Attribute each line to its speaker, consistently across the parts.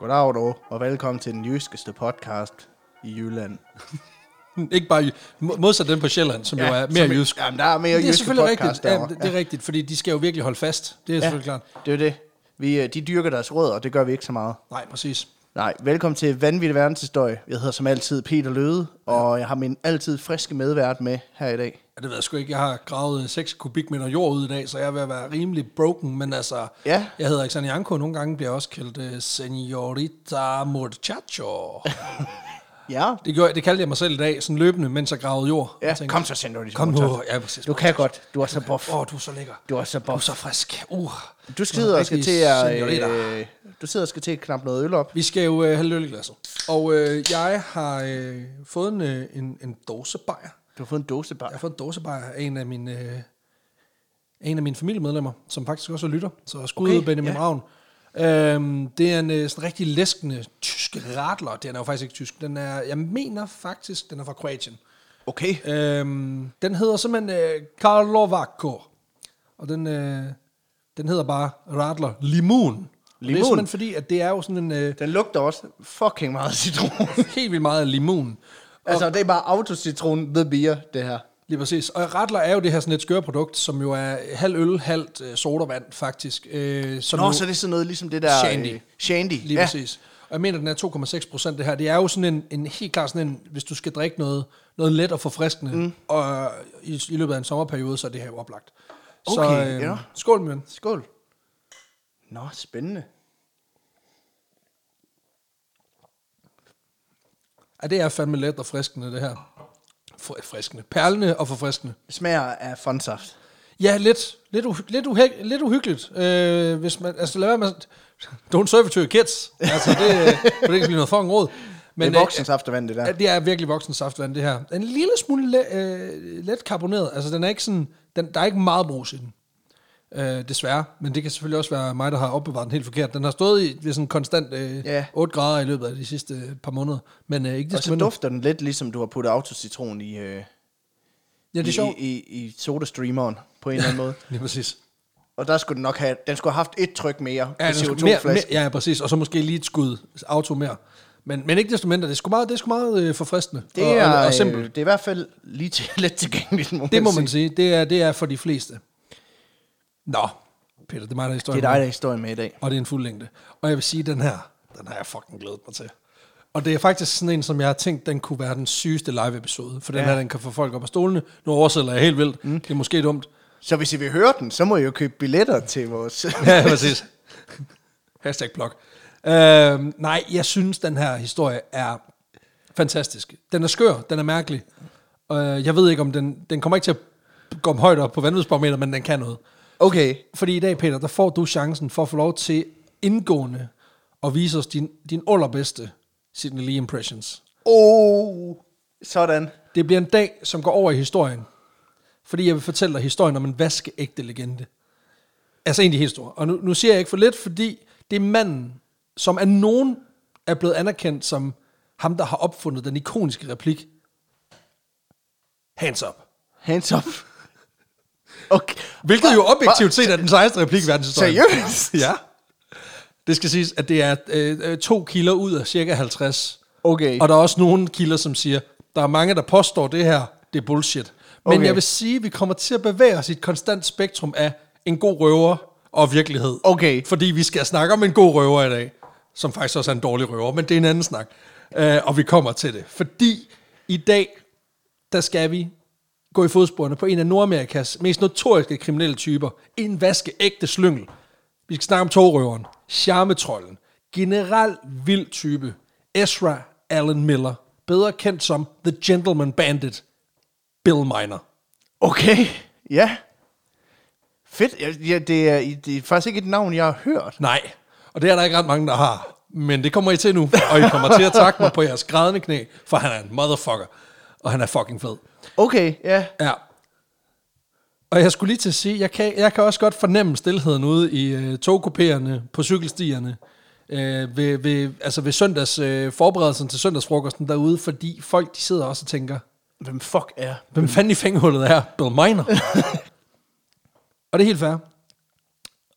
Speaker 1: Goddag og velkommen til den jyskeste podcast i Jylland.
Speaker 2: Ikke bare jy- mo- modsat den på Sjælland, som ja, jo er mere
Speaker 1: som-
Speaker 2: jysk.
Speaker 1: Jamen, der er mere
Speaker 2: det er
Speaker 1: jyske
Speaker 2: selvfølgelig
Speaker 1: podcast
Speaker 2: rigtigt. Ja,
Speaker 1: derovre.
Speaker 2: det, det er rigtigt, fordi de skal jo virkelig holde fast. Det er ja. selvfølgelig klart.
Speaker 1: det er det. Vi, øh, de dyrker deres rødder, og det gør vi ikke så meget.
Speaker 2: Nej, præcis.
Speaker 1: Nej, velkommen til Vanvittig Verdenshistorie. Jeg hedder som altid Peter Løde, og jeg har min altid friske medvært med her i dag.
Speaker 2: Ja, det ved jeg sgu ikke. Jeg har gravet 6 kubikmeter jord ud i dag, så jeg er ved at være rimelig broken. Men altså,
Speaker 1: Ja.
Speaker 2: jeg hedder Alexander Janko, og nogle gange bliver jeg også kaldt uh, Senorita Morchacho.
Speaker 1: Ja,
Speaker 2: det, gjorde, jeg- det kaldte jeg mig selv i dag, sådan løbende, mens jeg gravede jord.
Speaker 1: ja.
Speaker 2: Jeg tænkte,
Speaker 1: kom så, sender
Speaker 2: Kom nu. Ja, præcis.
Speaker 1: Du kan godt. Du er så buff.
Speaker 2: Åh, oh, du er så lækker.
Speaker 1: Du er så
Speaker 2: Du er
Speaker 1: buff.
Speaker 2: så frisk. Uh,
Speaker 1: Du sidder og skal
Speaker 2: rigtig
Speaker 1: til at,
Speaker 2: senorita.
Speaker 1: øh, du sidder og skal til at knappe noget øl op.
Speaker 2: Vi skal jo øh, have lidt øl i glasset. Og øh, jeg har øh, fået en, øh, en, en dåsebajer.
Speaker 1: Du har fået en dose bare.
Speaker 2: Jeg har fået en dåsebajer af en af mine, øh, en af mine familiemedlemmer, som faktisk også er lytter. Så skud
Speaker 1: Okay,
Speaker 2: okay, Benjamin
Speaker 1: ja.
Speaker 2: ja. Ravn. Øhm, det er en øh, sådan rigtig læskende tysk radler. Den er jo faktisk ikke tysk. Den er, jeg mener faktisk, den er fra Kroatien.
Speaker 1: Okay.
Speaker 2: Øhm, den hedder simpelthen øh, Karlovakko. Og den, øh, den hedder bare Radler Limun. Limun. Det
Speaker 1: Limun?
Speaker 2: er simpelthen fordi, at det er jo sådan en øh,
Speaker 1: Den lugter også fucking meget af citron.
Speaker 2: helt vildt meget af limon.
Speaker 1: altså, det er bare autocitron the beer, det her.
Speaker 2: Lige præcis. Og Radler er jo det her sådan et skøre produkt, som jo er halv øl, halvt øh, sodavand faktisk. Øh, som
Speaker 1: Nå,
Speaker 2: jo,
Speaker 1: så er det sådan noget ligesom det der...
Speaker 2: Shandy.
Speaker 1: Øh, shandy,
Speaker 2: Lige ja. præcis. Og jeg mener, den er 2,6 procent det her. Det er jo sådan en, en helt klart sådan en, hvis du skal drikke noget, noget let og forfriskende, mm. og i, i løbet af en sommerperiode, så er det her jo oplagt. så øhm,
Speaker 1: Okay, ja.
Speaker 2: skål, min ven.
Speaker 1: Skål. Nå, spændende.
Speaker 2: Ja, det er fandme let og friskende, det her. Fri- Friskende. Perlende og forfriskende.
Speaker 1: Det smager af fondsaft.
Speaker 2: Ja, lidt. Lidt, uhy- lidt, uhy- lidt uhyggeligt. Øh, hvis man, altså, lad være med... at- Don't serve it to your kids. Altså, det, øh, for det kan blive noget fucking råd.
Speaker 1: Men,
Speaker 2: Men,
Speaker 1: det er voksensaft og vand, det der.
Speaker 2: Øh, ja, det er virkelig voksen saftvand, det her. En lille smule le, øh, let karboneret. Altså, den er ikke sådan, den, der er ikke meget brus i den. Øh, desværre. Men det kan selvfølgelig også være mig, der har opbevaret den helt forkert. Den har stået i ved sådan konstant øh,
Speaker 1: Ja.
Speaker 2: 8 grader i løbet af de sidste øh, par måneder. Men øh, ikke
Speaker 1: og
Speaker 2: desto
Speaker 1: så
Speaker 2: mindre.
Speaker 1: dufter den lidt ligesom du har puttet autocitron i, øh,
Speaker 2: Ja, det er
Speaker 1: i,
Speaker 2: sjovt.
Speaker 1: i, i sodastreameren på en eller anden måde.
Speaker 2: Lige præcis.
Speaker 1: Og der skulle den nok have, den skulle have haft et tryk mere
Speaker 2: Ja,
Speaker 1: ja,
Speaker 2: den
Speaker 1: co 2
Speaker 2: skulle- mere, mere, ja, præcis. Og så måske lige et skud auto mere. Men, men ikke desto mindre, det er sgu meget, det er sgu meget øh, forfriskende
Speaker 1: Det
Speaker 2: og,
Speaker 1: er,
Speaker 2: og, og
Speaker 1: øh,
Speaker 2: simpelt.
Speaker 1: det er i hvert fald lige til, let tilgængeligt, må
Speaker 2: Det må man
Speaker 1: sige.
Speaker 2: sige. Det er, det er for de fleste. Nå, Peter, det er mig, der er
Speaker 1: Det er
Speaker 2: historien.
Speaker 1: dig, der er historien med i dag.
Speaker 2: Og det er en fuld længde. Og jeg vil sige, den her, den har jeg fucking glædet mig til. Og det er faktisk sådan en, som jeg har tænkt, den kunne være den sygeste live-episode. For den
Speaker 1: Ja.
Speaker 2: her, den kan få folk op af stolene. Nu oversælger jeg helt vildt. Mm. Det er måske dumt.
Speaker 1: Så hvis I vil høre den, så må I jo købe billetter til vores...
Speaker 2: Ja, præcis. Hashtag blog. Øhm, nej, jeg synes, den her historie er fantastisk. Den er skør, den er mærkelig. Øh, jeg ved ikke, om den, den kommer ikke til at gå højt op på vanvidsbarometer, men den kan noget.
Speaker 1: Okay.
Speaker 2: Fordi i dag, Peter, der får du chancen for at få lov til indgående at vise os din, din allerbedste Sidney Lee impressions.
Speaker 1: Oh, sådan.
Speaker 2: Det bliver en dag, som går over i historien. Fordi jeg vil fortælle dig historien om en vaskeægte legende. Altså en af de helt store. Og nu, nu siger jeg ikke for lidt, fordi det er manden, som af nogen er blevet anerkendt som ham, der har opfundet den ikoniske replik. Hands up.
Speaker 1: Hands up. Okay.
Speaker 2: Hvilket jo
Speaker 1: Hva-
Speaker 2: objektivt set er den sejeste replik i verdenshistorien.
Speaker 1: Seriøst?
Speaker 2: ja. Det skal siges, at det er øh, øh, to kilder ud af cirka 50.
Speaker 1: Okay.
Speaker 2: Og der er også nogle kilder, som siger, der er mange, der påstår det her, det er bullshit. Men
Speaker 1: Okay.
Speaker 2: jeg vil sige, at vi kommer til at bevæge os i et konstant spektrum af en god røver og virkelighed.
Speaker 1: Okay.
Speaker 2: Fordi vi skal snakke om en god røver i dag, som faktisk også er en dårlig røver, men det er en anden snak. Øh, og vi kommer til det. Fordi i dag, der skal vi gå i fodsporene på en af Nordamerikas mest notoriske kriminelle typer. En vaskeægte slyngel. Vi skal snakke om togrøveren, charmetrollen, generelt vild type, Ezra Allen Miller, bedre kendt som The Gentleman Bandit, Bill Miner.
Speaker 1: Okay, ja. Fedt. Ja, Ja, det, er, det er faktisk ikke et navn, jeg har hørt.
Speaker 2: Nej, og det er der ikke ret mange, der har. Men det kommer I til nu, og I kommer til at takke mig på jeres grædende knæ, for han er en motherfucker, og han er fucking fed.
Speaker 1: Okay, ja.
Speaker 2: Ja. Og jeg skulle lige til at sige, jeg kan, jeg kan også godt fornemme stillheden ude i øh, togkupéerne, på cykelstierne, øh, ved, ved, altså ved søndags, øh, forberedelsen til søndagsfrokosten derude, fordi folk de sidder også og tænker,
Speaker 1: Hvem fuck er?
Speaker 2: hvem fanden i fængehullet er Bill Miner? og det er helt fair.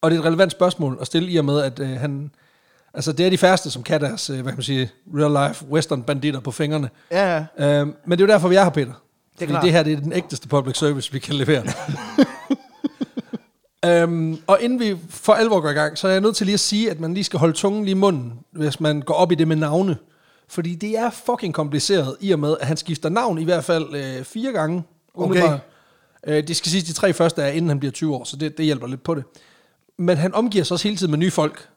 Speaker 2: Og det er et relevant spørgsmål at stille i og med, at øh, han, Altså, det er de færreste, som kan deres, øh, hvad kan man sige, real-life western-banditter på fingrene.
Speaker 1: Ja, ja.
Speaker 2: Øh, men det er jo derfor, vi er her, Peter. Det, er
Speaker 1: klart.
Speaker 2: det her det er den ægteste public service, vi kan levere. øhm, og inden vi for alvor går i gang, så er jeg nødt til lige at sige, at man lige skal holde tungen lige i munden, hvis man går op i det med navne. Fordi det er fucking kompliceret, i og med, at han skifter navn i hvert fald øh, fire gange. umiddelbart. Øh, det skal siges, de tre første er, inden han bliver 20 år, så det, det hjælper lidt på det. Men han omgiver sig også hele tiden med nye folk.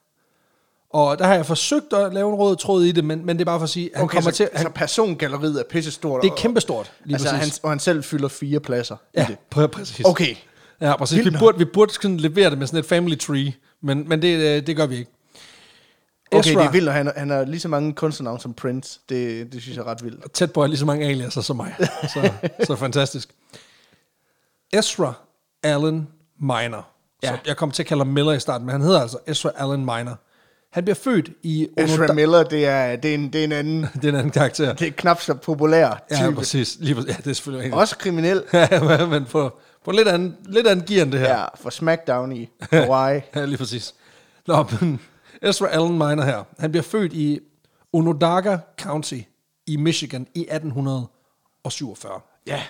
Speaker 2: Og der har jeg forsøgt at lave en rød tråd i det, men, men det er bare for at sige, at han
Speaker 1: Okay,
Speaker 2: kommer
Speaker 1: så,
Speaker 2: til...
Speaker 1: han... så persongalleriet er pissestort.
Speaker 2: Det er
Speaker 1: og-
Speaker 2: kæmpestort, lige
Speaker 1: altså,
Speaker 2: præcis.
Speaker 1: han, og han selv fylder fire pladser i
Speaker 2: Ja,
Speaker 1: det.
Speaker 2: præ- præcis.
Speaker 1: Okay.
Speaker 2: Ja, præcis. Vi burde, vi burde sådan levere det med sådan et family tree, men, men det, øh, det gør vi ikke.
Speaker 1: Okay, det
Speaker 2: Ezra,
Speaker 1: er vildt, og han, han har lige så mange kunstnernavne som Prince. Det, det synes jeg er ret vildt.
Speaker 2: tæt på at have lige så mange aliaser som mig. Så, så fantastisk. Ezra Allen Minor. Ja.
Speaker 1: Ja.
Speaker 2: Som jeg kom til at kalde ham Miller i starten, men han hedder altså Ezra Allen Minor. Han bliver født i...
Speaker 1: Ezra
Speaker 2: Onoda-
Speaker 1: Miller, det er, det er, en, det er en anden,
Speaker 2: Det er en anden karakter.
Speaker 1: det er knap så populær type.
Speaker 2: Ja, præcis. Lige præcis. Ja, det er selvfølgelig rigtigt.
Speaker 1: Også kriminel.
Speaker 2: Ja, men på, på lidt anden, lidt anden gear end det her.
Speaker 1: Ja, for SmackDown i Hawaii.
Speaker 2: Ja, lige præcis. Nå, men Ezra Allen Miner her. Han bliver født i Onondaga County i Michigan i 1847.
Speaker 1: ja.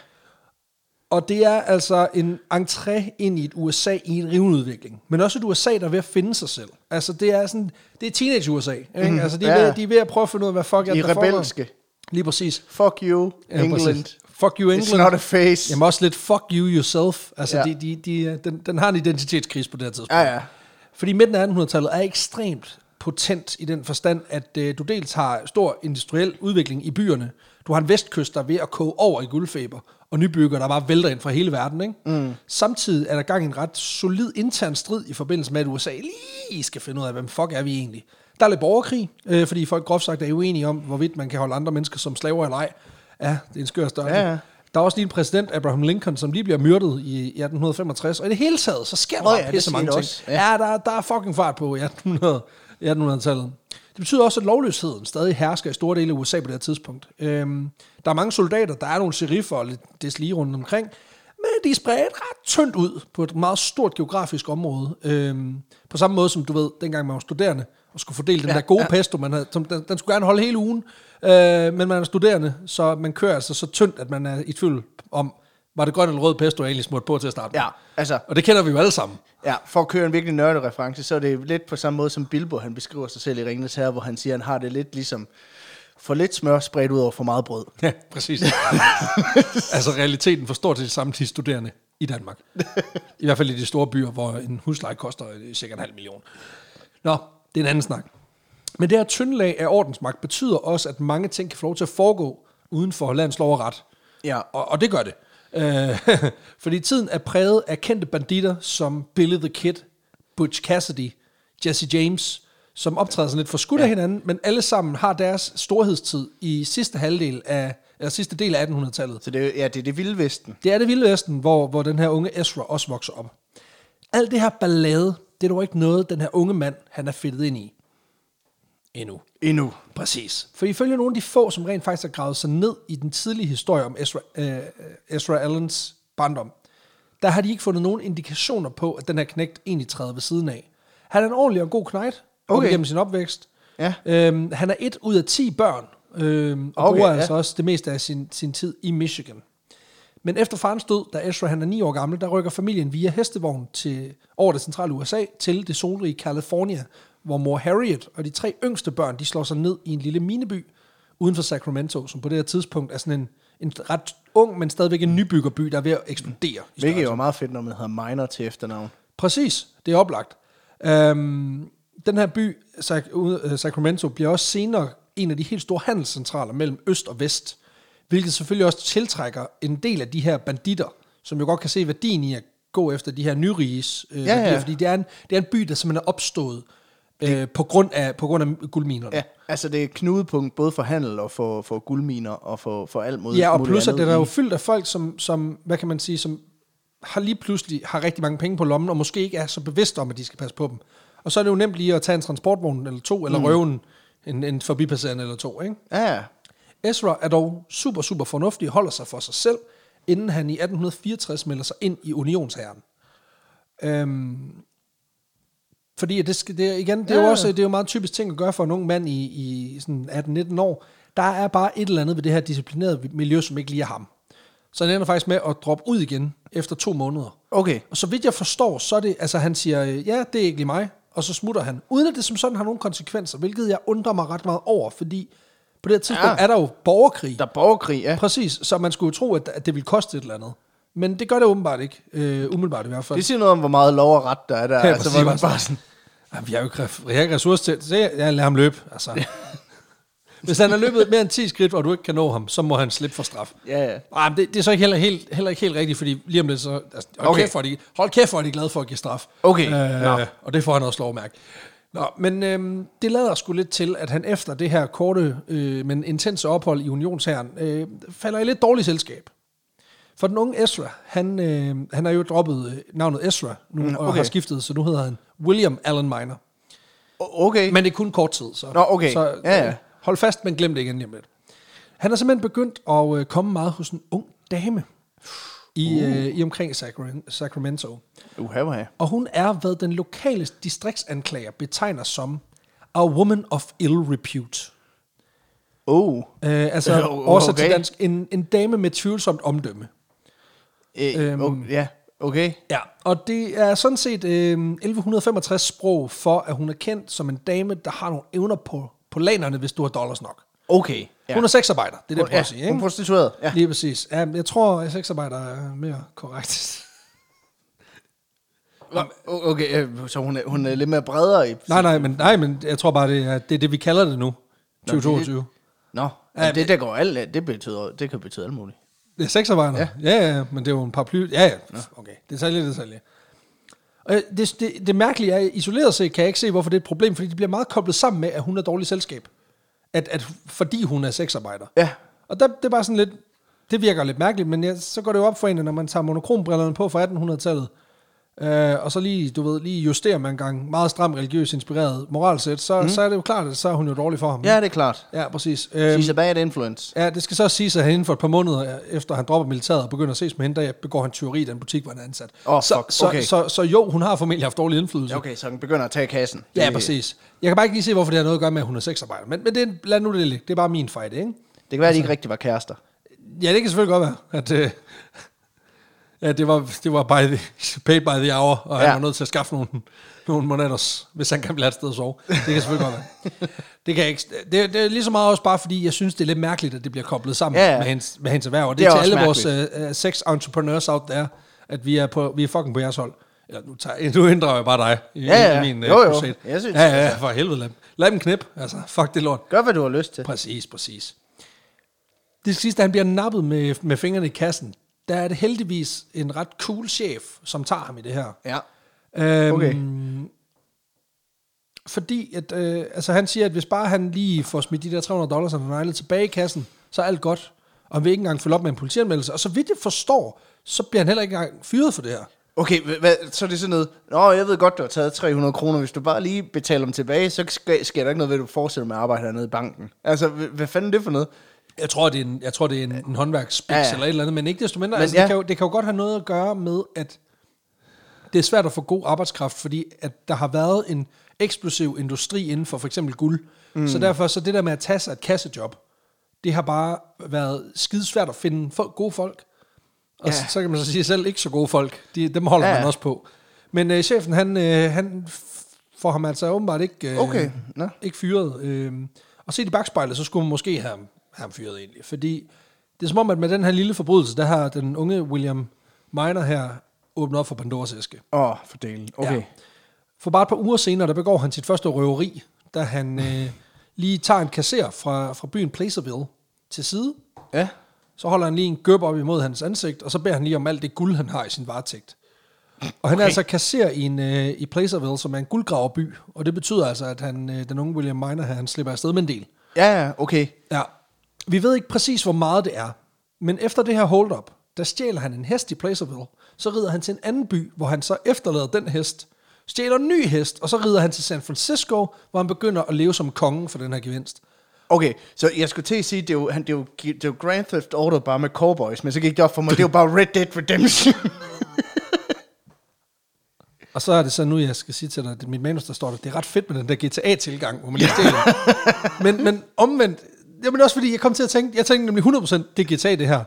Speaker 2: Og det er altså en entré ind i et USA i en rivende udvikling. Men også et USA, der er ved at finde sig selv. Altså, det er sådan, det er teenage-USA. Ikke? Mm, altså, de er,
Speaker 1: Mhm. ja.
Speaker 2: ved, de er ved at prøve at finde ud af, hvad fuck er
Speaker 1: De
Speaker 2: det,
Speaker 1: er
Speaker 2: der foregår.
Speaker 1: rebelske.
Speaker 2: Lige præcis.
Speaker 1: Fuck you,
Speaker 2: Ja,
Speaker 1: England.
Speaker 2: Præcis. Fuck you, England.
Speaker 1: It's not a face.
Speaker 2: Jamen også lidt fuck you yourself. Altså, ja.
Speaker 1: Ja.
Speaker 2: de, de, de, øh, den, den har en identitetskrise på det her tidspunkt.
Speaker 1: Ja, ja.
Speaker 2: Fordi midten af 1800-tallet er ekstremt potent i den forstand, at øh, du dels har stor industriel udvikling i byerne, du har en vestkyst, der er ved at koge over i guldfeber, og nybygger, der bare vælter ind fra hele verden. Ikke? Mm. Samtidig er der gang i en ret solid intern strid i forbindelse med, at USA lige skal finde ud af, hvem fuck er vi egentlig. Der er lidt borgerkrig, øh, fordi folk groft sagt er uenige om, hvorvidt man kan holde andre mennesker som slaver eller ej. Ja, det er en skør størrelse.
Speaker 1: Ja, ja.
Speaker 2: Der er også lige en præsident, Abraham Lincoln, som lige bliver myrdet i, i 1865. Og i det hele taget, så sker der
Speaker 1: Nå
Speaker 2: oh,
Speaker 1: ja,
Speaker 2: ja,
Speaker 1: det
Speaker 2: pisse mange
Speaker 1: skete
Speaker 2: ting.
Speaker 1: også.
Speaker 2: Ja. Ja, der, der er fucking fart på i 1800, i 1800-tallet. Det betyder også, at lovløsheden stadig hersker i store dele af USA på det her tidspunkt. Øhm, der er mange soldater, der er nogle seriffer og lidt des lige rundt omkring, men de er spredt ret tyndt ud på et meget stort geografisk område. Øhm, på samme måde som, du ved, dengang man var studerende og skulle fordele den ja, der gode ja. pesto, man havde, som den, den skulle gerne holde hele ugen, øh, men man er studerende, så man kører altså så tyndt, at man er i tvivl om, var det grøn eller rød pesto, jeg egentlig smurte på til at starte med.
Speaker 1: Ja, altså,
Speaker 2: Og det kender vi jo alle sammen.
Speaker 1: ja, for at køre en virkelig nørdet reference, så er det lidt på samme måde som Bilbo, han beskriver sig selv i Ringnes her, hvor han siger, han har det lidt ligesom for lidt smør spredt ud over for meget brød.
Speaker 2: Ja, præcis. altså realiteten for stort set samtlige studerende i Danmark. I hvert fald i de store byer, hvor en husleje koster øh, cirka en halv million. Nå, det er en anden snak. Men det her tyndlag af ordensmagt betyder også, at mange ting kan få lov til at foregå uden for landets lov og ret.
Speaker 1: Ja.
Speaker 2: Og, og det gør det. Øh, fordi tiden er præget af kendte banditter som Billy the Kid, Butch Cassidy, Jesse James, som optræder sådan lidt forskudt af hinanden, men alle sammen har deres storhedstid i sidste halvdel af, eller sidste del af 1800-tallet.
Speaker 1: Så det, er- ja, det er det vilde vesten.
Speaker 2: Det er det vilde vesten, hvor, hvor den her unge Ezra også vokser op. Alt det her ballade, det er dog ikke noget, den her unge mand, han er fedtet ind i. Endnu.
Speaker 1: Endnu.
Speaker 2: Præcis. For ifølge nogle af de få, som rent faktisk har gravet sig ned i den tidlige historie om Ezra, øh, Ezra Allens barndom, der har de ikke fundet nogen indikationer på, at den her knægt egentlig træder ved siden af. Han er en ordentlig og god knægt, okay.
Speaker 1: Okay.
Speaker 2: gennem sin opvækst.
Speaker 1: Ja.
Speaker 2: Øhm, han er et ud af ti børn, øhm, og okay,
Speaker 1: Okay,
Speaker 2: bruger
Speaker 1: ja.
Speaker 2: altså også det meste af sin, sin tid i Michigan. Men efter farens død, da Ezra han er 9 år gammel, der rykker familien via hestevogn til, over det centrale USA til det solrige California, hvor mor Harriet og de tre yngste børn, de slår sig ned i en lille mineby uden for Sacramento, som på det her tidspunkt er sådan en, en ret ung, men stadigvæk en nybyggerby, der er ved at eksplodere. i
Speaker 1: Hvilket jo er meget fedt, når man hedder Minor til efternavn.
Speaker 2: Præcis, det er oplagt. Øhm, den her by, Sac- ude- øh, Sacramento, bliver også senere en af de helt store handelscentraler mellem øst og vest, hvilket selvfølgelig også tiltrækker en del af de her banditter, som jo godt kan se værdien i at gå efter de her nyriges øh,
Speaker 1: Ja, ja.
Speaker 2: værdier, fordi det er, en, det er en by, der simpelthen er opstået øh, på, grund af, på grund af guldminerne.
Speaker 1: Ja, altså det er et knudepunkt både for handel og for, for guldminer og for, for alt mod- muligt
Speaker 2: Ja, og plus at
Speaker 1: andet
Speaker 2: det er
Speaker 1: i-
Speaker 2: jo fyldt af folk, som, som, hvad kan man sige, som har lige pludselig har rigtig mange penge på lommen, og måske ikke er så bevidste om, at de skal passe på dem. Og så er det jo nemt lige at tage en transportvogn eller to, eller mm. røven en, en forbipasserende eller to, ikke?
Speaker 1: Ja, ja.
Speaker 2: Ezra er dog super, super fornuftig, holder sig for sig selv, inden han i 1864 melder sig ind i unionsherren. Øhm, Fordi at det, skal, det, er- igen, det er
Speaker 1: Ja,
Speaker 2: jo
Speaker 1: ja.
Speaker 2: også det er jo meget typisk ting at gøre for en ung mand i, i sådan 18-19 år. Der er bare et eller andet ved det her disciplinerede miljø, som ikke lige er ham. Så han ender faktisk med at droppe ud igen efter to måneder.
Speaker 1: Okay.
Speaker 2: Og så vidt jeg forstår, så er det, altså han siger, øh, ja, det er ikke lige mig, og så smutter han. Uden at det som sådan har nogen konsekvenser, hvilket jeg undrer mig ret meget over, fordi på det her tidspunkt ja.
Speaker 1: Ja.
Speaker 2: er der jo borgerkrig.
Speaker 1: Der er borgerkrig, ja.
Speaker 2: Præcis, så man skulle jo tro, at, at det ville koste et eller andet. Men det gør det åbenbart ikke, øh, umiddelbart i hvert fald.
Speaker 1: Det siger noget om, hvor meget lov og ret der er der.
Speaker 2: Ja,
Speaker 1: altså,
Speaker 2: præcis.
Speaker 1: hvor man bare sådan,
Speaker 2: Jamen, Ah, vi har jo ikke, ref- vi har ikke ressourcer til, så jeg, jeg lader ham løbe. Altså. Hvis han har løbet mere end 10 skridt, og du ikke kan nå ham, så må han slippe for straf.
Speaker 1: Ja, ja.
Speaker 2: Ej, men det, det, er så ikke heller, helt, heller ikke helt rigtigt, fordi lige om lidt så... Altså, hold, okay.
Speaker 1: Okay.
Speaker 2: kæft, for, de, hold kæft for, at de er glade for at give straf.
Speaker 1: Okay,
Speaker 2: Øh,
Speaker 1: nå.
Speaker 2: og det får han også lov at mærke. Nå, men øhm, det lader sgu lidt til, at han efter det her korte, øh, men intense ophold i unionsherren, øh, falder i lidt dårligt selskab. For den unge Ezra, han, øh, han har jo droppet øh, navnet Ezra nu, mm, okay. og
Speaker 1: okay.
Speaker 2: har skiftet, så nu hedder han William Allen Minor.
Speaker 1: o- okay.
Speaker 2: Men det er kun kort tid, så,
Speaker 1: Nå, okay.
Speaker 2: så
Speaker 1: Ja, ja.
Speaker 2: øh, hold fast, men glem det igen lige om lidt. Han er simpelthen begyndt at øh, komme meget hos en ung dame i, uh. øh, i omkring Sacra- Sacramento.
Speaker 1: Uha, uha.
Speaker 2: Og hun er, hvad den lokale distriktsanklager betegner som a woman of ill repute.
Speaker 1: Oh.
Speaker 2: Øh, altså,
Speaker 1: Øh,
Speaker 2: okay. oversat til
Speaker 1: okay.
Speaker 2: dansk, en, en dame med tvivlsomt omdømme.
Speaker 1: Øh,
Speaker 2: Øhm.
Speaker 1: okay. Ja, okay.
Speaker 2: Ja, og det er sådan set øh, 1165 sprog for, at hun er kendt som en dame, der har nogle evner på, på lanerne, hvis du har dollars nok.
Speaker 1: Okay.
Speaker 2: Ja.
Speaker 1: Ja.
Speaker 2: Hun er sexarbejder, det er det, jeg prøver
Speaker 1: ja,
Speaker 2: at sige.
Speaker 1: Hun er
Speaker 2: Ikke?
Speaker 1: prostitueret. Ja.
Speaker 2: Lige præcis. Ja, men jeg tror, at sexarbejder er mere korrekt.
Speaker 1: O- Okay, øh, så hun er, hun er lidt mere bredere i...
Speaker 2: nej, nej, men, nej, men jeg tror bare, det er det, er det vi kalder det nu. 2022.
Speaker 1: Nå,
Speaker 2: Ja,
Speaker 1: ja, det, der går alt, det, betyder, det kan betyde alt muligt.
Speaker 2: Det er sexarbejder? Ja. ja, ja, men det er jo en paraply. Ja, ja. Okay, detalje, detalje. Og jeg- det, det, det mærkelige er, isoleret set kan jeg ikke se, hvorfor det er et problem, fordi det bliver meget koblet sammen med, at hun er dårlig selskab. At, at fordi hun er sexarbejder.
Speaker 1: Ja.
Speaker 2: Og der, det er bare sådan lidt, det virker lidt mærkeligt, men ja, så går det jo op for en, at når man tager monokrombrillerne på fra 1800-tallet, øh, og så lige, du ved, lige justerer man en gang meget stram religiøs inspireret moralsæt, så, mm. så er det jo klart, at så er hun jo dårlig for ham.
Speaker 1: Mhm. Ja, det er klart.
Speaker 2: ja præcis. Øhm,
Speaker 1: She's a bad influence.
Speaker 2: Ja, det skal så siges, at han inden for et par måneder øh, efter han dropper militæret og begynder at ses med hende, der begår han tyveri i den butik, hvor han er ansat.
Speaker 1: Åh,
Speaker 2: så,
Speaker 1: fuck,
Speaker 2: så,
Speaker 1: okay.
Speaker 2: så, så, så jo, hun har formentlig haft dårlig indflydelse.
Speaker 1: Okay, så hun begynder at tage kassen.
Speaker 2: Ja,
Speaker 1: Det-
Speaker 2: præcis. Jeg kan bare ikke lige se, hvorfor det har noget at gøre med, at hun er sexarbejder. Men, men det, lad nu det ligge. Det er bare min fejl, ikke?
Speaker 1: Det kan være, at de ikke rigtig var kærester.
Speaker 2: Ja, det kan selvfølgelig godt være, at... Øh, ja, det var, det var by the, paid by the hour, og ja. han
Speaker 1: Ja.
Speaker 2: var nødt til at skaffe nogle, nogle måneders, hvis han kan blive et sted at sove. Det kan selvfølgelig godt være. Det, kan jeg ikke, det, det er lige så meget også bare, fordi jeg synes, det er lidt mærkeligt, at det bliver koblet sammen ja,
Speaker 1: Ja,
Speaker 2: ja.
Speaker 1: ja.
Speaker 2: Med, hendes, med hendes erhverv. Og det,
Speaker 1: Det
Speaker 2: det er,
Speaker 1: er
Speaker 2: til alle
Speaker 1: også
Speaker 2: vores uh, sex entrepreneurs out there, at vi er, på, vi er fucking på jeres hold. Eller, nu, tager, nu inddrager jeg bare dig i,
Speaker 1: Ja, ja.
Speaker 2: i min uh,
Speaker 1: Jo, jo.
Speaker 2: crusade.
Speaker 1: Jeg synes,
Speaker 2: ja, ja, ja, for helvede. Lad, dem- lad dem knip. Altså, fuck det lort.
Speaker 1: Gør, hvad du har lyst til.
Speaker 2: Præcis, præcis. Det sidste, han bliver nappet med, med fingrene i kassen, der er det heldigvis en ret cool chef, som tager ham i det her.
Speaker 1: Ja.
Speaker 2: Øhm,
Speaker 1: Okay.
Speaker 2: Fordi at, øh, altså han siger, at hvis bare han lige får smidt de der 300 dollars, han har nejlet tilbage i kassen, så er alt godt. Og han vil ikke engang følge op med en politianmeldelse. Og så vidt jeg forstår, så bliver han heller ikke engang fyret for det her.
Speaker 1: Okay, hva- hvad, så er det sådan noget, Nå, jeg ved godt, du har taget 300 kroner. Hvis du bare lige betaler dem tilbage, så sker, sker der ikke noget ved, at du fortsætter med at arbejde hernede i banken. Altså, hva- hvad fanden er det for noget?
Speaker 2: Jeg tror, det er en, jeg tror, det er en, en håndværksspids ja,
Speaker 1: Ja,
Speaker 2: ja.
Speaker 1: ja.
Speaker 2: eller et eller andet, men ikke desto mindre. Men,
Speaker 1: Men
Speaker 2: altså, ja.
Speaker 1: ja.
Speaker 2: det, kan jo, det kan jo godt have noget at gøre med, at det er svært at få god arbejdskraft, fordi at der har været en eksplosiv industri inden for for eksempel guld. Mm. Så derfor, så det der med at tage sig et kassejob, det har bare været skidesvært at finde folk, gode folk. Og ja.
Speaker 1: Ja.
Speaker 2: så, så kan man så sige, selv ikke så gode folk, de, dem holder ja.
Speaker 1: Ja.
Speaker 2: man også på. Men øh, chefen, han, øh, han f- får ham altså åbenbart ikke... Øh,
Speaker 1: Okay, nå.
Speaker 2: ikke fyret. Øh, og set i bagspejlet, så skulle man måske have ham, have ham fyret egentlig. Fordi det er som om, at med den her lille forbrydelse, der har den unge William Miner her åbnet op for Pandoras æske.
Speaker 1: Åh, oh, fordelen. Okay.
Speaker 2: Ja. For bare et par uger senere, der begår han sit første røveri, da han øh, lige tager en kasser fra, fra byen Placerville til side.
Speaker 1: Ja.
Speaker 2: Så holder han lige en gøb op imod hans ansigt, og så beder han lige om alt det guld, han har i sin varetægt. Og han okay. er
Speaker 1: Okay.
Speaker 2: altså kasser i, en, øh, i Placerville, som er en guldgraverby, og det betyder altså, at han, øh, den unge William Miner her, han slipper afsted med en del.
Speaker 1: Ja, ja, okay.
Speaker 2: Ja. Vi ved ikke præcis, hvor meget det er, men efter det her hold-up, der stjæler han en hest i Placerville, så rider han til en anden by, hvor han så efterlader den hest, stjæler en ny hest, og så rider han til San Francisco, hvor han begynder at leve som konge for den her gevinst.
Speaker 1: Okay, så jeg skulle til at sige, det er jo, han, det er jo, det er jo Grand Theft Auto bare med cowboys, men så gik det op for mig, det er jo bare Red Dead Redemption.
Speaker 2: Og så er det så nu, jeg skal sige til dig, at mit manus, der står der, det er ret fedt med den der GTA-tilgang, hvor man lige stjæler. men, men omvendt, jamen også fordi, jeg kom til at tænke, jeg tænkte nemlig 100% det er GTA det her.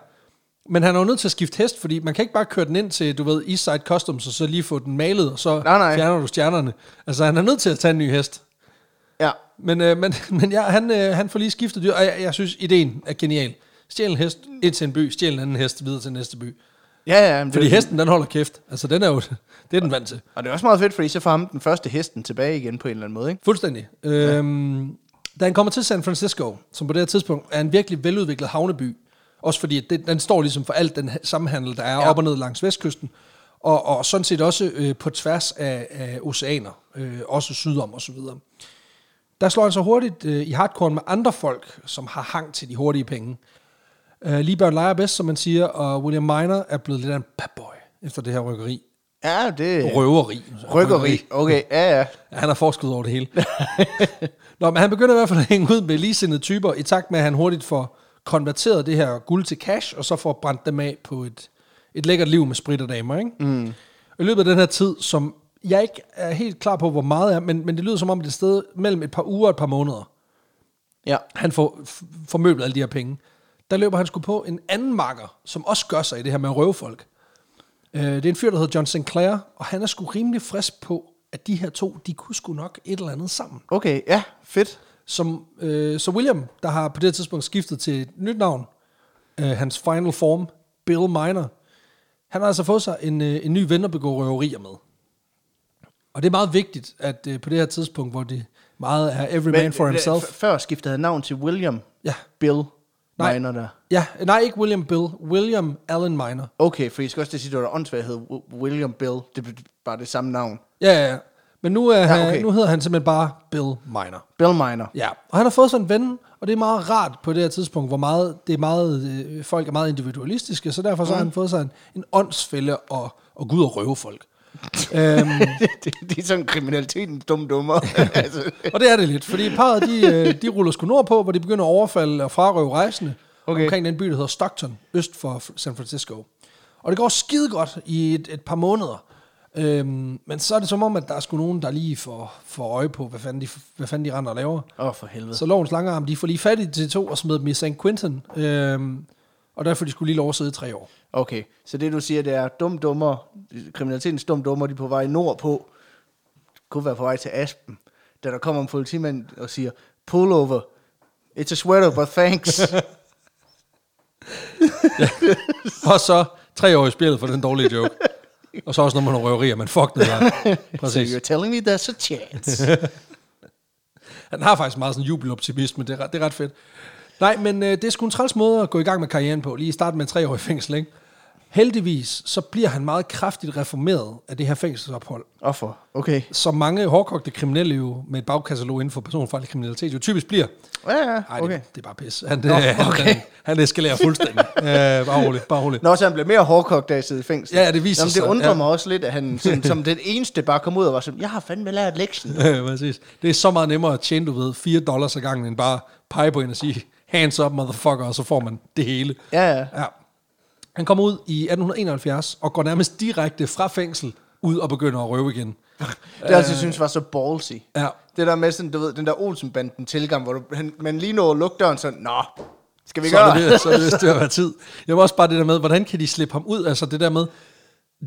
Speaker 2: Men han er jo nødt til at skifte hest, fordi man kan ikke bare køre den ind til, du ved, Eastside Customs, og så lige få den malet, og så
Speaker 1: Nej, nej.
Speaker 2: fjerner du stjernerne. Altså, han er nødt til at tage en ny hest.
Speaker 1: Ja.
Speaker 2: Men, øh, men, men ja, han, øh, han får lige skiftet dyr, og jeg, jeg synes, ideen er genial. Stjæl en hest ind til en by, stjæl en anden hest videre til næste by.
Speaker 1: Ja, ja. Men
Speaker 2: Fordi
Speaker 1: det,
Speaker 2: hesten, den holder kæft. Altså, den er jo, det er den vant til.
Speaker 1: og det er også meget fedt, fordi så får ham den første hesten tilbage igen på en eller anden måde, ikke?
Speaker 2: Fuldstændig. Øhm, Da han kommer til San Francisco, som på det her tidspunkt er en virkelig veludviklet havneby, også fordi at det, den står ligesom for alt den ha- samhandel, der er ja. op og ned langs vestkysten, og, og sådan set også øh, på tværs af, af oceaner, øh, også sydom og så videre. Der slår han så hurtigt øh, i hardcore med andre folk, som har hang til de hurtige penge. Øh, lige børn leger bedst, som man siger, og William Miner er blevet lidt af en bad boy efter det her rykkeri.
Speaker 1: Ja, det er
Speaker 2: Røveri.
Speaker 1: rykkeri. Okay, ja, ja.
Speaker 2: Ja, han har forskud over det hele. Nå, men han begynder i hvert fald at hænge ud med ligesindede typer, i takt med, at han hurtigt får konverteret det her guld til cash, og så får brændt dem af på et, et lækkert liv med sprit og damer, ikke? Mm. I løbet af den her tid, som jeg ikke er helt klar på, hvor meget er, men, men det lyder som om, det er et sted mellem et par uger og et par måneder,
Speaker 1: Ja.
Speaker 2: han får f- formøblet alle de her penge. Der løber han sgu på en anden marker, som også gør sig i det her med at røve folk. Øh, det er en fyr, der hedder John Sinclair, og han er sgu rimelig frisk på, at de her to, de kunne sgu nok et eller andet sammen.
Speaker 1: Okay, ja, fedt.
Speaker 2: Som, øh, så William, der har på det her tidspunkt skiftet til et nyt navn, øh, hans final form, Bill Miner, han har altså fået sig en, øh, en ny ven at begå røverier med. Og det er meget vigtigt, at øh, på det her tidspunkt, hvor det meget er every man for
Speaker 1: øh,
Speaker 2: himself.
Speaker 1: f- Før skiftede han navn til William
Speaker 2: Ja,
Speaker 1: Bill
Speaker 2: Nej.
Speaker 1: Miner der.
Speaker 2: Ja, nej, ikke William Bill. William Allen Minor.
Speaker 1: Okay, for I skal også til at sige, at det var da åndssvagt, at hedde Wi- William Bill. Det er bare det samme navn.
Speaker 2: Ja, ja, ja. Men nu, er, ja,
Speaker 1: okay.
Speaker 2: okay. nu hedder han simpelthen bare Bill Minor.
Speaker 1: Bill Miner.
Speaker 2: Ja, og han har fået sådan en ven, og det er meget rart på det her tidspunkt, hvor meget, det er meget, øh, folk er meget individualistiske, så derfor så har han fået sig en, en åndsfælde og, og gå ud og røve folk. øhm,
Speaker 1: det, det, det, er sådan kriminalitetens dumme dummer. altså,
Speaker 2: og det er det lidt, fordi parret de, øh, de ruller sgu nordpå, hvor de begynder at overfalde og frarøve rejsende
Speaker 1: Okay.
Speaker 2: okay. omkring den by, der hedder Stockton, øst for F- San Francisco. Og det går skide godt i et, et par måneder. Øhm, men så er det som om, at der er sgu nogen, der lige får, får øje på, hvad fanden de, hvad fanden de render og laver.
Speaker 1: Åh, oh, for helvede.
Speaker 2: Så lovens langarm, de får lige fat i de to og smed dem i St. Quentin. Øhm, og derfor de skulle lige lov at sidde i tre år.
Speaker 1: Okay, så det du siger, det er dum dummer, kriminalitetens dum dummer, de er på vej nordpå, kunne være på vej til Aspen, da der kommer en politimand og siger, pull over, it's a sweater, but thanks.
Speaker 2: Og så tre år i spillet for den dårlige joke. og så også når man har røverier, men fuck det der.
Speaker 1: so
Speaker 2: Præcis.
Speaker 1: you're telling me there's a chance.
Speaker 2: Han har faktisk meget sådan jubeloptimisme, det er, ret- det er ret fedt. Nej, men øh, det er sgu en træls måde at gå i gang med karrieren på, lige i starten med tre år i fængsel, ikke? Heldigvis, så bliver han meget kraftigt reformeret af det her fængselsophold.
Speaker 1: Offer, okay.
Speaker 2: Så mange hårdkogte kriminelle jo med et bagkatalog inden for personfarlig kriminalitet jo typisk bliver.
Speaker 1: Ja, ja,
Speaker 2: Nej, okay.
Speaker 1: okay.
Speaker 2: det, det er bare pis. Han, Nå, okay. han, han eskalerer fuldstændig. øh, bare rolig, bare rolig.
Speaker 1: Nå, så han blev mere hårdkogt, da jeg sidder i fængsel.
Speaker 2: Ja, det viser
Speaker 1: Jamen, det
Speaker 2: sig,
Speaker 1: undrer
Speaker 2: ja.
Speaker 1: mig også lidt, at han som, som den eneste bare kom ud og var sådan, jeg har fandme lært lektien.
Speaker 2: Øh, præcis. Det er så meget nemmere at tjene, du ved, 4 dollars ad gangen, end bare pege på en og sige, hands up, motherfucker, og så får man det hele.
Speaker 1: Ja, ja.
Speaker 2: ja. Han kommer ud i 1871 og går nærmest direkte fra fængsel ud og begynder at røve igen.
Speaker 1: Det har jeg altid synes var så ballsy.
Speaker 2: Ja.
Speaker 1: Det der med sådan, du ved, den der Olsenbanden tilgang, hvor du, han, man lige når at lukke døren sådan, nå, skal vi
Speaker 2: Så er
Speaker 1: gøre
Speaker 2: det ved, så er det vist ved at være tid. Jeg var også bare det der med, hvordan kan de slippe ham ud? Altså det der med,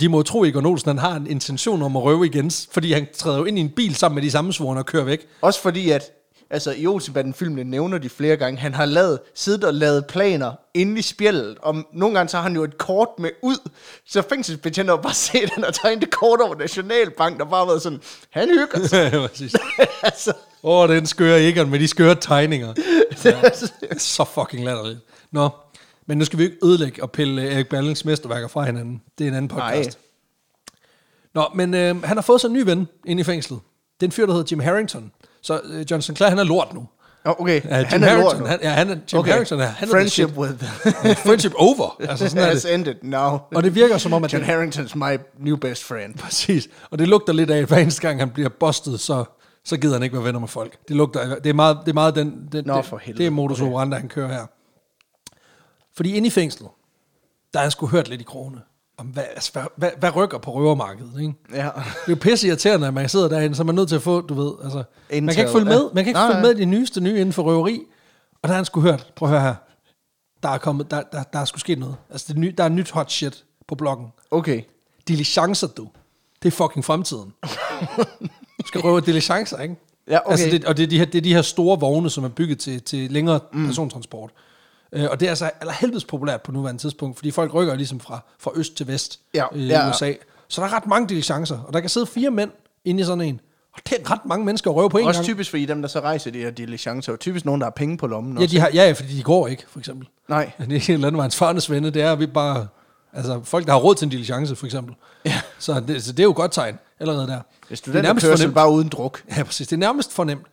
Speaker 2: de må jo tro, at Egon Olsen han har en intention om at røve igen, fordi han træder jo ind i en bil sammen med de samme svorene og kører væk.
Speaker 1: Også fordi, at altså, i Olsenbanden filmen nævner de flere gange, han har lavet, siddet og lavet planer inde i spjældet, og nogle gange så har han jo et kort med ud, så fængselsbetjent har bare set, at han har tegnet et kort over Nationalbanken, og bare været sådan, han hygger sig.
Speaker 2: Præcis.
Speaker 1: altså,
Speaker 2: Åh, oh, den skøre Egon med de skøre tegninger. Ja. Så fucking latterligt. Nå, men nu skal vi jo ikke ødelægge og pille øh, Erik Berlings mesterværker fra hinanden. Det er en anden podcast.
Speaker 1: nej.
Speaker 2: Nå, men øh, han har fået sig en ny ven inde i fængslet. Det er en fyr, der hedder Jim Harrington. Så øh, John Sinclair, han er lort nu.
Speaker 1: Oh, okay,
Speaker 2: Ja, Jim
Speaker 1: han er lort
Speaker 2: Harrington,
Speaker 1: nu.
Speaker 2: han, ja, han er, Jim
Speaker 1: Okay.
Speaker 2: Harrington, er- han er the shit.
Speaker 1: Friendship with
Speaker 2: Friendship over. Altså sådan er
Speaker 1: has
Speaker 2: det.
Speaker 1: ended now.
Speaker 2: Og det virker som om, at
Speaker 1: John
Speaker 2: det-
Speaker 1: Harrington's my new best friend.
Speaker 2: Præcis. Og det lugter lidt af, at hver eneste gang, han bliver bustet, så, så gider han ikke være venner med folk. Det, lugter, det, er, meget, det er meget den... den
Speaker 1: Nå,
Speaker 2: det,
Speaker 1: for helvede.
Speaker 2: det er modus operandi, han kører her. Fordi inde i fængslet, der har han sgu hørt lidt i krogene. om hvad, altså, hvad, hvad, hvad rykker på røvermarkedet, ikke?
Speaker 1: Ja.
Speaker 2: Det er jo pisse irriterende, at man sidder derinde, så man er nødt til at få, du ved, altså... Intel, man kan
Speaker 1: Intel,
Speaker 2: ikke følge med,
Speaker 1: ja.
Speaker 2: man kan ikke
Speaker 1: Nej,
Speaker 2: følge
Speaker 1: nej.
Speaker 2: med i det nyeste nye inden for røveri. Og der har han sgu hørt, prøv at høre her, der er, kommet, der, der, der er sgu sket noget. Altså, det er ny, der er nyt hot shit på bloggen.
Speaker 1: Okay.
Speaker 2: Diligencer, du. Det er fucking fremtiden. du skal røve diligencer, ikke?
Speaker 1: Ja, okay.
Speaker 2: Altså, det, og det er, de her, det er de her store vogne, som er bygget til, til længere mm. persontransport. Øh, og det er altså allerhelvedes populært på nuværende tidspunkt, fordi folk rykker ligesom fra, fra øst til vest
Speaker 1: Ja,
Speaker 2: øh, i
Speaker 1: ja.
Speaker 2: USA. Så der er ret mange diligencer, og der kan sidde fire mænd inde i sådan en. Og det er ret mange mennesker at røve på en
Speaker 1: Også
Speaker 2: gang.
Speaker 1: typisk, fordi dem, der så rejser de her diligencer, er jo typisk nogen, der har penge på lommen.
Speaker 2: Ja,
Speaker 1: Også.
Speaker 2: de har, ja, fordi de går ikke, for eksempel.
Speaker 1: Nej.
Speaker 2: Det er ikke landvejens farnes venne, det er at vi bare... Altså, folk, der har råd til en diligence, for eksempel. Ja. Så, det, så det er jo et godt tegn, allerede der.
Speaker 1: Hvis du
Speaker 2: det er nærmest
Speaker 1: kørsel
Speaker 2: fornemt.
Speaker 1: bare uden druk.
Speaker 2: Ja, præcis. Det er nærmest fornemt.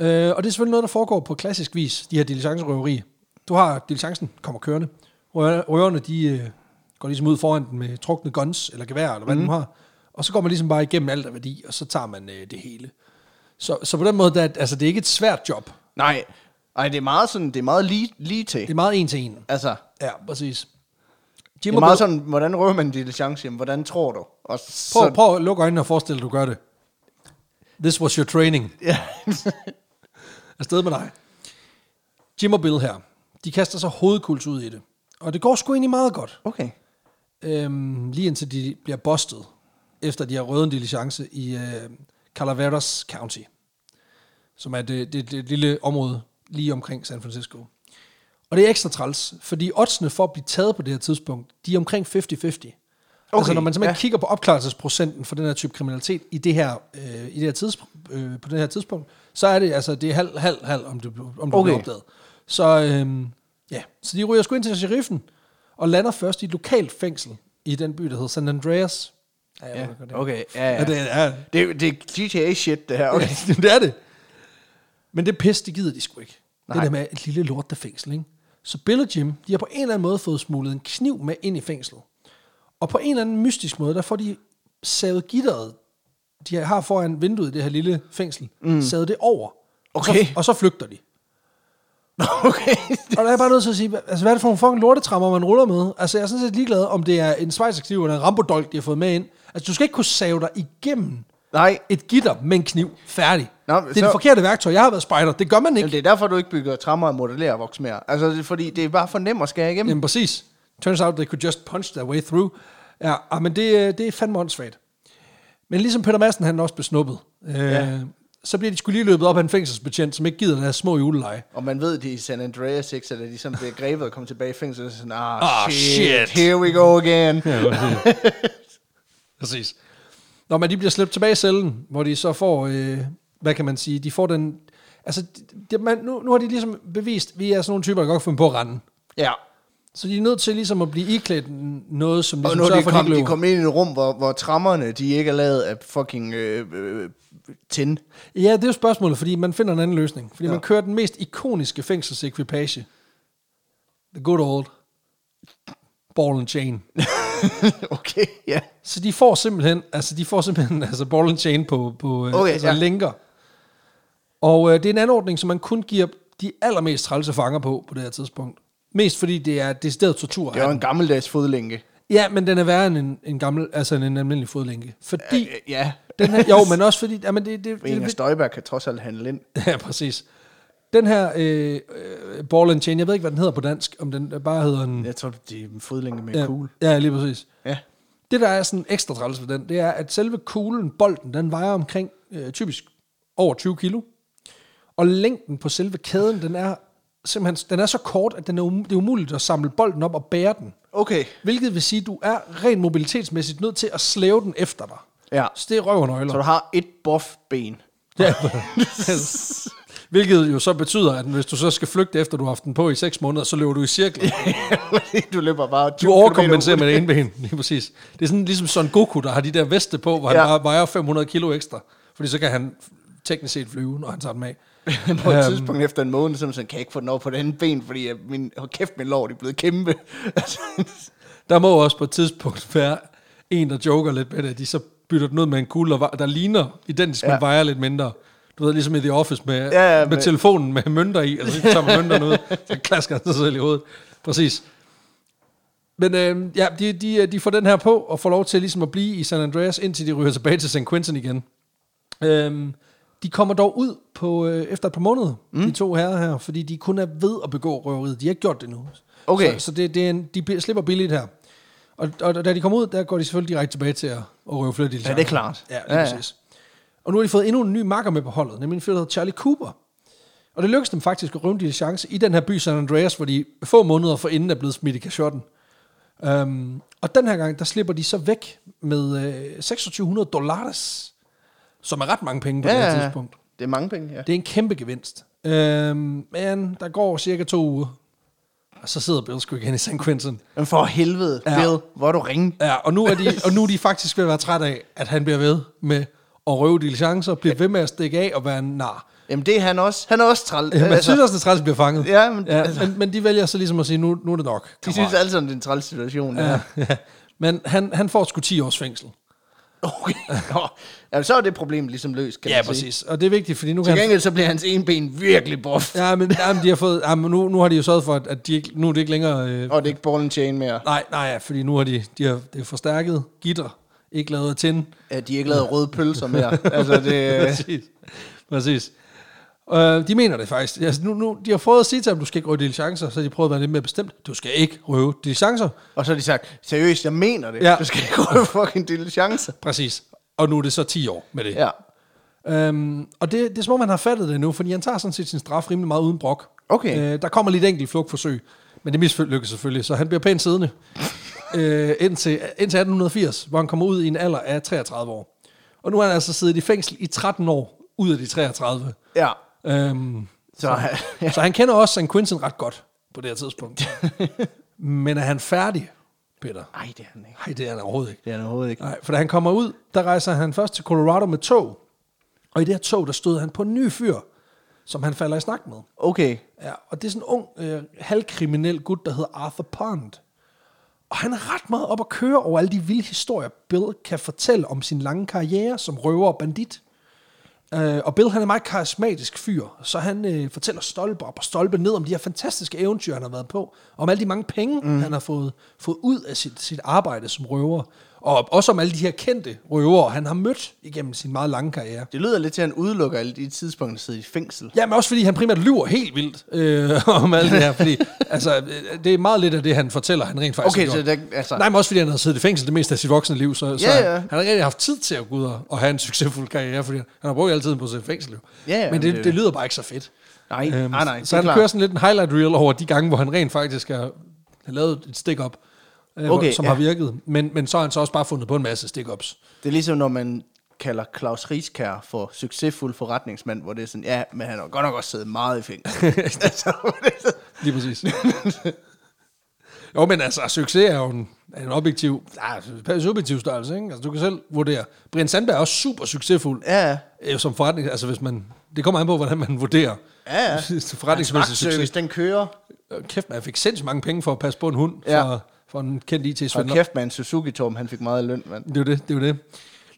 Speaker 2: Øh, og det er selvfølgelig noget, der foregår på klassisk vis, de her diligencerøverier. Du har, diligencen kommer kørende. Rø- Røverne, de øh, går ligesom ud foran den med trukne guns, eller gevær, eller
Speaker 1: Mhm.
Speaker 2: hvad mm. den nu har. Og så går man ligesom bare igennem alt af værdi, og så tager man øh, det hele. Så, så på den måde, der, er- altså, det er ikke et svært job.
Speaker 1: Nej. Ej, det er meget sådan, det er meget lige, lige til.
Speaker 2: Det er meget en til en.
Speaker 1: Altså,
Speaker 2: Ja, præcis.
Speaker 1: det
Speaker 2: Jim
Speaker 1: er
Speaker 2: og
Speaker 1: meget
Speaker 2: Bo-
Speaker 1: sådan, hvordan røver man en diligence? Jamen, hvordan tror du? Og så,
Speaker 2: prøv, prøv at lukke øjnene og forestil dig, du gør det. This was your training.
Speaker 1: Ja.
Speaker 2: Afsted med dig. Jim og Bill her, de kaster sig hovedkuls ud i det. Og det går sgu egentlig meget godt.
Speaker 1: Okay.
Speaker 2: Øhm, lige indtil de bliver bustet, efter de har røvet en diligence i øh, Calaveras County. Som er det, det, det lille område lige omkring San Francisco. Og det er ekstra træls, fordi oddsene for at blive taget på det her tidspunkt, de er omkring 50-50. Okay, altså
Speaker 1: Okay,
Speaker 2: når man simpelthen
Speaker 1: ja.
Speaker 2: kigger på opklarelsesprocenten for den her type kriminalitet i det her, øh, i det her tids, øh, på det her tidspunkt, så er det altså det er halv, halv, halv, om du, blev- om du okay.
Speaker 1: Okay.
Speaker 2: bliver opdaget. Så øhm, ja, så de ryger sgu ind til sheriffen, og lander først i et lokalt fængsel i den by, der hedder San Andreas. Ja, jeg
Speaker 1: Ja.
Speaker 2: ved godt, det er.
Speaker 1: Okay, ja, ja.
Speaker 2: Ja, det er,
Speaker 1: Det, er- det er GTA-shit, det her. Okay.
Speaker 2: okay. det er det. Men det pis, det gider de sgu ikke. Nej. Det
Speaker 1: Nej.
Speaker 2: der med et lille lort der fængsel, ikke? Så Bill og Jim, de har på en eller anden måde fået smuglet en kniv med ind i fængslet. Og på en eller anden mystisk måde, der får de savet gitteret, de har foran vinduet i det her lille fængsel, mm. savet det over. Og
Speaker 1: Okay.
Speaker 2: så, og så flygter de.
Speaker 1: okay.
Speaker 2: Og der er jeg bare nødt til at sige, hva- altså, hvad er det for en fucking lortetrammer, man ruller med? Altså, jeg er sådan set ligeglad, om det er en svejserkniv eller en rambodolk, de har fået med ind. Altså, du skal ikke kunne save dig igennem
Speaker 1: Nej.
Speaker 2: et gitter med en kniv. Færdig.
Speaker 1: Nå,
Speaker 2: det er så...
Speaker 1: så-
Speaker 2: det forkerte værktøj. Jeg har været spejder. Det gør man ikke.
Speaker 1: Jamen, det er derfor, du ikke bygger trammer og modellerer voks mere. Altså, det er fordi det er bare for nemt at skære igennem.
Speaker 2: Jamen præcis. Turns out they could just punch their way through. Ja, ah, men det, øh, det er fandme åndssvagt. Men ligesom Peter Madsen, han er også besnuppet. Øh, ja.
Speaker 1: Ja.
Speaker 2: Så bliver de skulle lige løbet op af en fængselsbetjent, som ikke gider deres små juleleje.
Speaker 1: Og man ved, det er i San Andreas, ikke? Så da de sådan bliver grebet og kommer tilbage i fængsel, så er sådan, ah,
Speaker 2: Ah,
Speaker 1: oh,
Speaker 2: shit.
Speaker 1: shit, here we go again.
Speaker 2: Præcis. Når man de bliver slæbt tilbage i cellen, hvor de så får, øh, hvad kan man sige, de får den... Altså, det, man, nu, nu har de ligesom bevist, at vi er sådan nogle typer, der godt kan finde på at rende.
Speaker 1: ja.
Speaker 2: Så de er nødt til ligesom at blive iklædt noget, som
Speaker 1: Og
Speaker 2: ligesom
Speaker 1: nu er
Speaker 2: sørger
Speaker 1: de
Speaker 2: for, at
Speaker 1: kommet
Speaker 2: de ikke
Speaker 1: de
Speaker 2: løber.
Speaker 1: kom ind i et rum, hvor, hvor trammerne, de ikke er lavet af fucking øh, øh, tin.
Speaker 2: Ja, det er jo spørgsmålet, fordi man finder en anden løsning. Fordi ja. man kører den mest ikoniske fængselsekvipage. The good old ball and chain.
Speaker 1: okay, ja.
Speaker 2: Så de får simpelthen, altså de får simpelthen altså ball and chain på, på okay,
Speaker 1: Okay,
Speaker 2: altså ja.
Speaker 1: ja.
Speaker 2: lænker. Og øh, det er en anordning, som man kun giver de allermest trælse fanger på, på det her tidspunkt. Mest fordi det er decideret tortur.
Speaker 1: Det er jo en gammeldags fodlænke.
Speaker 2: Ja, men den er værre end en, en gammel, altså en almindelig fodlænke. Fordi,
Speaker 1: Øh, Ja.
Speaker 2: den her, jo, men også fordi, jamen det, det, det,
Speaker 1: Inger Støjberg kan trods alt handle ind.
Speaker 2: Ja, præcis. Den her øh, øh, ball and chain, jeg ved ikke, hvad den hedder på dansk, om den bare hedder en...
Speaker 1: Jeg tror, det er en fodlænke med
Speaker 2: ja,
Speaker 1: ja. kugle.
Speaker 2: Ja, lige præcis.
Speaker 1: Ja.
Speaker 2: Det, der er sådan ekstra træls ved den, det er, at selve kuglen, bolden, den vejer omkring øh, typisk over 20 kilo. Og længden på selve kæden, den er simpelthen den er så kort, at den er um, det er umuligt at samle bolden op og bære den.
Speaker 1: Okay.
Speaker 2: Hvilket vil sige, at du er rent mobilitetsmæssigt nødt til at slæve den efter dig.
Speaker 1: Ja.
Speaker 2: Så det er røvernøgler.
Speaker 1: Så du har et buff ben.
Speaker 2: Ja. Hvilket jo så betyder, at hvis du så skal flygte efter, du har haft den på i 6 måneder, så løber du i cirkler.
Speaker 1: du løber bare 20
Speaker 2: Du
Speaker 1: km
Speaker 2: overkompenserer
Speaker 1: rundt.
Speaker 2: med det ene ben. Lige præcis. Det er sådan ligesom Son Goku, der har de der veste på, hvor ja.
Speaker 1: Ja.
Speaker 2: han bare vejer 500 kilo ekstra. Fordi så kan han teknisk set flyve, når han tager dem af.
Speaker 1: på et tidspunkt efter en måned, så er man sådan, kan jeg ikke få den over på det andet ben, fordi jeg, min, hold kæft, min lår, de er blevet kæmpe. Altså,
Speaker 2: Der må også på et tidspunkt være en, der joker lidt med det. De så bytter den ud med en kugle, der der ligner identisk, men
Speaker 1: Ja.
Speaker 2: vejer lidt mindre. Du ved, ligesom i The Office med, ja,
Speaker 1: Ja,
Speaker 2: ja,
Speaker 1: ja,
Speaker 2: med altså,
Speaker 1: med-
Speaker 2: telefonen med mønter i, og så tager man mønterne ud, så klasker han sig selv i hovedet. Præcis. Men øh, ja, de, de, øh, de får den her på, og får lov til ligesom at blive i San Andreas, indtil de ryger tilbage til San Quentin igen. Øhm, de kommer dog ud på, øh, efter et par måneder, mm. de to herrer her, fordi de kun er ved at begå røveriet. De har ikke gjort det nu.
Speaker 1: Okay.
Speaker 2: Så, så det, det er en, de bi- slipper billigt her. Og, og, og da de kommer ud, der går de selvfølgelig direkte tilbage til at, at røve flere
Speaker 1: Ja,
Speaker 2: dilettanter.
Speaker 1: det er klart.
Speaker 2: Ja, lige ja, ja. præcis. Og nu har de fået endnu en ny makker med på holdet, nemlig en fyr, der hedder Charlie Cooper. Og det lykkedes dem faktisk at røve en chance i den her by San Andreas, hvor de få måneder forinden er blevet smidt i kashotten. Um, og den her gang, der slipper de så væk med øh, 2600 dollars, som er ret mange penge på
Speaker 1: Ja,
Speaker 2: det
Speaker 1: ja,
Speaker 2: her
Speaker 1: ja.
Speaker 2: tidspunkt.
Speaker 1: Det er mange penge, ja.
Speaker 2: Det er en kæmpe gevinst. Um, men der går cirka to uger, og så sidder Bill sgu igen i San Quentin.
Speaker 1: Men for helvede,
Speaker 2: Ja.
Speaker 1: ja. Bill, hvor er du ringe.
Speaker 2: Ja, og nu er de, og nu er de faktisk ved at være træt af, at han bliver ved med at røve diligencer, bliver ved med at stikke af og være en nar.
Speaker 1: Jamen det er han også. Han er også træl.
Speaker 2: Ja, man altså, synes også, det er træls at blive fanget.
Speaker 1: Ja, men-
Speaker 2: ja,
Speaker 1: altså-
Speaker 2: men, men de vælger så ligesom at sige, nu, nu er det nok.
Speaker 1: de
Speaker 2: kammerat.
Speaker 1: synes alle sammen, det er en træls situation. Ja.
Speaker 2: ja. Men han, han får sgu 10 års fængsel.
Speaker 1: Okay. Nå. Ja, så er det problem ligesom løst, kan
Speaker 2: Ja,
Speaker 1: man sige.
Speaker 2: præcis. Og det er vigtigt, fordi nu kan
Speaker 1: Til
Speaker 2: han...
Speaker 1: gengæld så bliver hans ene ben virkelig buff. Ja.
Speaker 2: Ja, men, ja, men, de har fået, ja, men nu, nu har de jo sørget for, at- at de ikke, nu er det ikke længere... Øh,
Speaker 1: Og det er ikke ball and chain mere.
Speaker 2: nej, nej, ja, fordi nu har de, de har, det er forstærket gitter, ikke lavet af tin.
Speaker 1: Ja, de er ikke lavet røde pølser mere. altså, det,
Speaker 2: Præcis. Præcis. Øh, de mener det faktisk. Altså, nu, nu, de har prøvet at sige til ham, du skal ikke røve chancer, så har de prøvet at være lidt mere bestemt. Du skal ikke røve chancer.
Speaker 1: og så har de sagt, seriøst, jeg mener det.
Speaker 2: Ja.
Speaker 1: Ja. Du skal ikke røve fucking dille chancer.
Speaker 2: Præcis. Og nu er det så 10 år med det.
Speaker 1: Ja.
Speaker 2: Øhm, og det, det er som om, han har fattet det nu, fordi han tager sådan set sin straf rimelig meget uden brok.
Speaker 1: Okay.
Speaker 2: Øh, der kommer lidt enkelt flugtforsøg, men det mislykkes selvfølgelig, så han bliver pænt siddende øh, indtil, indtil 1880, hvor han kommer ud i en alder af 33 år. Og nu har han altså siddet i fængsel i 13 år ud af de 33.
Speaker 1: Ja.
Speaker 2: Øhm,
Speaker 1: Så, ja.
Speaker 2: så han kender også San Quentin ret godt på det her tidspunkt. men er han færdig, Peter?
Speaker 1: Ej, det er han ikke.
Speaker 2: Nej, det er han overhovedet ikke.
Speaker 1: Det er han overhovedet ikke.
Speaker 2: Nej, for da han kommer ud, der rejser han først til Colorado med tog. Og i det her tog, der støder han på en ny fyr, som han falder i snak med.
Speaker 1: Okay.
Speaker 2: Ja, og det er sådan en ung, øh, halvkriminel gut, der hedder Arthur Pond. Og han er ret meget op at køre over alle de vilde historier, Bill kan fortælle om sin lange karriere som røver og bandit. Øh, og Bill, han er en meget karismatisk fyr, så han øh, fortæller stolpe op og stolpe ned om de her fantastiske eventyr, han har været på. Om alle de mange penge, mm. han har fået, fået ud af sit, sit arbejde som røver. Og også om alle de her kendte røvere, han har mødt igennem sin meget lange karriere.
Speaker 1: Det lyder lidt til, at han udelukker alle de tidspunkter, der sidder i fængsel.
Speaker 2: Ja, men også fordi han primært lyver helt vildt øh, om alt det her, fordi altså, øh, det er meget lidt af det, han fortæller, han rent faktisk
Speaker 1: Okay,
Speaker 2: har
Speaker 1: så
Speaker 2: gjort.
Speaker 1: det, altså,
Speaker 2: Nej, men også fordi han har siddet i fængsel det meste af sit voksne liv, så, så
Speaker 1: Ja,
Speaker 2: han,
Speaker 1: ja.
Speaker 2: han har rigtig haft tid til at gå ud og, og have en succesfuld karriere, fordi han har brugt altid på sit fængsel. Jo.
Speaker 1: Ja, ja,
Speaker 2: men
Speaker 1: men
Speaker 2: det, det,
Speaker 1: det-
Speaker 2: det lyder bare ikke så fedt. Øhm,
Speaker 1: nej, nej, nej, nej,
Speaker 2: så
Speaker 1: det er
Speaker 2: han
Speaker 1: klart.
Speaker 2: kører sådan lidt en highlight reel over de gange, hvor han rent faktisk har har lavet et stick-up, øh, hvor-
Speaker 1: Okay,
Speaker 2: som
Speaker 1: ja.
Speaker 2: har virket. Men, men så har han så også bare fundet på en masse stick-ups.
Speaker 1: Det er ligesom, når man kalder Claus Rieskær for succesfuld forretningsmand, hvor det er sådan, ja, men han har godt nok også siddet meget i fængsel. altså, hvor det er sådan-
Speaker 2: Lige præcis. jo, men altså, succes er jo en, er en objektiv, nej, subjektiv størrelse, ikke? Altså, du kan selv vurdere. Brian Sandberg er også super succesfuld
Speaker 1: ja, ja.
Speaker 2: øh, som forretning. Altså, hvis man, det kommer an på, hvordan man vurderer
Speaker 1: Ja, ja.
Speaker 2: forretningsmæssig succes.
Speaker 1: Service, den kører.
Speaker 2: Øh, Kæft, man, jeg fik sindssygt mange penge for at passe på en hund ja.
Speaker 1: Ja.
Speaker 2: for, for en kendt
Speaker 1: Og
Speaker 2: IT-svindler.
Speaker 1: kæft, man, Suzuki-Tom, han fik meget i løn, mand.
Speaker 2: Det er jo det, det er jo det.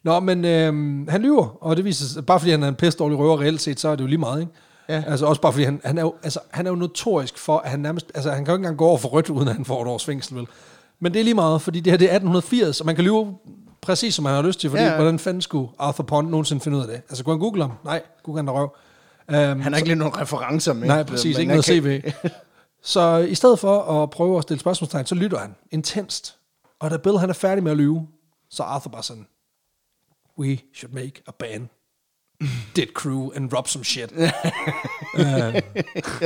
Speaker 2: Nå, men øhm, han lyver, og det viser sig, bare fordi han er en pisse dårlig røver reelt set, så er det jo lige meget, ikke?
Speaker 1: Ja.
Speaker 2: Altså også bare fordi han, han, er jo, altså, han er jo notorisk for, at han nærmest, altså han kan jo ikke engang gå over for rødt, uden at han får et års fængsel, vel? Men det er lige meget, fordi det her det er 1880, og man kan lyve præcis, som man har lyst til, fordi
Speaker 1: Ja,
Speaker 2: ja.
Speaker 1: ja.
Speaker 2: hvordan fanden skulle Arthur Pond nogensinde finde ud af det? Altså kunne han google ham? Nej, google han der røv. Øhm,
Speaker 1: Han har ikke lige nogen referencer med.
Speaker 2: Nej, præcis.
Speaker 1: Men
Speaker 2: Ikke
Speaker 1: han
Speaker 2: noget
Speaker 1: kan-
Speaker 2: CV. Så i stedet for at prøve at stille spørgsmålstegn, så lytter han intenst. Og da Bill han er færdig med at lyve, så er Arthur bare sådan, We should make a band. Did crew and rob some shit. Øh.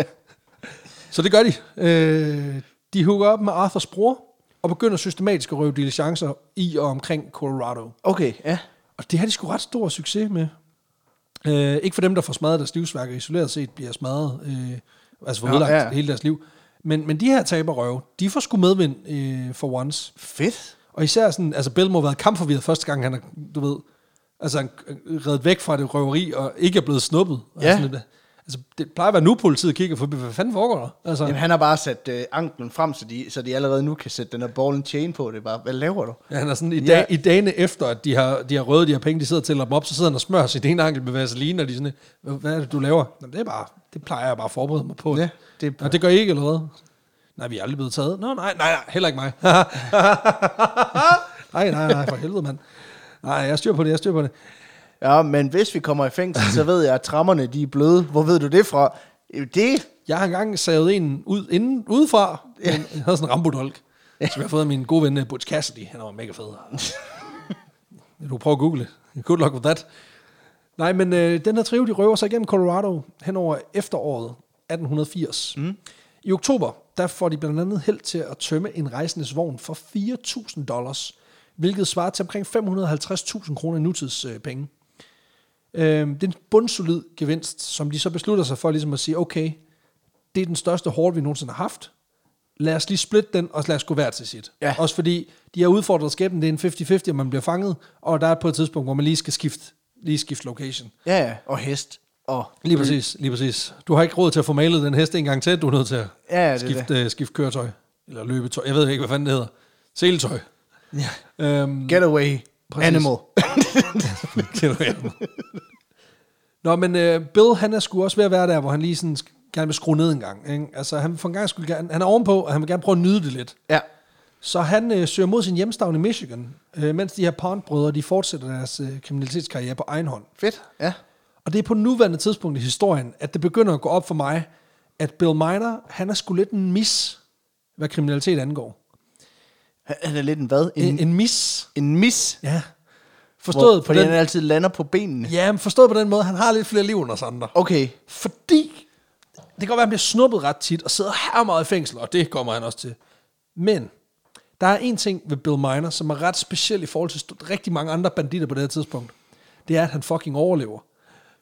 Speaker 2: så det gør de. Øh, de hooker op med Arthurs bror, og begynder systematisk at røve diligencer i og omkring Colorado.
Speaker 1: Okay, ja.
Speaker 2: Og det har de sgu ret stor succes med. Øh, ikke for dem, der får smadret deres livsværk og isoleret set bliver smadret, øh, altså får
Speaker 1: Ja,
Speaker 2: ødelagt ja,
Speaker 1: ja.
Speaker 2: hele deres liv. Men, men de her taberrøve, de får sgu medvind øh, for once.
Speaker 1: Fedt.
Speaker 2: Og især sådan, altså Bill må have været kampforvirret første gang, han er, du ved, altså han er reddet væk fra det røveri og ikke er blevet snuppet. Og
Speaker 1: Ja.
Speaker 2: sådan lidt, altså det plejer at være nu, politiet kigger forbi, hvad fanden foregår der? Altså,
Speaker 1: Jamen, han har bare sat øh, anklen frem, så de, så de allerede nu kan sætte den her ball and chain på. Det er bare, hvad laver du?
Speaker 2: Ja, han er sådan, i,
Speaker 1: Ja.
Speaker 2: dag, i dagene efter, at de har, de har røde de her penge, de sidder og tæller dem op, så sidder han og smører sit ene ankel med vaseline, og de er sådan, "Hva- hvad er det, du laver? Jamen, det er bare, det plejer jeg bare at forberede mig på.
Speaker 1: Ja,
Speaker 2: det,
Speaker 1: det
Speaker 2: er... og det gør I ikke, eller hvad? Nej, vi er aldrig blevet taget. Nå, nej, nej, nej heller ikke mig. nej, nej, nej, for helvede, mand. Nej, jeg styr på det, jeg styr på det.
Speaker 1: Ja, men hvis vi kommer i fængsel, så ved jeg, at trammerne de er bløde. Hvor ved du det fra? Øh, Det,
Speaker 2: Jeg har engang savet en ud, inden, udefra. Ja. Jeg havde sådan en rambodolk, ja. som jeg har fået af min gode ven øh, Butch Cassidy. Han var mega fed. du kan prøve at google. det. Good luck with that. Nej, men øh, den her trio, de røver sig igennem Colorado hen over efteråret 1880. Mm. I oktober, der får de blandt andet held til at tømme en rejsendes vogn for 4.000 dollars, hvilket svarer til omkring 550.000 kroner i nutidspenge. Øh, penge. Øh, det er en bundsolid gevinst, som de så beslutter sig for ligesom at sige, okay, det er den største haul, vi nogensinde har haft. Lad os lige splitte den, og lad os gå hver til sit.
Speaker 1: Ja.
Speaker 2: Også fordi de har udfordret skæbnen, det er en 50-50, om man bliver fanget, og der er på et tidspunkt, hvor man lige skal skifte, lige skifte location.
Speaker 1: ja, ja, og hest. Og,
Speaker 2: Lige præcis, lige præcis. Du har ikke råd til at få malet den hest en gang til, du er nødt til at
Speaker 1: Ja, det er
Speaker 2: skifte, øh, skifte køretøj, eller løbetøj, jeg ved ikke, hvad fanden det hedder. Seletøj.
Speaker 1: ja.
Speaker 2: Øhm,
Speaker 1: Getaway
Speaker 2: Præcis.
Speaker 1: Præcis. animal.
Speaker 2: Kender du ham? Nå, men øh, Bill, han er sgu også ved at være der, hvor han lige sådan sk- gerne vil skrue ned en gang. Ikke? Altså, han, for en gang skulle gerne, han er ovenpå, og han vil gerne prøve at nyde det lidt.
Speaker 1: Ja.
Speaker 2: Så han øh, søger mod sin hjemstavn i Michigan, øh, mens de her Pond-brødre, de fortsætter deres øh, kriminalitetskarriere på egen hånd.
Speaker 1: Fedt. Ja.
Speaker 2: Og det er på nuværende tidspunkt i historien, at det begynder at gå op for mig, at Bill Miner, han er sgu lidt en mis, hvad kriminalitet angår.
Speaker 1: Han er lidt en hvad? En,
Speaker 2: En,
Speaker 1: en,
Speaker 2: en mis?
Speaker 1: en mis.
Speaker 2: Ja. Forstået
Speaker 1: Hvor,
Speaker 2: på
Speaker 1: fordi
Speaker 2: den,
Speaker 1: han altid lander på benene.
Speaker 2: ja, men forstået på den måde, han har lidt flere liv end os andre.
Speaker 1: Okay.
Speaker 2: Fordi det kan godt være, at han bliver snuppet ret tit og sidder her meget i fængsel, og det kommer han også til. Men der er en ting ved Bill Miner, som er ret speciel i forhold til st- rigtig mange andre banditter på det her tidspunkt. Det er, at han fucking overlever.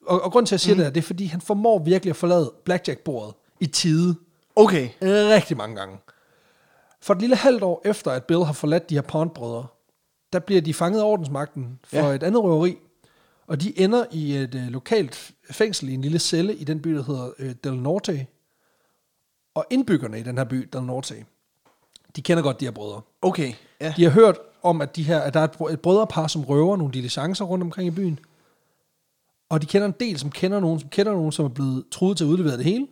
Speaker 2: Og, og grund til, at jeg siger mm. det her, det er, fordi han formår virkelig at forlade blackjack-bordet i tide
Speaker 1: Okay.
Speaker 2: rigtig mange gange. For et lille halvt år efter, at Bill har forladt de her pondbrødre, der bliver de fanget af ordensmagten for ja.
Speaker 1: Ja.
Speaker 2: et andet røveri, og de ender i et øh, lokalt fængsel i en lille celle i den by, der hedder øh, Del Norte. Og indbyggerne i den her by, Del Norte, de kender godt de her brødre.
Speaker 1: Okay. Ja.
Speaker 2: De har hørt om, at, de her, at der er et, br- et brødrepar, som røver nogle diligencer rundt omkring i byen. Og de kender en del, som kender nogen, som kender nogen, som er blevet truet til at udlevere det hele.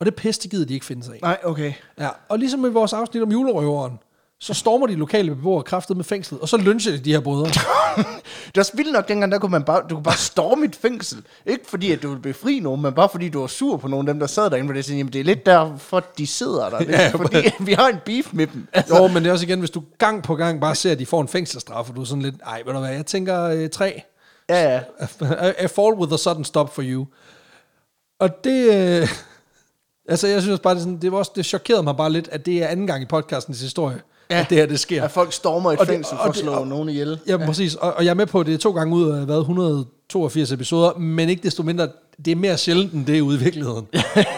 Speaker 2: Og det pisse, det gider de ikke finde sig i.
Speaker 1: Nej, okay.
Speaker 2: Ja, og ligesom i vores afsnit om julerøveren, så stormer de lokale beboere kraftet med fængslet, og så lyncher de de her brødre.
Speaker 1: Det er også vildt nok, dengang der kunne man bare, du kunne bare storme et fængsel. Ikke fordi, at du ville befri nogen, men bare fordi, du var sur på nogen af dem, der sad derinde. Hvor det er sådan, jamen, det er lidt derfor, de sidder der.
Speaker 2: Ja,
Speaker 1: Ja, fordi vi har en beef med dem. Altså,
Speaker 2: Jo, men det er også igen, hvis du gang på gang bare ser, at de får en fængselsstraf, og du er sådan lidt, ej, ved du hvad, jeg tænker øh, tre.
Speaker 1: ja, ja.
Speaker 2: I, I fall with a sudden stop for you. Og det... Øh, altså, jeg synes bare, det, er sådan, det, var også, det chokerede mig bare lidt, at det er anden gang i podcastens historie, ja. at det her, det sker.
Speaker 1: At folk stormer et
Speaker 2: Og det-
Speaker 1: fængsel
Speaker 2: og
Speaker 1: for at
Speaker 2: det-
Speaker 1: slå
Speaker 2: og-
Speaker 1: nogen ihjel.
Speaker 2: Ja, ja. præcis. Og, og jeg er med på, at det er to gange ud af hvad, 182 episoder, men ikke desto mindre, det er mere sjældent, end det er ude i virkeligheden.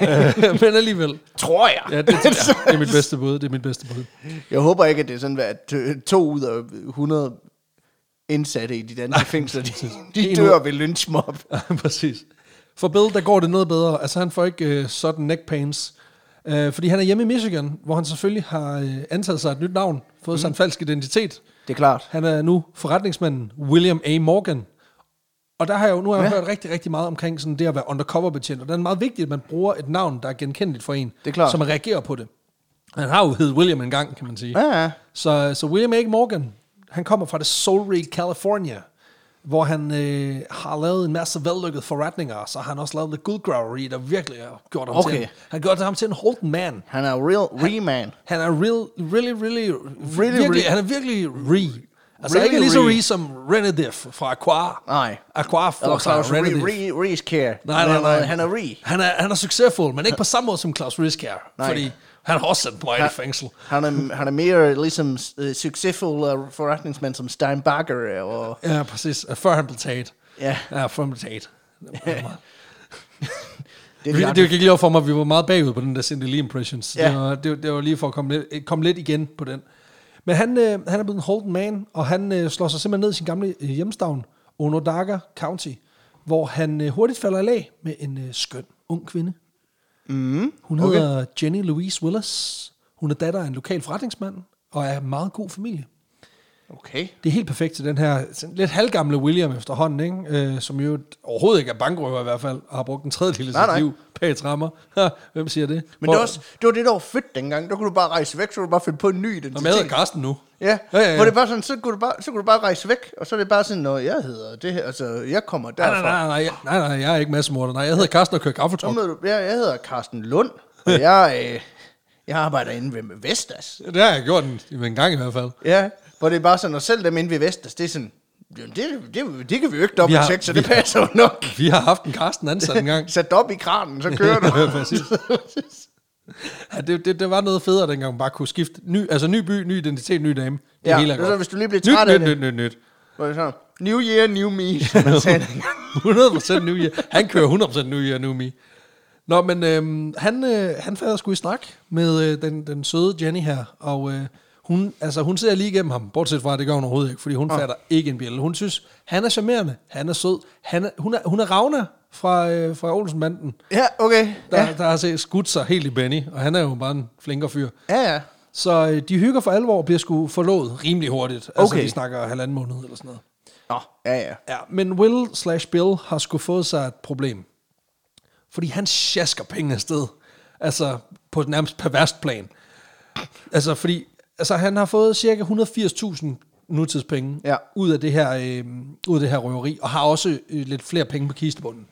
Speaker 2: Øh, men alligevel.
Speaker 1: Tror jeg.
Speaker 2: Ja, det, det, er, det er mit bedste bud. Det er mit bedste bud.
Speaker 1: Jeg håber ikke, at det er sådan, at øh, to ud af 100 indsatte i de danske fængsler, de, de
Speaker 2: En
Speaker 1: dør ved lynchmob.
Speaker 2: Ja, Præcis. For Bill, der går det noget bedre. Altså, han får ikke øh, sådan neck pains. Øh, fordi han er hjemme i Michigan, hvor han selvfølgelig har øh, antaget sig et nyt navn, fået mm. sig en falsk identitet.
Speaker 1: Det er klart.
Speaker 2: Han er nu forretningsmanden William A. Morgan. Og der har jeg jo nu har jeg hørt rigtig, rigtig meget omkring sådan det at være undercover-betjent. Og det er meget vigtigt, at man bruger et navn, der er genkendeligt for en.
Speaker 1: Det er klart.
Speaker 2: Så man reagerer på det. Han har jo heddet William en gang, kan man sige.
Speaker 1: Ja, ja.
Speaker 2: Så, så William A. Morgan, han kommer fra det solrige California, hvor han øh, har lavet en masse vellykkede forretninger, og så har han også lavet The Good Growery, der virkelig har gjort ham,
Speaker 1: Okay.
Speaker 2: til, en, han har gjort ham til en Holden man.
Speaker 1: Han er real re-man.
Speaker 2: Han er real, really, really, really, virkelig,
Speaker 1: really-
Speaker 2: han er virkelig re. Altså
Speaker 1: Really
Speaker 2: ikke lige så
Speaker 1: re.
Speaker 2: re som Renediff fra Aqua.
Speaker 1: Nej.
Speaker 2: Aqua
Speaker 1: Eller
Speaker 2: fra
Speaker 1: Claus re,
Speaker 2: Renediff.
Speaker 1: re, Rees Care.
Speaker 2: Nej, nej, nej.
Speaker 1: Han er re.
Speaker 2: Han er, han er succesfuld, men ikke på samme måde som Klaus Riskær.
Speaker 1: Nej.
Speaker 2: Fordi han har også sendt mig i
Speaker 1: Han-
Speaker 2: fængsel.
Speaker 1: Han er, han er mere ligesom uh, succesfuld uh, forretningsmand som Steinbacher og...
Speaker 2: Ja, præcis. Før han blev taget.
Speaker 1: Ja.
Speaker 2: Ja, før han blev taget. Det var meget-
Speaker 1: Det,
Speaker 2: Vi,
Speaker 1: er
Speaker 2: det gik lige over for mig, at vi var meget bagud på den der Cindy Lee Impressions. Ja.
Speaker 1: Ja.
Speaker 2: Det, var, det, var- det var lige for at komme lidt, eh, komme lidt igen på den. Men han, øh, han er blevet en Holden man, og han øh, slår sig simpelthen ned i sin gamle øh, hjemstavn, Onondaga County, hvor han øh, hurtigt falder i lag med en øh, skøn ung kvinde. Mm, Hun
Speaker 1: Mm-hmm. okay.
Speaker 2: hedder Jenny Louise Willis. Hun er datter af en lokal forretningsmand, og er af meget god familie.
Speaker 1: Okay.
Speaker 2: Det er helt perfekt til den her sådan lidt halvgamle William efterhånden, ikke? Øh, som jo overhovedet ikke er bankrøver i hvert fald, og har brugt en tredjedel af
Speaker 1: Nej,
Speaker 2: sit
Speaker 1: nej.
Speaker 2: liv bag et rammer. Ha, Hvem siger det?
Speaker 1: Men det, var også, det var det, der var fedt dengang. Der kunne du bare rejse væk, så kunne du bare finde på en ny
Speaker 2: Og
Speaker 1: identitet.
Speaker 2: med Karsten nu.
Speaker 1: Ja,
Speaker 2: Ja, ja, ja.
Speaker 1: hvor det er bare sådan, så kunne, du bare, så kunne du bare rejse væk, og så er det bare sådan, når jeg hedder det her, altså jeg kommer derfra.
Speaker 2: Nej, nej, nej, nej, nej, nej, jeg er ikke massemorder. Nej, jeg hedder Karsten og kører
Speaker 1: Så
Speaker 2: gaffeltruck.
Speaker 1: møder du, ja, jeg hedder Carsten Lund, og jeg, øh, jeg arbejder inde ved Vestas.
Speaker 2: Det har jeg gjort en, en gang i hvert fald.
Speaker 1: Ja, hvor det er bare sådan, og selv dem inde ved Vestas, det er sådan, jamen, det, det, det kan vi jo ikke
Speaker 2: Vi
Speaker 1: dobbelt
Speaker 2: har-
Speaker 1: tjekke, så
Speaker 2: vi
Speaker 1: det passer jo nok.
Speaker 2: Vi har haft en Karsten ansat en gang.
Speaker 1: Sat op i kranen, så kører
Speaker 2: Ja,
Speaker 1: du.
Speaker 2: præcis. Ja, det, det, det, var noget federe dengang, man bare kunne skifte ny, altså ny by, ny identitet, ny dame. Det
Speaker 1: Ja,
Speaker 2: hele er
Speaker 1: det er
Speaker 2: godt.
Speaker 1: så, hvis du lige bliver
Speaker 2: nyt,
Speaker 1: træt
Speaker 2: nyt,
Speaker 1: af det.
Speaker 2: Nyt, nyt, nyt,
Speaker 1: Hvor det er sådan, new year, new me, som man sagde. dengang.
Speaker 2: 100% New Year. Han kører 100% New Year, New Me. Nå, men øhm, han, øh, han fader skulle i snak med øh, den, den søde Jenny her, og øh, hun, altså, hun ser lige igennem ham, bortset fra, at det gør hun overhovedet ikke, fordi hun fatter ikke en bjælle. Hun synes, han er charmerende, han er sød, han er, hun, er, hun er Ravna fra, øh, fra Olsenbanden,
Speaker 1: Ja, okay.
Speaker 2: der,
Speaker 1: Ja,
Speaker 2: ja. der har set skudt sig helt i Benny, og han er jo bare en flinkere fyr.
Speaker 1: ja. ja.
Speaker 2: Så øh, de hygger for alvor og bliver sgu forlovet rimelig hurtigt. Altså,
Speaker 1: Okay.
Speaker 2: vi snakker halvanden måned eller sådan noget.
Speaker 1: Nå, ja, ja.
Speaker 2: Ja, men Will slash Bill har sgu fået sig et problem. Fordi han sjasker penge afsted. Altså, på et nærmest perverst plan. Altså, fordi altså, han har fået cirka 180.000 nutidspenge
Speaker 1: Ja.
Speaker 2: ud, af det her, øh, ud af det her røveri, og har også øh, lidt flere penge på kistebunden.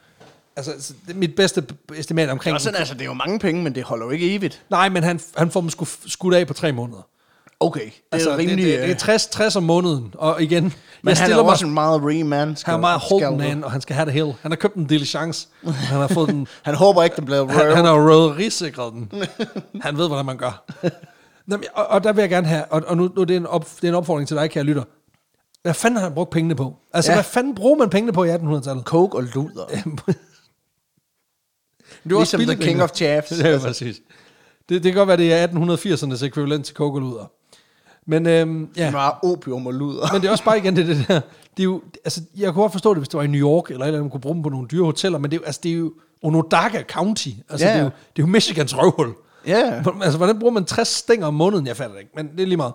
Speaker 2: Altså, altså, det er mit bedste b- estimat omkring...
Speaker 1: Og sådan, altså, det er jo mange penge, men det holder jo ikke evigt.
Speaker 2: Nej, men han, han får dem sgu f- skudt af på tre måneder.
Speaker 1: Okay, det er
Speaker 2: Altså,
Speaker 1: altså, rimelig...
Speaker 2: det, det, det er
Speaker 1: øh,
Speaker 2: 60, 60 om måneden, og igen, men
Speaker 1: men han er jo også en meget rig man.
Speaker 2: Han er meget hold man, og han skal have det hele. Han har købt en diligence. og Han har fået den...
Speaker 1: Han håber ikke, den bliver
Speaker 2: Han,
Speaker 1: røv.
Speaker 2: han har jo røderisikret den. Han ved, hvordan man gør. Nå, men- Og, og der vil jeg gerne have... Og, og nu, nu er det, en op, det er en opfordring til dig, kære lytter. Hvad fanden har han brugt pengene på? Altså, ja.
Speaker 1: Ja.
Speaker 2: hvad fanden bruger man pengene på i 1800-tallet?
Speaker 1: Coke og luder.
Speaker 2: Det var
Speaker 1: Ligesom The King of Chaps.
Speaker 2: Ja, præcis. Det, det kan godt være, det er 1880'ernes ekvivalent til kokoluder. Men øhm, ja.
Speaker 1: Han var opium og luder.
Speaker 2: Men det er også bare igen det, det der. Det er jo, altså, jeg kunne godt forstå det, hvis det var i New York, eller et eller andet, man kunne bruge dem på nogle dyre hoteller, men det er jo, altså, det er jo Onondaga County. Altså,
Speaker 1: Ja,
Speaker 2: det, er
Speaker 1: ja.
Speaker 2: jo, det er jo Michigans røvhul.
Speaker 1: Ja.
Speaker 2: Hvor- Altså, hvordan bruger man 60 stænger om måneden? Jeg fatter det ikke, men det er lige meget.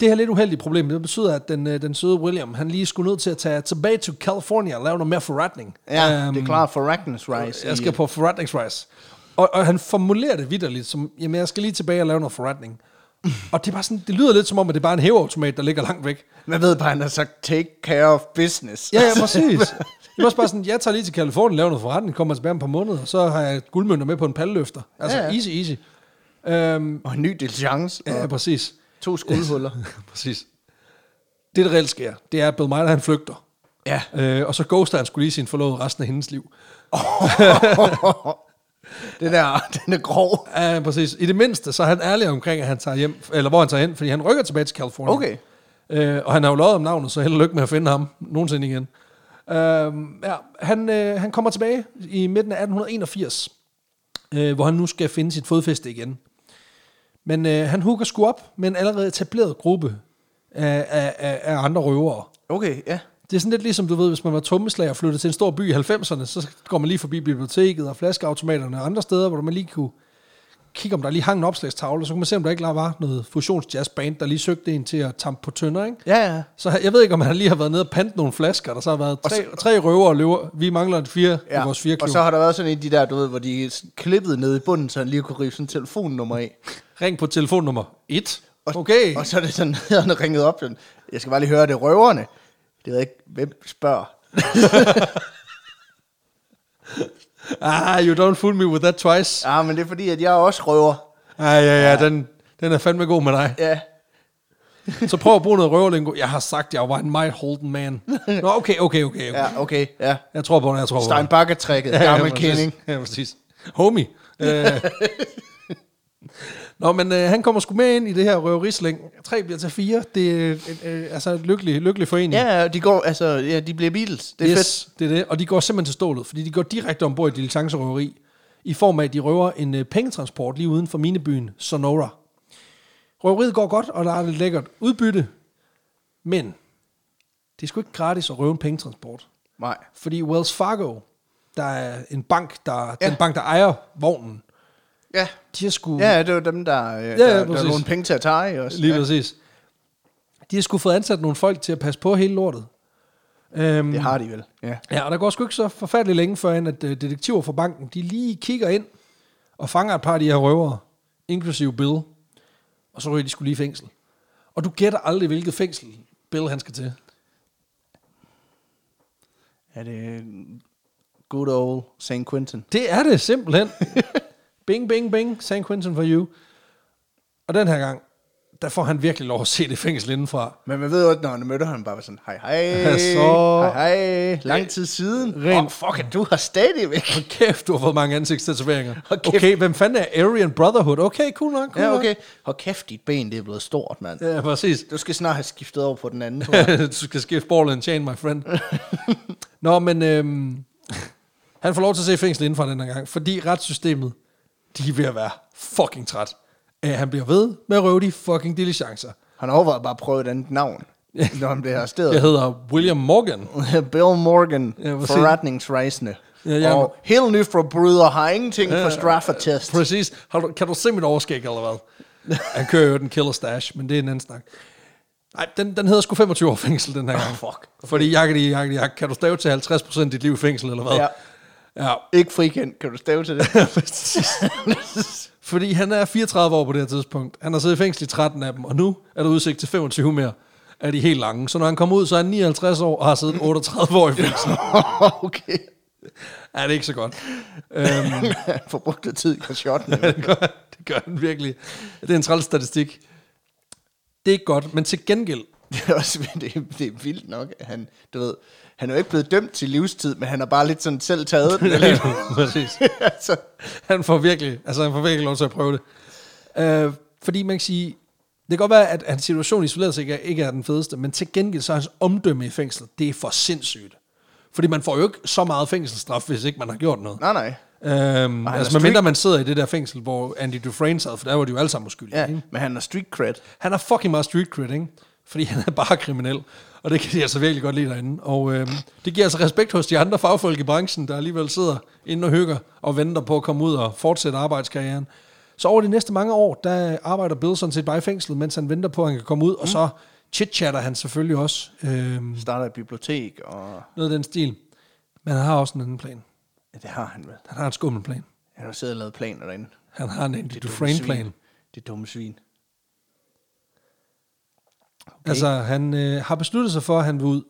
Speaker 2: Det her lidt uheldige problem, det betyder, at den, øh, den søde William, han lige skulle nødt til at tage tilbage til California og lave noget mere forretning.
Speaker 1: Ja,
Speaker 2: Øhm,
Speaker 1: det er klart for Ragnar's Rise.
Speaker 2: jeg
Speaker 1: i- øh,
Speaker 2: skal på forretningsrejse. Og, og han formulerer det vidderligt som, jamen jeg skal lige tilbage og lave noget forretning. og det, er bare sådan, det lyder lidt som om, at det er bare en hæveautomat, der ligger langt væk.
Speaker 1: Man ved bare, han har sagt, take care of business. Altså,
Speaker 2: Ja, ja, præcis. Det er også bare sådan, jeg tager lige til Kalifornien, laver noget forretning, kommer tilbage om et par måneder, og så har jeg guldmønter med på en palleløfter. Altså, ja,
Speaker 1: Ja,
Speaker 2: ja.
Speaker 1: ja.
Speaker 2: easy, easy. Øhm,
Speaker 1: Og en ny diligence.
Speaker 2: ja, ja,
Speaker 1: og
Speaker 2: præcis.
Speaker 1: to skuldhuller.
Speaker 2: præcis. Det, der reelt sker, det er, at Bill Meiler, han flygter.
Speaker 1: ja.
Speaker 2: Øh, og så ghoster han skulle lige sin forlovede resten af hendes liv.
Speaker 1: den er, den er grov.
Speaker 2: Ja, præcis. I det mindste, så er han ærlig omkring, at han tager hjem, eller hvor han tager hen, fordi han rykker tilbage til Kalifornien.
Speaker 1: Okay.
Speaker 2: Øh, og han har jo lovet om navnet, så held og lykke med at finde ham nogensinde igen. Øh, ja, han, øh, han kommer tilbage i midten af 1881, øh, hvor han nu skal finde sit fodfæste igen. Men øh, han hugger sgu op med en allerede etableret gruppe af, af, af, af andre røvere.
Speaker 1: Okay, ja.
Speaker 2: Det er sådan lidt ligesom, du ved, hvis man var trommeslager og flyttede til en stor by i 90'erne, så går man lige forbi biblioteket og flaskeautomaterne og andre steder, hvor man lige kunne kigge, om der lige hang en opslagstavle, så kunne man se, om der ikke var noget fusionsjazzband, der lige søgte en til at tampe på tønder, ikke?
Speaker 1: Ja, ja.
Speaker 2: Så jeg ved ikke, om han lige har været nede og pante nogle flasker, der så har været tre, tre røver og løver. Vi mangler en fire ja.
Speaker 1: Ja.
Speaker 2: i vores fire
Speaker 1: og så har der været sådan en af de der, du ved, hvor de klippede nede i bunden, så han lige kunne rive sådan et telefonnummer af.
Speaker 2: Ring på telefonnummer 1.
Speaker 1: Og,
Speaker 2: Okay.
Speaker 1: Og så er det sådan, at han ringede op sådan, jeg skal bare lige høre, det er røverne. Det ved jeg ikke, hvem spørger.
Speaker 2: Ah, you don't fool me with that twice.
Speaker 1: Ja, men det er fordi, at jeg er også røver.
Speaker 2: Ah, ja, ja, den, den er fandme god med dig.
Speaker 1: Ja.
Speaker 2: Så prøv at bruge noget røverlingo. Jeg har sagt, jeg var en meget holden man. Nå, okay, okay, okay. okay.
Speaker 1: Ja, okay, ja.
Speaker 2: Jeg tror på det, jeg tror på det.
Speaker 1: Steinbakker-trækket,
Speaker 2: Ja, ja,
Speaker 1: gammel
Speaker 2: præcis.
Speaker 1: kending.
Speaker 2: Ja, præcis. Homie. Øh. Nå, men øh, han kommer sgu med ind i det her røverisling. Tre bliver til fire. Det er øh, øh, altså en lykkelig, lykkelig forening.
Speaker 1: Ja, ja, de går, altså, ja, de bliver Beatles. Det er yes. fedt.
Speaker 2: det er det. Og de går simpelthen til stålet, fordi de går direkte ombord i diligencerøveri, i form af, at de røver en øh, pengetransport lige uden for minebyen Sonora. Røveriet går godt, og der er et lækkert udbytte, men det er sgu ikke gratis at røve en pengetransport.
Speaker 1: Nej.
Speaker 2: Fordi Wells Fargo, der er en bank, der, ja.
Speaker 1: Ja.
Speaker 2: den bank, der ejer vognen,
Speaker 1: Ja.
Speaker 2: de har sgu...
Speaker 1: Ja, det var dem, der, øh, ja,
Speaker 2: Uh. ja,
Speaker 1: ja, der, der
Speaker 2: præcis.
Speaker 1: lånte penge til Atari også.
Speaker 2: Lige
Speaker 1: ja.
Speaker 2: præcis. De har sgu fået ansat nogle folk til at passe på hele lortet. Øhm,
Speaker 1: Det har de vel, Mm. ja.
Speaker 2: Ja, og der går sgu ikke så forfærdeligt længe før, end at øh, detektiver fra banken, de lige kigger ind og fanger et par af de her røvere, inklusive Bill. Og så ryger de skulle lige i fængsel. Og du gætter aldrig, hvilket fængsel Bill han skal til.
Speaker 1: Er det good old St. Quentin?
Speaker 2: Det er det simpelthen. bing, bing, bing. San Quentin for you. Og den her gang, der får han virkelig lov at se det fængsel indenfra.
Speaker 1: Men man ved jo, at når han mødte ham, bare var sådan, hej hej,
Speaker 2: Ja, så-
Speaker 1: hej hej, lang tid siden.
Speaker 2: Ren-
Speaker 1: Åh, fuck, at du har stadigvæk.
Speaker 2: Og kæft, du har fået mange ansigtstatueringer.
Speaker 1: Og kæft.
Speaker 2: Okay, hvem fanden er Aryan Brotherhood? Okay, cool nok, cool
Speaker 1: Ja,
Speaker 2: nok.
Speaker 1: okay. Hold kæft, dit ben, det er blevet stort, mand.
Speaker 2: Ja, præcis.
Speaker 1: Du skal snart have skiftet over på den anden, tror jeg.
Speaker 2: du skal skifte ball and chain, my friend. Nå, men øhm, han får lov til at se fængsel indenfor den her gang, fordi retssystemet, de er ved at være fucking træt. af, at han bliver ved med at røve de fucking diligencer.
Speaker 1: Han overvejede bare at prøve et andet navn, når han blev arresteret.
Speaker 2: Jeg hedder William Morgan.
Speaker 1: Bill Morgan,
Speaker 2: Ja,
Speaker 1: ja,
Speaker 2: præcis.
Speaker 1: forretningsrejsende.
Speaker 2: Ja, ja.
Speaker 1: Og helt ny fra bryder har ingenting for straffetest.
Speaker 2: Præcis. Har du, kan du se mit overskæg eller hvad? Han kører jo den killer stash, men det er en anden snak. Nej, den, den hedder sgu 25 år fængsel, den her gang. Oh, fuck. Fordi jakkedi, jakkedi, jak, kan du stave til 50% dit liv i fængsel, eller hvad?
Speaker 1: Ja.
Speaker 2: ja.
Speaker 1: Ikke frikendt, kan du stave til det?
Speaker 2: Fordi han er 34 år på det her tidspunkt. Han har siddet i fængsel i 13 af dem, og nu er der udsigt til 25 mere af de helt lange. Så når han kommer ud, så er han 59 år og har siddet 38 år i fængsel.
Speaker 1: okay.
Speaker 2: Ja, det er ikke så godt.
Speaker 1: Han får brugt lidt tid i kashotten.
Speaker 2: det, gør, det gør han virkelig. Det er en træls statistik. Det er ikke godt, men til gengæld,
Speaker 1: Det er også det, er, det er vildt nok, at han, du ved, han er jo ikke blevet dømt til livstid, men han har bare lidt sådan selv taget den. Eller,
Speaker 2: Præcis.
Speaker 1: altså,
Speaker 2: Han får virkelig, altså han får virkelig lov til at prøve det. Øh, fordi man kan sige, det kan godt være, at hans situation isoleret sig ikke er, ikke er den fedeste, men til gengæld så er hans omdømme i fængsel, det er for sindssygt. Fordi man får jo ikke så meget fængselsstraf, hvis ikke man har gjort noget.
Speaker 1: nej, nej.
Speaker 2: Øhm,
Speaker 1: er
Speaker 2: altså,
Speaker 1: streak-
Speaker 2: medmindre man sidder i det der fængsel, hvor Andy Dufresne sad, for der var de jo alle sammen uskyldige.
Speaker 1: Ja,
Speaker 2: ikke?
Speaker 1: men han har street cred.
Speaker 2: Han har fucking meget street cred, ikke? Fordi han er bare kriminel. Og det kan de altså virkelig godt lide derinde. Og øhm, det giver altså respekt hos de andre fagfolk i branchen, der alligevel sidder inde og hygger og venter på at komme ud og fortsætte arbejdskarrieren. Så over de næste mange år, der arbejder Bill sådan set bare i fængslet, mens han venter på, at han kan komme ud. Og så chitchatter han selvfølgelig også. Øhm,
Speaker 1: Starter i bibliotek, og
Speaker 2: noget af den stil. Men han har også en anden plan.
Speaker 1: ja, det har han vel.
Speaker 2: Han har en skummel plan.
Speaker 1: Han har siddet og lavet planer derinde.
Speaker 2: Han har en Andy
Speaker 1: dumme
Speaker 2: Dufresne-plan.
Speaker 1: svin. Det dumme svin.
Speaker 2: Okay. Altså, han øh, har besluttet sig for, at han vil ud.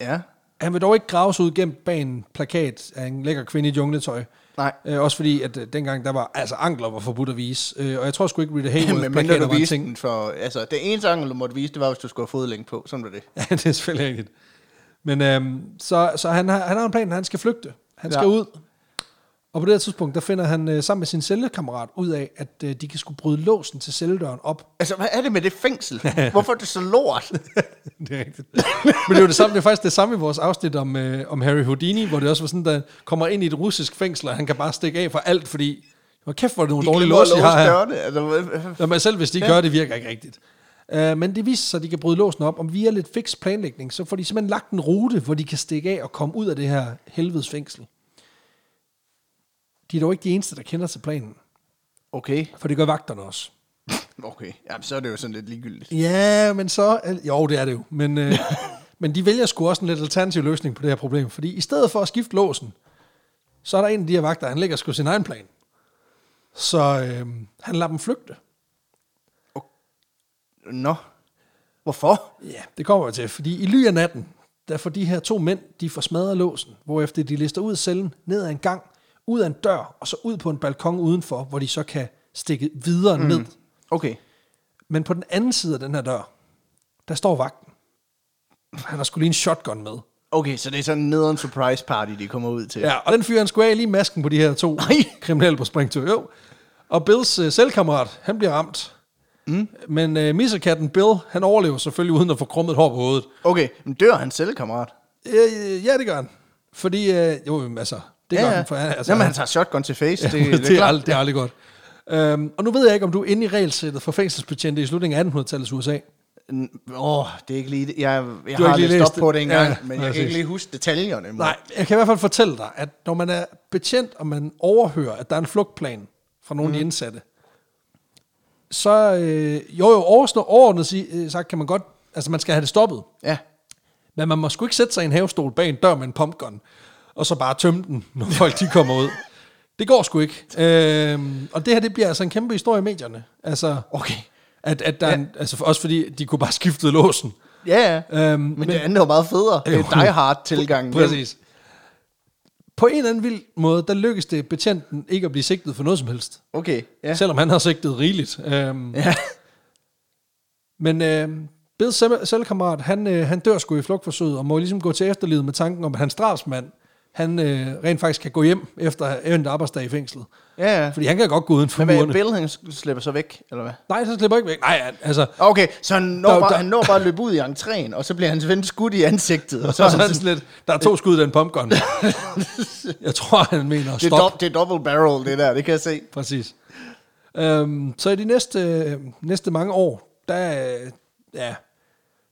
Speaker 1: Ja,
Speaker 2: Han vil dog ikke graves ud gennem bag en plakat af en lækker kvinde i jungletøj.
Speaker 1: nej.
Speaker 2: Øh, også fordi, at øh, dengang der var, altså ankler var forbudt at vise. Øh, og jeg tror sgu ikke, Rita Hayworth
Speaker 1: Men mindre
Speaker 2: plakater
Speaker 1: du
Speaker 2: var en
Speaker 1: viste
Speaker 2: ting.
Speaker 1: den for... Altså, det eneste angel, du måtte vise, det var, hvis du skulle have fodlænge på. Sådan var det.
Speaker 2: ja, det er selvfølgelig rigtigt. Men øhm, så, så han, har, han har en plan, han skal flygte. Han skal
Speaker 1: Ja.
Speaker 2: ud. Og på det her tidspunkt, der finder han øh, sammen med sin cellekammerat ud af, at øh, de kan skulle bryde låsen til celledøren op.
Speaker 1: Altså, hvad er det med det fængsel? Hvorfor er det så lort?
Speaker 2: Det er rigtigt. Men det er jo det samme, det er faktisk det samme i vores afsnit om, øh, om Harry Houdini, hvor det også var sådan, der kommer ind i et russisk fængsel, og han kan bare stikke af for alt, fordi, hvor kæft, hvor er det nogle dårlige
Speaker 1: glemmer at
Speaker 2: lås, de har her.
Speaker 1: dørene. Altså, hvad- hvad-
Speaker 2: Jamen, selv hvis de ja. gør det, virker ikke rigtigt. Uh, men det viser sig, at de kan bryde låsen op, og via lidt fix planlægning, så får de simpelthen lagt en rute, hvor de kan stikke af og komme ud af det her helvedes fængsel. De er dog ikke de eneste, der kender til planen,
Speaker 1: okay,
Speaker 2: for det gør vagterne også.
Speaker 1: okay. Jamen, så er det jo sådan lidt ligegyldigt.
Speaker 2: Ja, men så... Jo, det er det jo. Men, øh, men de vælger sgu også en lidt alternativ løsning på det her problem, fordi i stedet for at skifte låsen, så er der en af de her vagter, han lægger sgu sin egen plan. Så øh, han lader dem flygte.
Speaker 1: Nå, hvorfor?
Speaker 2: Ja, det kommer jeg til, fordi i ly af natten, der får de her to mænd, de får smadret låsen, hvorefter de lister ud af cellen, ned ad en gang, ud af en dør, og så ud på en balkon udenfor, hvor de så kan stikke videre mm. ned.
Speaker 1: Okay.
Speaker 2: Men på den anden side af den her dør, der står vagten. Han har skulle lige en shotgun med.
Speaker 1: Okay, så det er sådan en nederen surprise party, de kommer ud til.
Speaker 2: Ja, og den fyrer han sgu af lige masken på de her to Nej. kriminelle på springtur. Jo. Og Bills øh, selvkammerat, han bliver ramt. Mm. Men øh, misserkatten Bill, han overlever selvfølgelig uden at få krummet hår på hovedet.
Speaker 1: Okay, men dør han selv, kammerat?
Speaker 2: Øh, ja, det gør han. Fordi, øh, jo, jamen, altså, det gør han. For, han- altså,
Speaker 1: Jamen, han tager shotgun til face. Det, det,
Speaker 2: det, er aldrig, det er aldrig godt. Øhm, og nu ved jeg ikke, om du er inde i regelsættet for fængselsbetjente i slutningen af 1800-tallets USA.
Speaker 1: Åh, oh, det er ikke lige det. Jeg, jeg
Speaker 2: Du
Speaker 1: har
Speaker 2: har ikke lige
Speaker 1: lige
Speaker 2: læst
Speaker 1: stop på
Speaker 2: det.
Speaker 1: det engang,
Speaker 2: Ja,
Speaker 1: ja, men jeg
Speaker 2: præcis.
Speaker 1: kan ikke lige huske detaljerne. men-
Speaker 2: Nej, jeg kan i hvert fald fortælle dig, at når man er betjent, og man overhører, at der er en flugtplan fra nogle mm. af de indsatte, så øh, jo, jo overordnet, overordnet sig, øh, sagt kan man godt Altså, man skal have det stoppet.
Speaker 1: Ja.
Speaker 2: Men man må sgu ikke sætte sig i en havestol bag en dør med en pumpgun, og så bare tømme den, når folk de kommer ud. Det går sgu ikke. Øhm, og det her, det bliver altså en kæmpe historie i medierne. Altså,
Speaker 1: Okay.
Speaker 2: at, at der ja. en, altså, for- også fordi, de kunne bare skifte låsen.
Speaker 1: Ja, ja.
Speaker 2: Øhm,
Speaker 1: Men, men det andet er jo meget federe. Det er
Speaker 2: Jo.
Speaker 1: die hard tilgangen.
Speaker 2: Præcis. På en eller anden vild måde, der lykkedes det betjenten ikke at blive sigtet for noget som helst.
Speaker 1: Okay, ja.
Speaker 2: Ja. Selvom han har sigtet rigeligt. Øhm,
Speaker 1: ja.
Speaker 2: Men øh, Bids celle- cellekammerat, han, øh, han dør sgu i flugtforsøget, og må ligesom gå til efterlivet med tanken om, at hans drabsmand, han øh, rent faktisk kan gå hjem efter at have endt arbejdsdag i fængslet.
Speaker 1: Ja, ja.
Speaker 2: Fordi han kan godt gå uden for
Speaker 1: Men hvad,
Speaker 2: murene.
Speaker 1: Bill, han slipper så væk, eller hvad?
Speaker 2: Nej, så slipper ikke væk. Nej, altså,
Speaker 1: Okay, så han når,
Speaker 2: Der-
Speaker 1: bare,
Speaker 2: der-
Speaker 1: han når bare at løbe ud i entréen, og så bliver hans ven skudt i ansigtet. Og så er
Speaker 2: så er
Speaker 1: han
Speaker 2: han
Speaker 1: sådan,
Speaker 2: sådan lidt, der er to skud i den pumpgun. jeg tror, han mener,
Speaker 1: det, er
Speaker 2: stop.
Speaker 1: dob- det er double barrel, det der, det kan jeg se.
Speaker 2: Præcis. Øhm, så i de næste, øh, næste mange år, der, øh, ja,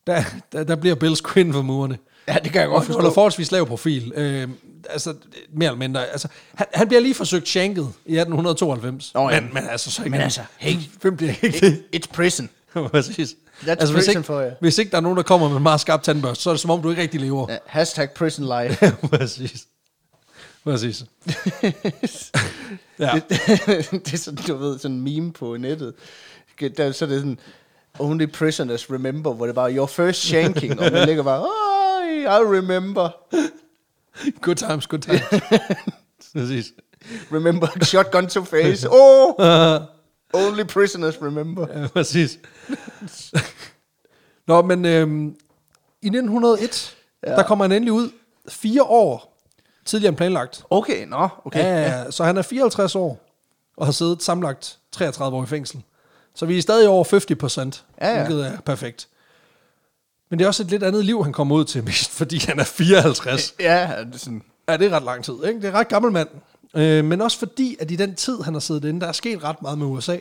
Speaker 2: der, der, der bliver Bill sgu inden for murene.
Speaker 1: Ja, det kan jeg
Speaker 2: Og
Speaker 1: godt
Speaker 2: holder
Speaker 1: forstå.
Speaker 2: forholdsvis lav profil. Øh, altså, mere eller mindre. Altså, han, han bliver lige forsøgt shanket i 1892.
Speaker 1: Nå ja.
Speaker 2: men, men altså, så igen.
Speaker 1: Men altså, hey.
Speaker 2: Hvem bliver ikke det?
Speaker 1: It's prison.
Speaker 2: Præcis. Altså,
Speaker 1: That's
Speaker 2: hvis,
Speaker 1: prison
Speaker 2: ikke,
Speaker 1: for jer.
Speaker 2: hvis ikke der er nogen, der kommer med en meget skarp tandbørste, så er det som om, du ikke rigtig lever.
Speaker 1: Ja, hashtag prison life.
Speaker 2: Præcis. Præcis. ja.
Speaker 1: Det, det er sådan, du ved, sådan en meme på nettet. Der, så er det sådan, only prisoners remember, hvor det var your first shanking, og man ligger bare, "Ej, I remember,
Speaker 2: Good times, good times. Præcis.
Speaker 1: remember shotgun to face, oh, only prisoners remember.
Speaker 2: Ja, præcis. Nå, men øhm, i 1901, ja. der kommer han endelig ud fire år tidligere end planlagt.
Speaker 1: Okay, nå, okay.
Speaker 2: Ja, ja. Så han er 54 år og har siddet samlet 33 år i fængsel. Så vi er stadig over 50 procent,
Speaker 1: Ja, ja.
Speaker 2: hvilket er perfekt. Men det er også et lidt andet liv, han kommer ud til mest, fordi han er 54.
Speaker 1: Ja, det er sådan,
Speaker 2: Ja, det er ret lang tid. Ikke? Det er ret gammel mand. Øh, men også fordi, at i den tid, han har siddet inde, der er sket ret meget med USA.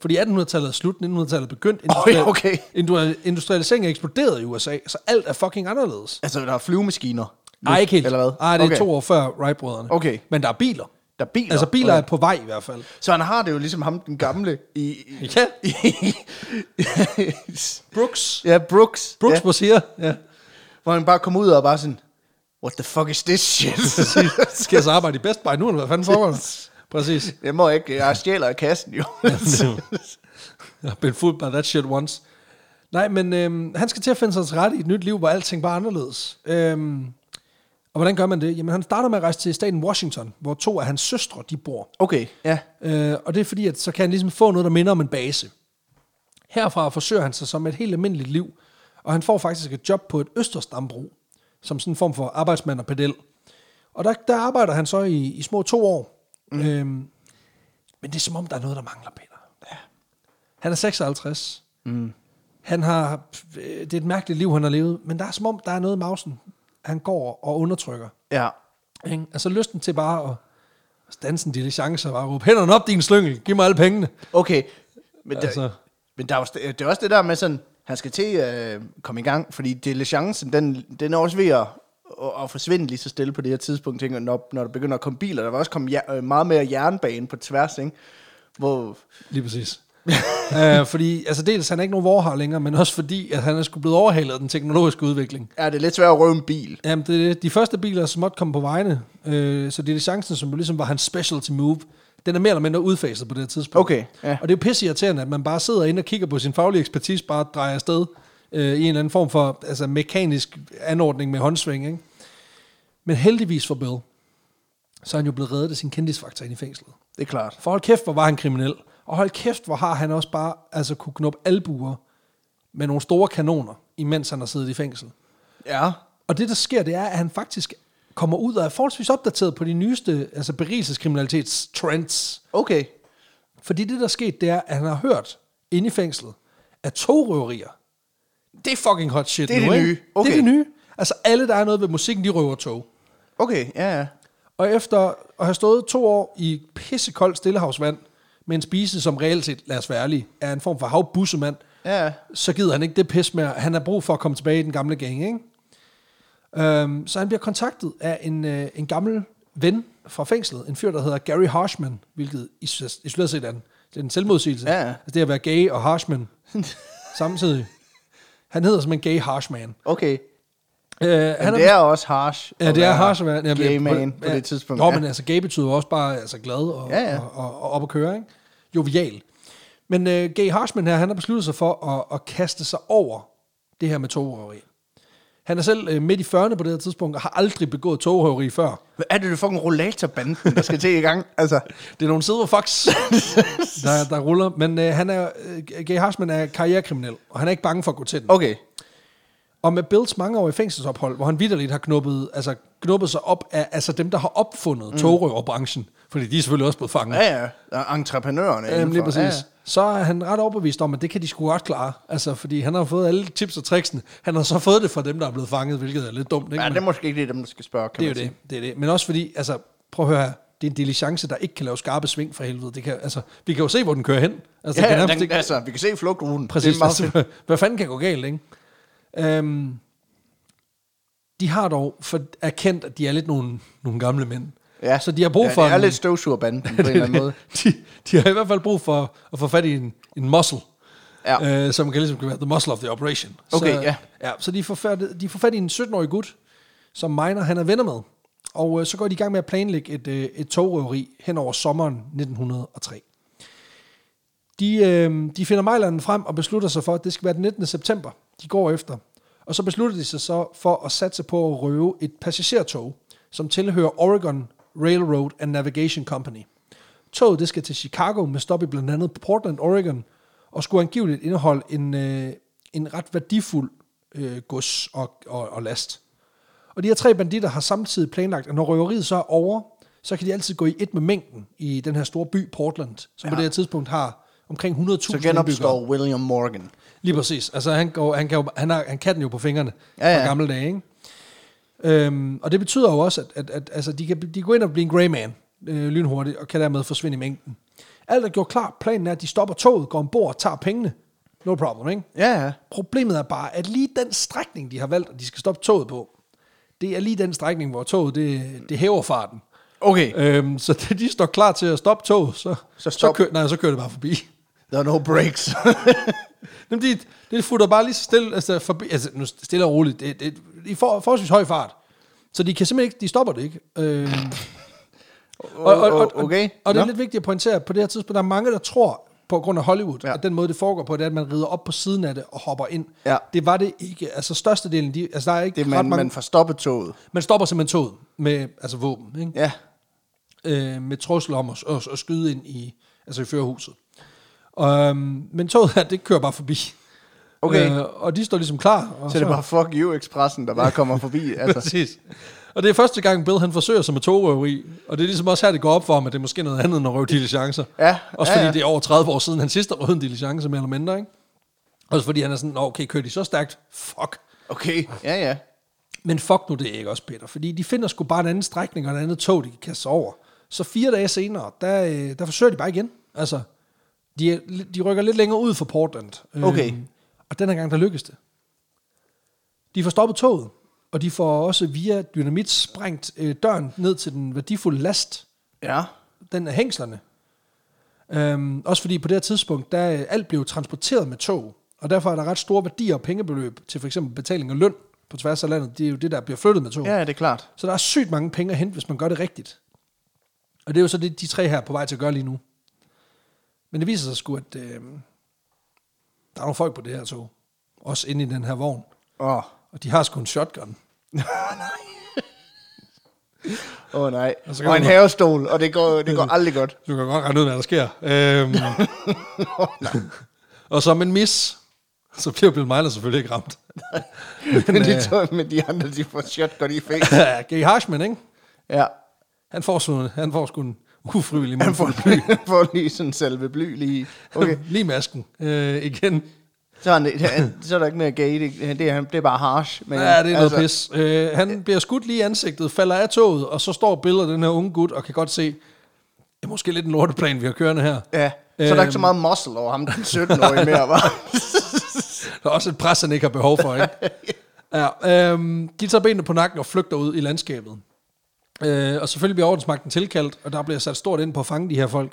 Speaker 2: Fordi 1800-tallet er slut, 1900-tallet er begyndt.
Speaker 1: ja, okay.
Speaker 2: industri- industrialiseringen er eksploderet i USA, så alt er fucking anderledes.
Speaker 1: altså der er flyvemaskiner.
Speaker 2: Nej, ikke helt.
Speaker 1: Eller hvad?
Speaker 2: Nej, det er
Speaker 1: okay.
Speaker 2: okay. to år før Wright-brødrene.
Speaker 1: Okay.
Speaker 2: Men der er biler.
Speaker 1: Der er biler.
Speaker 2: Altså, biler
Speaker 1: Okay.
Speaker 2: er på vej i hvert fald.
Speaker 1: Så han har det jo ligesom ham, den gamle, i... i
Speaker 2: Ja.
Speaker 1: i-
Speaker 2: Brooks.
Speaker 1: ja, Brooks.
Speaker 2: Brooks
Speaker 1: ja,
Speaker 2: på siger. Ja.
Speaker 1: hvor han bare kom ud og bare sådan, what the fuck is this shit?
Speaker 2: Skal jeg så arbejde i Best Buy nu, eller hvad fanden foregår der? Præcis.
Speaker 1: Jeg må ikke, jeg stjæler af kassen jo.
Speaker 2: I've been fooled by that shit once. Nej, men øhm, han skal til at finde sig til rette i et nyt liv, hvor alting var anderledes. Øhm, og hvordan gør man det? Jamen, han starter med at rejse til staten Washington, hvor to af hans søstre, de bor.
Speaker 1: Okay, ja.
Speaker 2: Øh, og det er fordi, at så kan han ligesom få noget, der minder om en base. Herfra forsøger han sig som et helt almindeligt liv, og han får faktisk et job på et Østersdambrug, som sådan en form for arbejdsmand og pedel. Og der, der arbejder han så i, i små to år. Mm. Øhm, men det er som om, der er noget, der mangler, Peter. Ja. Han er 56. Mm. Han har, øh, det er et mærkeligt liv, han har levet, men der er som om, der er noget i mausen. Han går og undertrykker.
Speaker 1: Ja.
Speaker 2: Ikke? Altså lysten til bare at altså, stanse en lille chance og bare råbe, hænderne op, din slyngel, giv mig alle pengene.
Speaker 1: Okay. Men, der,
Speaker 2: Altså.
Speaker 1: altså. men der er jo, st- det er også det der med sådan, han skal til at øh, komme i gang, fordi diligencen, den, den er også ved at, at, at forsvinde lige så stille på det her tidspunkt, tænker, jeg, når, når der begynder at komme biler, der vil også komme jer, øh, meget mere jernbane på tværs, ikke? Hvor,
Speaker 2: Lige præcis. uh, fordi, altså dels, han er ikke nogen vorhar længere, men også fordi, at han er sgu blevet overhalet af den teknologiske udvikling.
Speaker 1: Ja, det er lidt svært at røve en bil.
Speaker 2: Jamen, det, er det. de første biler, som måtte komme på vejene, øh, så det er chancen, som jo ligesom var hans specialty move, den er mere eller mindre udfaset på det her tidspunkt.
Speaker 1: Okay, ja.
Speaker 2: Og det er jo pisse irriterende, at man bare sidder inde og kigger på sin faglige ekspertise, bare drejer afsted øh, i en eller anden form for altså, mekanisk anordning med håndsving. Ikke? Men heldigvis for Bill, så er han jo blevet reddet af sin kendisfaktor ind i fængslet.
Speaker 1: Det er klart.
Speaker 2: For hold kæft, hvor var han kriminel. Og hold kæft, hvor har han også bare altså, kunne knuppe albuer med nogle store kanoner, imens han har siddet i fængsel.
Speaker 1: Ja.
Speaker 2: Og det, der sker, det er, at han faktisk kommer ud og er forholdsvis opdateret på de nyeste altså berigelseskriminalitetstrends.
Speaker 1: Okay.
Speaker 2: Fordi det, der er sket, det er, at han har hørt inde i fængslet, at togrøverier, det er fucking hot shit
Speaker 1: Det er
Speaker 2: nu,
Speaker 1: det
Speaker 2: ikke?
Speaker 1: nye. Okay.
Speaker 2: Det er det nye. Altså alle, der er noget ved musikken, de røver tog.
Speaker 1: Okay, ja, ja.
Speaker 2: Og efter at have stået to år i pissekoldt stillehavsvand, med en spise, som reelt set, lad os være ærlige, er en form for havbussemand,
Speaker 1: Ja,
Speaker 2: så gider han ikke det pis mere. Han har brug for at komme tilbage i den gamle gang, ikke? Øhm, så han bliver kontaktet af en, øh, en gammel ven fra fængslet, en fyr, der hedder Gary Harshman, hvilket is- isoleret set er en, det er en selvmodsigelse.
Speaker 1: Ja.
Speaker 2: Altså det at være gay og Harshman samtidig. Han hedder som en gay harsh man.
Speaker 1: Okay.
Speaker 2: Øh,
Speaker 1: Men
Speaker 2: han
Speaker 1: det er også harsh.
Speaker 2: Ja,
Speaker 1: at
Speaker 2: det er
Speaker 1: være
Speaker 2: harsh at være jamen,
Speaker 1: Gay
Speaker 2: jeg-
Speaker 1: man på det tidspunkt.
Speaker 2: Nå,
Speaker 1: ja.
Speaker 2: men altså gay betyder jo også bare altså, glad og,
Speaker 1: Ja, ja.
Speaker 2: og, og, og op at køre, ikke? Jovial. Men øh, Gay Harshman her, han har besluttet sig for at, at kaste sig over det her med togrøveri. Han er selv øh, midt i 40'erne på det her tidspunkt, og har aldrig begået togrøveri før.
Speaker 1: Hvad er det, det fucking rollatorbanden, der skal til i gang? Altså,
Speaker 2: Det er nogle sidder fox, der, der ruller. Men øh, han er, øh, Gay Harshman er karrierekriminel, og han er ikke bange for at gå til den.
Speaker 1: okay.
Speaker 2: Og med Bills mangeårige fængselsophold, hvor han vidderligt har knuppet, altså, knuppet sig op af altså dem, der har opfundet mm. togrøverbranchen, fordi de er selvfølgelig også blevet fanget.
Speaker 1: Ja, ja. Der er entreprenørerne.
Speaker 2: Jamen, lige
Speaker 1: indenfor.
Speaker 2: præcis. Ja. Så er han ret overbevist om, at det kan de sgu godt klare. Altså, fordi han har fået alle tips og tricksene. Han har så fået det fra dem, der er blevet fanget, hvilket er lidt dumt. Ikke?
Speaker 1: Ja, ja
Speaker 2: Men
Speaker 1: det er måske ikke lige dem, der skal spørge, kan
Speaker 2: det er jo
Speaker 1: man sige.
Speaker 2: det. det, er det. Men også fordi, altså, prøv at høre her. Det er en diligence, der ikke kan lave skarpe sving for helvede. Det kan, altså, vi kan jo se, hvor den kører hen. Altså, det kan
Speaker 1: Ja, ja,
Speaker 2: nærmest
Speaker 1: den,
Speaker 2: ikke-
Speaker 1: altså, vi kan se flugtruten.
Speaker 2: Præcis.
Speaker 1: Det er meget fedt.
Speaker 2: altså, hvad fanden kan gå galt, ikke? Øhm, de har dog for, erkendt, at de er lidt nogle, nogle gamle mænd.
Speaker 1: Ja.
Speaker 2: Altså, Så de har brug
Speaker 1: ja,
Speaker 2: for...
Speaker 1: Det er
Speaker 2: en-
Speaker 1: lidt støvsugerbanden på en eller anden måde.
Speaker 2: de, de har i hvert fald brug for at få fat i en, en muscle,
Speaker 1: Ja.
Speaker 2: øh, som kan ligesom kan være the muscle of the operation.
Speaker 1: Okay,
Speaker 2: så,
Speaker 1: ja.
Speaker 2: ja. Så de får, fat, de får fat i en 17-årig gut, som Miner han er venner med. Og øh, så går de i gang med at planlægge et, øh, et togrøveri hen over sommeren 1903. De, øh, de finder Mejleren frem og beslutter sig for, at det skal være den 19. september, de går efter. Og så beslutter de sig så for at satse på at røve et passagertog, som tilhører Oregon Railroad and Navigation Company. Toget det skal til Chicago med stop i blandt andet Portland, Oregon, og skulle angiveligt indeholde en, øh, en ret værdifuld øh, gods og, og, og last. Og de her tre banditter har samtidig planlagt, at når røveriet så er over, så kan de altid gå i et med mængden i den her store by Portland, som ja. på det her tidspunkt har omkring 100.000
Speaker 1: Så
Speaker 2: indbyggere.
Speaker 1: genopstår William Morgan.
Speaker 2: Lige præcis. Altså, han, går, han, kan jo, han, har, han kan den jo på fingrene
Speaker 1: Ja,
Speaker 2: ja, ja.
Speaker 1: ja.
Speaker 2: fra gamle dage, ikke? Øhm, og det betyder jo også, at, at, at altså, de kan de kan gå ind og blive en grey man øh, lynhurtigt, og kan dermed forsvinde i mængden. Alt er gjort klar. Planen er, at de stopper toget, går ombord og tager pengene. No problem, ikke?
Speaker 1: Ja, ja.
Speaker 2: Problemet er bare, at lige den strækning, de har valgt, at de skal stoppe toget på, det er lige den strækning, hvor toget det, det hæver farten.
Speaker 1: Okay,
Speaker 2: Øhm, så da de står klar til at stoppe toget, så,
Speaker 1: Så
Speaker 2: så,
Speaker 1: stop.
Speaker 2: kører, nej, så kører det bare forbi.
Speaker 1: there are no breaks.
Speaker 2: Jamen, de, de futter bare lige så stille, altså, forbi, altså nu stille og roligt, det, det, i for, forholdsvis høj fart. Så de kan simpelthen ikke, de stopper det ikke. Øh,
Speaker 1: okay.
Speaker 2: Og, og det er
Speaker 1: Nå.
Speaker 2: lidt vigtigt at pointere, at på det her tidspunkt, der er mange, der tror, på grund af Hollywood, ja.
Speaker 1: Ja.
Speaker 2: at den måde, det foregår på, det er, at man rider op på siden af det og hopper ind.
Speaker 1: Ja.
Speaker 2: Det var det ikke. Altså størstedelen, de, altså der er ikke
Speaker 1: Det er,
Speaker 2: ret
Speaker 1: man,
Speaker 2: mange,
Speaker 1: man får stoppet toget.
Speaker 2: man stopper simpelthen toget med altså våben, ikke?
Speaker 1: Ja.
Speaker 2: øh, med trusler om at, at, at skyde ind i, altså i førerhuset. Um, men toget her, det kører bare forbi.
Speaker 1: Okay.
Speaker 2: Øh, og de står ligesom klar. Og
Speaker 1: Så det er bare fuck you expressen, der bare kommer forbi. Altså.
Speaker 2: Præcis. Og det er første gang, Bill han forsøger sig med togrøveri, og det er ligesom også her, det går op for ham, at det er måske noget andet end at røve diligencer.
Speaker 1: Ja,
Speaker 2: Også
Speaker 1: ja,
Speaker 2: fordi
Speaker 1: ja.
Speaker 2: det er over 30 år siden, han sidst har røvet en diligence, mere eller mindre, ikke? Også fordi han er sådan, "Nå, okay, kører de så stærkt? Fuck.
Speaker 1: Okay, ja, ja.
Speaker 2: Men fuck nu det ikke også, Peter, fordi de finder sgu bare en anden strækning og en andet tog, de kan kaste sig over. Så fire dage senere, der, øh, der forsøger de bare igen. Altså, de, er, de rykker lidt længere ud for Portland. Øh,
Speaker 1: Okay.
Speaker 2: og den her gang, der lykkes det. De får stoppet toget, og de får også via dynamit sprængt øh, døren ned til den værdifulde last,
Speaker 1: Ja.
Speaker 2: den af hængslerne. Øhm, også fordi på det her tidspunkt, der øh, alt blev transporteret med tog, og derfor er der ret store værdier og pengebeløb til for eksempel betaling af løn på tværs af landet. Det er jo det, der bliver flyttet med tog.
Speaker 1: Ja, det er klart.
Speaker 2: Så der er sygt mange penge at hente, hvis man gør det rigtigt. Og det er jo så det, de tre her er på vej til at gøre lige nu. Men det viser sig sgu, at øh, der er nogle folk på det her tog. Også inde i den her vogn.
Speaker 1: Åh, oh.
Speaker 2: Og de har sgu en shotgun.
Speaker 1: oh, nej.
Speaker 2: Og så
Speaker 1: Og,
Speaker 2: kan
Speaker 1: og
Speaker 2: man-
Speaker 1: en havestol, og det går, det går aldrig godt.
Speaker 2: Du kan godt regne ud, hvad der sker. Øhm, og som en mis, så bliver Bill Myler selvfølgelig ikke ramt.
Speaker 1: Men,
Speaker 2: øh,
Speaker 1: de, to, men de andre, de får shotgun i fængsel.
Speaker 2: Gay Harshman, ikke?
Speaker 1: Ja.
Speaker 2: Han får, sgu- han får sgu en ufrivillig
Speaker 1: Han
Speaker 2: mund.
Speaker 1: får, lige- får lige sådan selve bly lige. Okay.
Speaker 2: Lige masken øh, igen.
Speaker 1: Så er, han, han- så er der ikke mere gay. Det, det, er, det er bare harsh. Men, altså,
Speaker 2: Ja, det er noget pis. Øh, han bliver skudt lige i ansigtet, falder af toget, og så står billedet af den her unge gut, og kan godt se, det er måske lidt en lorteplan, vi har kørende her.
Speaker 1: Ja. Så er der
Speaker 2: Øhm.
Speaker 1: ikke så meget muscle over ham, den 17-årige mere, var.
Speaker 2: Der er også et pres, han ikke har behov for, ikke? Ja, øhm, de tager benene på nakken og flygter ud i landskabet. Øh, og selvfølgelig bliver ordensmagten tilkaldt, og der bliver sat stort ind på at fange de her folk.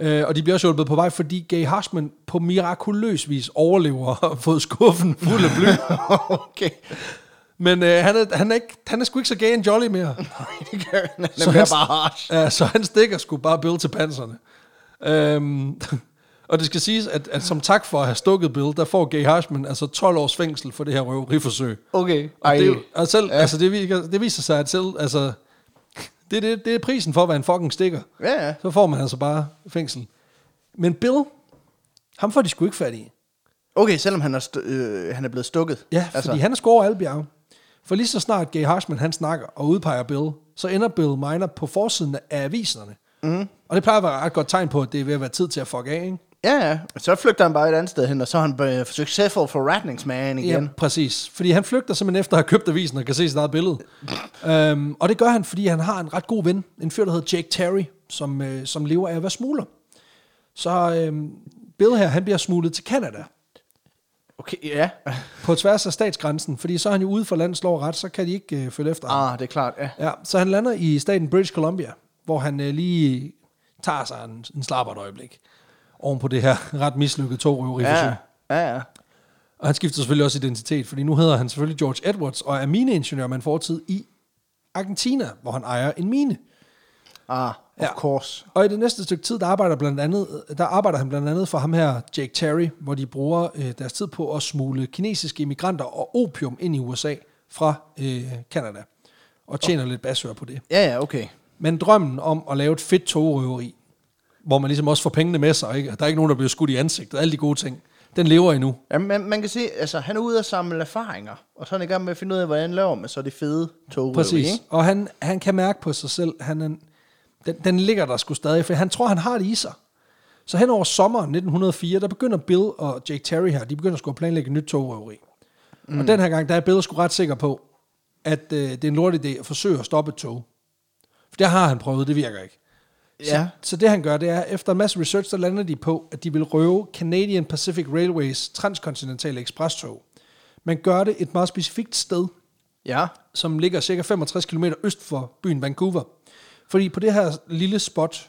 Speaker 2: Øh, og de bliver også hjulpet på vej, fordi Gay Harsman på mirakuløs vis overlever og har fået skuffen fuld af bly.
Speaker 1: okay.
Speaker 2: Men øh, han, er, han, er ikke, han er sgu ikke så gay and jolly mere.
Speaker 1: Nej, det gør han. Han er mere bare harsh.
Speaker 2: Ja, så han stikker sgu bare Bill til panserne. Øhm, og det skal siges, at, at som tak for at have stukket Bill, der får Gay Harshman altså 12 års fængsel for det her røveriforsøg.
Speaker 1: Okay.
Speaker 2: Og,
Speaker 1: Ej.
Speaker 2: det, er jo- og selv, ja. altså, det, viser, det viser sig, at selv, altså, det, er det, det er prisen for at være en fucking stikker.
Speaker 1: Ja, ja.
Speaker 2: Så får man altså bare fængsel. Men Bill, ham får de sgu ikke fat i.
Speaker 1: Okay, selvom han er, st- øh, han er blevet stukket.
Speaker 2: Ja, fordi altså. han scorer alle bjerge. For lige så snart Gay Harsman han snakker og udpeger Bill, så ender Bill Miner på forsiden af aviserne. Mm. Og det plejer at være et ret godt tegn på, at det er ved at være tid til at fuck af, ikke?
Speaker 1: Ja, ja. Så flygter han bare et andet sted hen, og så er han øh, successful for ratningsman igen.
Speaker 2: Ja, præcis. Fordi han flygter simpelthen efter at have købt avisen og kan se sit eget billede. øhm, og det gør han, fordi han har en ret god ven. En fyr, der hedder Jake Terry, som, øh, som lever af at være smugler. Så øhm, Bill her, han bliver smuglet til Canada.
Speaker 1: Okay, ja.
Speaker 2: På tværs af statsgrænsen, fordi så er han jo ude for landets lov og ret, så kan de ikke øh, følge efter ham.
Speaker 1: Ah, det er klart, ja.
Speaker 2: Ja, så han lander i staten British Columbia, hvor han øh, lige tager sig en, en slappert øjeblik oven på det her ret mislykkede togrøveriforsøg. Ja.
Speaker 1: Ja, ja, ja.
Speaker 2: Og han skifter selvfølgelig også identitet, fordi nu hedder han selvfølgelig George Edwards og er mineingeniør med en fortid i Argentina, hvor han ejer en mine.
Speaker 1: Ah, of
Speaker 2: Ja.
Speaker 1: ja. course.
Speaker 2: Og i det næste stykke tid, der arbejder, blandt andet, der arbejder han blandt andet for ham her, Jake Terry, hvor de bruger øh, deres tid på at smule kinesiske immigranter og opium ind i USA fra øh, Canada. Og tjener lidt basør på det.
Speaker 1: Ja, ja, okay.
Speaker 2: Men drømmen om at lave et fedt togrøveri, hvor man ligesom også får pengene med sig, ikke? der er ikke nogen, der bliver skudt i ansigtet, alle de gode ting, den lever endnu.
Speaker 1: Ja, man, man kan se, altså han er ude at samle erfaringer, og så er han i gang med at finde ud af, hvordan laver man så det fede togrøveri,
Speaker 2: Præcis.
Speaker 1: ikke?
Speaker 2: Og han, han kan mærke på sig selv, han er, en- den, den ligger der sgu stadig, for han tror, han har det i sig. Så hen over sommeren 1904, der begynder Bill og Jake Terry her, de begynder sgu at planlægge et nyt togrøveri. Mm. Og den her gang, der er Bill sgu ret sikker på, at øh, det er en lort idé at forsøge at stoppe et tog. For det har han prøvet, det virker ikke.
Speaker 1: Ja.
Speaker 2: Så det han gør, det er, efter en masse research, der lander de på, at de vil røve Canadian Pacific Railways transkontinentale ekspresstog. Man gør det et meget specifikt sted,
Speaker 1: Ja.
Speaker 2: som ligger cirka 65 km øst for byen Vancouver. Fordi på det her lille spot,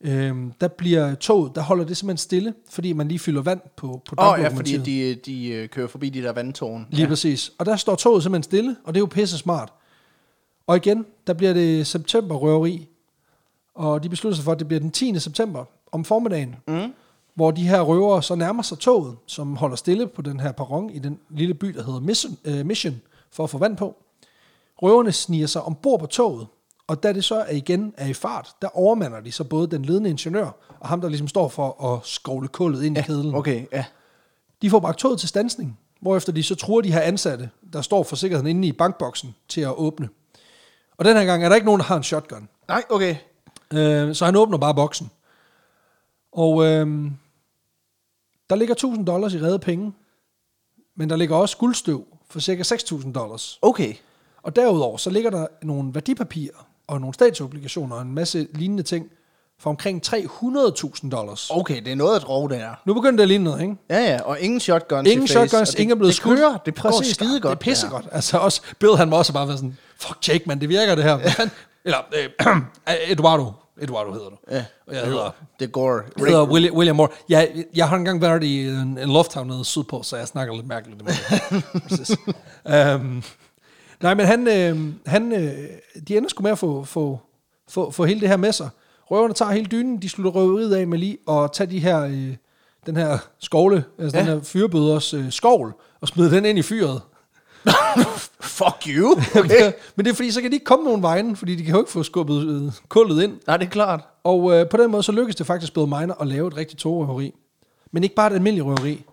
Speaker 2: øhm, der bliver toget, der holder det simpelthen stille, fordi man lige fylder vand på, på
Speaker 1: Åh, oh, ja,
Speaker 2: damplokomotivet.
Speaker 1: fordi de, de øh, kører forbi de der vandtårn.
Speaker 2: Lige ja. præcis. Og der står toget simpelthen stille, og det er jo pisse smart. Og igen, der bliver det septemberrøveri, og de beslutter sig for, at det bliver den 10. september om formiddagen, mm. hvor de her røvere så nærmer sig toget, som holder stille på den her perron i den lille by, der hedder Mission, øh, Mission for at få vand på. Røverne sniger sig ombord på toget, og da det så er igen er i fart, der overmander de så både den ledende ingeniør og ham, der ligesom står for at skovle kullet ind i kedlen.
Speaker 1: Okay, ja.
Speaker 2: De får bragt toget til stansning, hvorefter de så truer de her ansatte, der står for sikkerheden inde i bankboksen, til at åbne. Og den her gang er der ikke nogen, der har en shotgun.
Speaker 1: Nej, okay.
Speaker 2: Øh, så han åbner bare boksen. Og øh, der ligger 1000 dollars i redde penge, men der ligger også guldstøv for cirka 6000 dollars.
Speaker 1: Okay.
Speaker 2: Og derudover så ligger der nogle værdipapirer og nogle statsobligationer og en masse lignende ting for omkring 300.000 dollars.
Speaker 1: Okay, det er noget at droge, det her.
Speaker 2: Nu begynder det at ligne noget, ikke?
Speaker 1: Ja, ja, og ingen shotguns
Speaker 2: Ingen
Speaker 1: i face,
Speaker 2: shotguns,
Speaker 1: og det-
Speaker 2: ingen er blevet
Speaker 1: det
Speaker 2: skudt.
Speaker 1: Kører, det præcis, går skide godt.
Speaker 2: Det er pissegodt. Altså også, Bill han må også bare være sådan, fuck Jake, man, det virker det her. Hvad fanden? Eller, øh, Eduardo. Eduardo hedder du.
Speaker 1: Ja.
Speaker 2: Og jeg hedder,
Speaker 1: Det går.
Speaker 2: jeg hedder William, William Moore. Jeg, jeg har engang været i en, en lufthavn nede sydpå, så jeg snakker lidt mærkeligt med det. um, nej, men han, øh, han øh, de ender sgu med at få, få, få, få hele det her med sig. Røverne tager hele dynen, de slutter røveriet af med lige at tage de her, øh, den her skovle, altså ja. den her fyrbøders øh, skovl, og smide den ind i fyret.
Speaker 1: Fuck you. Okay.
Speaker 2: Men det er fordi, så kan de ikke komme nogen vejen, fordi de kan jo ikke få skubbet øh, kullet ind.
Speaker 1: Nej, det er klart.
Speaker 2: Og øh, på den måde, så lykkedes det faktisk Bill Miner at lave et rigtigt togrøveri. Men ikke bare et almindeligt røveri.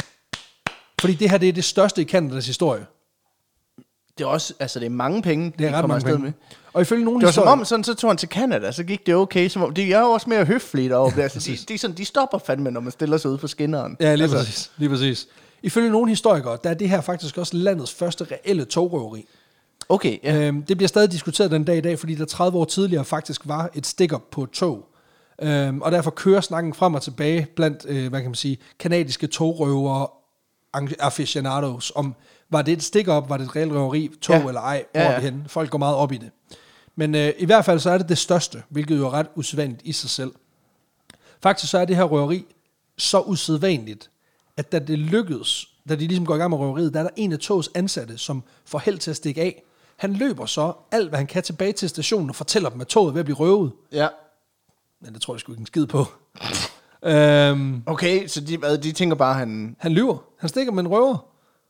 Speaker 2: Fordi det her, det er det største i Kanadas historie.
Speaker 1: Det er også, altså det er mange penge,
Speaker 2: Det er
Speaker 1: de
Speaker 2: ret
Speaker 1: kommer
Speaker 2: mange
Speaker 1: afsted
Speaker 2: penge.
Speaker 1: med.
Speaker 2: Med. Og ifølge nogle
Speaker 1: Det var som
Speaker 2: historier...
Speaker 1: om, sådan, så tog han til Canada, så gik det okay. Som om, de er jo også mere høflige deroppe. Ja, altså, de, de, er sådan, de stopper fandme, når man stiller sig ude på skinneren.
Speaker 2: Ja, lige altså.
Speaker 1: altså,
Speaker 2: præcis. Lige præcis. Ifølge nogle historikere, der er det her faktisk også landets første reelle togrøveri.
Speaker 1: Okay, ja.
Speaker 2: Øhm, det bliver stadig diskuteret den dag i dag, fordi der 30 år tidligere faktisk var et stikker på et tog. Øhm, og derfor kører snakken frem og tilbage blandt, øh, hvad kan man sige, kanadiske togrøvere ang- aficionados, om var det et stikker op, var det et reelt røveri, tog ja.
Speaker 1: Ja.
Speaker 2: eller ej, hvor
Speaker 1: Ja,
Speaker 2: ja,
Speaker 1: ja.
Speaker 2: ja. vi henne. Folk går meget op i det. Men øh, i hvert fald så er det det største, hvilket jo er ret usædvanligt i sig selv. Faktisk så er det her røveri så usædvanligt, at da det lykkedes, da de ligesom går i gang med røveriet, der er der en af togets ansatte, som får held til at stikke af. Han løber så alt, hvad han kan tilbage til stationen og fortæller dem, at toget er ved at blive røvet.
Speaker 1: Ja.
Speaker 2: Men det tror jeg sgu ikke en skid på. øhm,
Speaker 1: Okay, så de, hvad, de tænker bare, han...
Speaker 2: han lyver. Han stikker med en røver.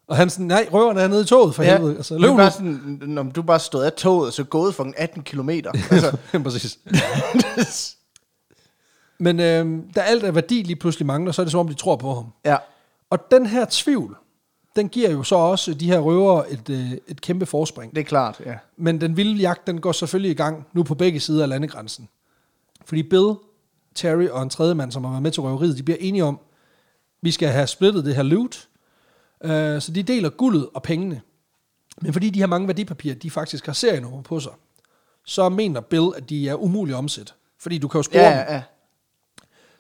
Speaker 2: Og han sådan, nej, røveren er nede i toget, for ja, helvede. Altså,
Speaker 1: det
Speaker 2: løb
Speaker 1: er
Speaker 2: nu.
Speaker 1: bare sådan, når du bare stod af toget, og så gået for en 18 kilometer. Altså,
Speaker 2: Præcis. Men øhm, da alt af værdi lige pludselig mangler, så er det som om, de tror på ham.
Speaker 1: ja.
Speaker 2: Og den her tvivl, den giver jo så også de her røvere et, øh, et kæmpe forspring.
Speaker 1: Det er klart, ja.
Speaker 2: Men den vilde jagt, den går selvfølgelig i gang nu på begge sider af landegrænsen. Fordi Bill, Terry og en tredje mand, som har været med til røveriet, de bliver enige om, vi skal have splittet det her loot. Øh, så de deler guldet og pengene. Men fordi de har mange værdipapirer, de faktisk har serienummer på sig, så mener Bill, at de er umulige at omsætte. Fordi du kan jo spore
Speaker 1: Ja,
Speaker 2: dem.
Speaker 1: ja, ja.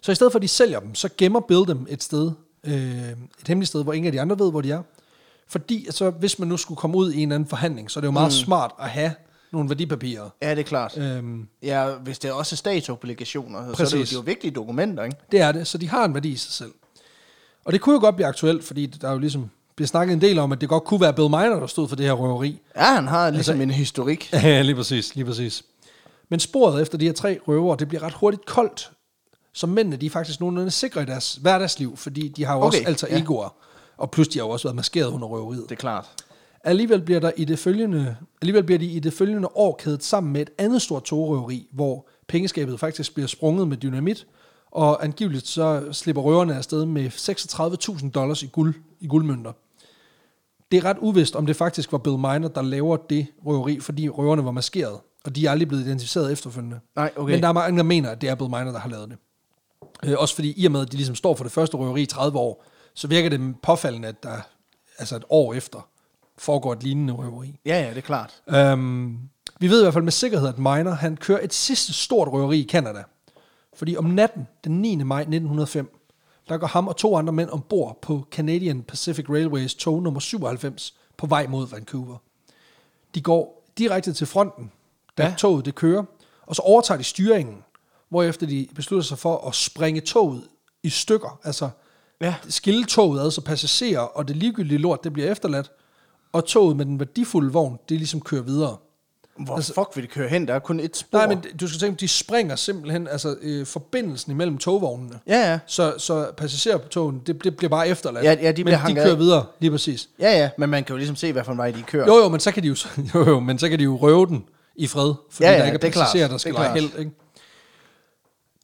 Speaker 2: Så i stedet for, at de sælger dem, så gemmer Bill dem et sted, øh, et hemmeligt sted, hvor ingen af de andre ved, hvor de er. Fordi altså, hvis man nu skulle komme ud i en eller anden forhandling, så er det jo meget mm. smart at have nogle værdipapirer.
Speaker 1: Ja, det er klart.
Speaker 2: Øhm,
Speaker 1: Ja, hvis det er også er statsobligationer, så er det jo,
Speaker 2: Præcis.
Speaker 1: det er jo vigtige dokumenter, ikke?
Speaker 2: det er det, så de har en værdi i sig selv. Og det kunne jo godt blive aktuelt, fordi der er jo ligesom bliver snakket en del om, at det godt kunne være Bill Miner, der stod for det her røveri.
Speaker 1: Ja, han har ligesom altså, en historik.
Speaker 2: Ja, lige præcis, lige præcis. Men sporet efter de her tre røvere, det bliver ret hurtigt koldt. Så mændene, de er faktisk nogenlunde sikre i deres hverdagsliv, fordi de har jo okay, også
Speaker 1: Okay,
Speaker 2: alter
Speaker 1: ja.
Speaker 2: egoer. Og plus, de har jo også været maskeret under røveriet.
Speaker 1: Det er klart.
Speaker 2: Alligevel bliver, der i det følgende, alligevel bliver de i det følgende år kædet sammen med et andet stort togrøveri, hvor pengeskabet faktisk bliver sprunget med dynamit, og angiveligt så slipper røverne afsted med 36.000 dollars i, guld, i guldmønter. Det er ret uvist, om det faktisk var Bill Miner, der laver det røveri, fordi røverne var maskeret, og de er aldrig blevet identificeret efterfølgende.
Speaker 1: Nej, okay.
Speaker 2: Men der er mange, der mener, at det er Bill Miner, der har lavet det. Øh, også fordi i og med, at de ligesom står for det første røveri i 30 år, så virker det påfaldende, at der altså et år efter foregår et lignende røveri.
Speaker 1: Ja, ja, det er klart.
Speaker 2: Øhm, vi ved i hvert fald med sikkerhed, at Miner han kører et sidste stort røveri i Kanada. Fordi om natten, den 9. maj 1905, der går ham og to andre mænd ombord på Canadian Pacific Railways tog nummer 97 på vej mod Vancouver. De går direkte til fronten, da
Speaker 1: Ja.
Speaker 2: ja. toget det kører, og så overtager de styringen, hvorefter de beslutter sig for at springe toget i stykker, altså
Speaker 1: Ja.
Speaker 2: skille toget ad, så passagerer og det ligegyldige lort, det bliver efterladt, og toget med den værdifulde vogn, det ligesom kører videre.
Speaker 1: Hvor altså, fuck vil det køre hen? Der er kun et spor.
Speaker 2: Nej, men du skal tænke, de springer simpelthen altså, øh, forbindelsen imellem togvognene.
Speaker 1: Ja, ja.
Speaker 2: Så, så passagerer på togen, det, det bliver bare efterladt.
Speaker 1: Ja, ja, de bliver
Speaker 2: men
Speaker 1: hanket
Speaker 2: de kører
Speaker 1: af.
Speaker 2: videre, lige præcis.
Speaker 1: Ja, ja, men man kan jo ligesom se, hvad for en vej de kører.
Speaker 2: Jo, jo, men så kan de jo, jo, jo, men så kan de jo røve den i fred, fordi
Speaker 1: Ja,
Speaker 2: ja,
Speaker 1: ja,
Speaker 2: ja, der ikke
Speaker 1: det
Speaker 2: er
Speaker 1: er klart.
Speaker 2: passagerer,
Speaker 1: Det
Speaker 2: der
Speaker 1: er
Speaker 2: skal lege
Speaker 1: klart.
Speaker 2: held. Ikke?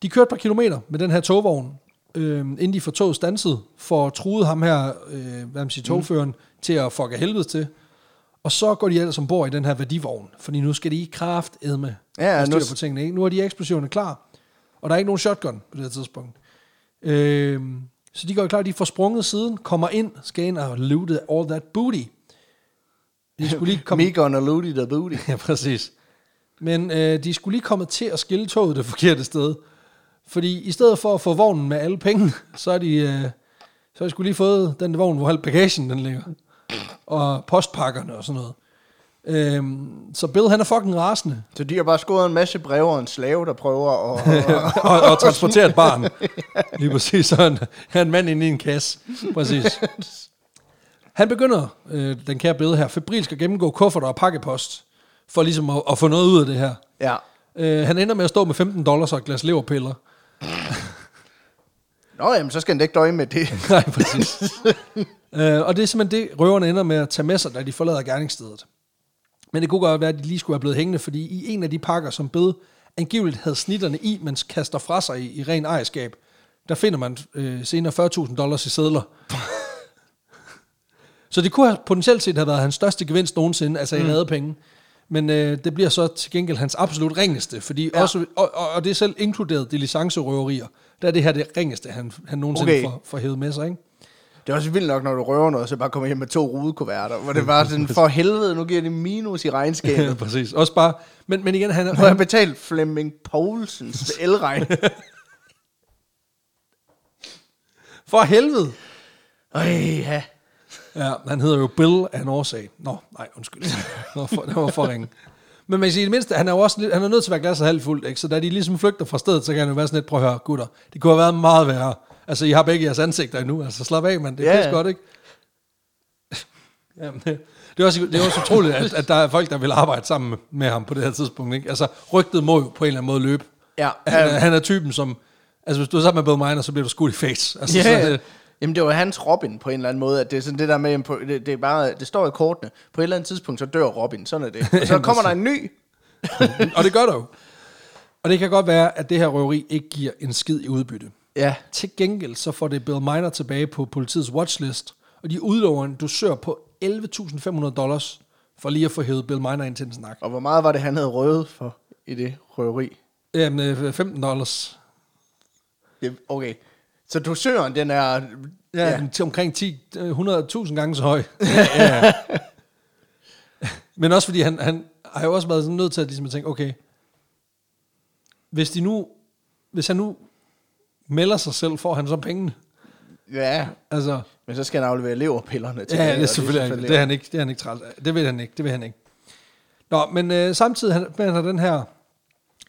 Speaker 2: De kørte et par kilometer med den her togvogn, øh, inden de får toget stanset, for at truet ham her, øh, hvad man siger, togføreren, mm. til at fuck af helvede til. Og så går de ellers ombord i den her værdivogn, fordi nu skal de i kraft edme.
Speaker 1: Ja, ja,
Speaker 2: styr
Speaker 1: nu-
Speaker 2: på tingene. Ikke? Nu er de eksplosiverne klar, og der er ikke nogen shotgun på det her tidspunkt. Øh, så de går klar, de får sprunget siden, kommer ind, skal ind og loote all that booty. De skulle lige komme
Speaker 1: Kom. Megon og Ludi the Booty.
Speaker 2: Ja, præcis. Men øh, de skulle lige komme til at skille toget det forkerte sted. Fordi i stedet for at få vognen med alle penge, så er de, øh, så har de skulle lige fået den vogn, hvor al bagagen den ligger. Og postpakkerne og sådan noget. Øhm, så Bill han er fucking rasende
Speaker 1: Så de har bare skåret en masse breve og en slave, der prøver at...
Speaker 2: og, og transportere et barn. Lige præcis, så han, han er en mand inde i en kasse. Præcis. Han begynder, øh, den kære Bill her, febrilsk at gennemgå kufferter og pakkepost, for ligesom at, at få noget ud af det her.
Speaker 1: ja.
Speaker 2: Øh, han ender med at stå med 15 dollars og et glas leverpiller.
Speaker 1: Nå, jamen, så skal han da ikke døje med det.
Speaker 2: Nej, præcis. øh, og det er simpelthen det, røverne ender med at tage med sig, da de forlader gerningsstedet. Men det kunne godt være, at de lige skulle have blevet hængende, fordi i en af de pakker, som Bill angiveligt havde snitterne i, men kaster fra sig i, i ren ejerskab, der finder man øh, senere 40.000 dollars i sædler. så det kunne have potentielt set have været hans største gevinst nogensinde, altså i mm. penge. Men øh, det bliver så til gengæld hans absolut ringeste, fordi ja. også, og, og, og det er selv inkluderet diligencerøverier, der er det her det ringeste, han, han nogensinde
Speaker 1: Okay.
Speaker 2: okay. får, får hævet med sig. Ikke?
Speaker 1: Det er også vildt nok, når du røver noget, så bare kommer hjem med to rudekuverter, hvor det bare sådan, for helvede, nu giver det minus i regnskabet.
Speaker 2: Ja, præcis. Også bare, men, men igen, han,
Speaker 1: Nu har jeg
Speaker 2: han,
Speaker 1: betalt Flemming Poulsens elregn.
Speaker 2: for helvede.
Speaker 1: Øj, ja.
Speaker 2: Ja, han hedder jo Bill af en årsag. Nå, nej, undskyld. Det var for, det var for ringe. Men man kan sige, i det mindste, han er jo også lidt, han er nødt til at være glasset halvt fuldt, ikke? så da de ligesom flygter fra stedet, så kan han jo være sådan lidt, prøv at høre, gutter, det kunne have været meget værre. Altså, I har begge jeres ansigter endnu, altså slap af, mand, det er
Speaker 1: Ja,
Speaker 2: yeah.
Speaker 1: ja.
Speaker 2: pisse godt, ikke? Jamen, det, det, er også, det er også utroligt, at, at, der er folk, der vil arbejde sammen med ham på det her tidspunkt, ikke? Altså, rygtet må jo på en eller anden måde løbe.
Speaker 1: Ja,
Speaker 2: Han, er,
Speaker 1: øhm.
Speaker 2: han er typen, som, altså hvis du er sammen med Bill Miner, så bliver du skudt i face. Altså,
Speaker 1: Ja,
Speaker 2: sådan
Speaker 1: ja.
Speaker 2: det,
Speaker 1: Jamen, det var hans Robin på en eller anden måde, at det er sådan det der med, på- det, det, er bare, det står i kortene, på et eller andet tidspunkt, så dør Robin, sådan er det. Og så
Speaker 2: Jamen,
Speaker 1: kommer
Speaker 2: så-
Speaker 1: der en ny,
Speaker 2: og det gør der jo. Og det kan godt være, at det her røveri ikke giver en skid i udbytte.
Speaker 1: ja,
Speaker 2: Til gengæld så får det Bill Miner tilbage på politiets watchlist, og de udlover en dusør på 11.500 dollars for lige at få hævet Bill Miner ind til en snak.
Speaker 1: og hvor meget var det, han havde røvet for i det røveri?
Speaker 2: Jamen, øh, 15 dollars.
Speaker 1: Det, okay, så dosøren, den er...
Speaker 2: Ja,
Speaker 1: ja.
Speaker 2: ja. Til omkring 10, øh, 100.000 gange så høj. ja. Men også fordi han, han har jo også været sådan nødt til at, ligesom at tænke, okay, hvis, de nu, hvis han nu melder sig selv, får han så pengene.
Speaker 1: ja.
Speaker 2: Altså,
Speaker 1: Men så skal han aflevere leverpillerne til
Speaker 2: Ja, det er selvfølgelig rigtigt. Det er han ikke, det er han ikke træls af. Det vil han ikke, det vil han ikke. Nå, men øh, samtidig han- med, at han har den her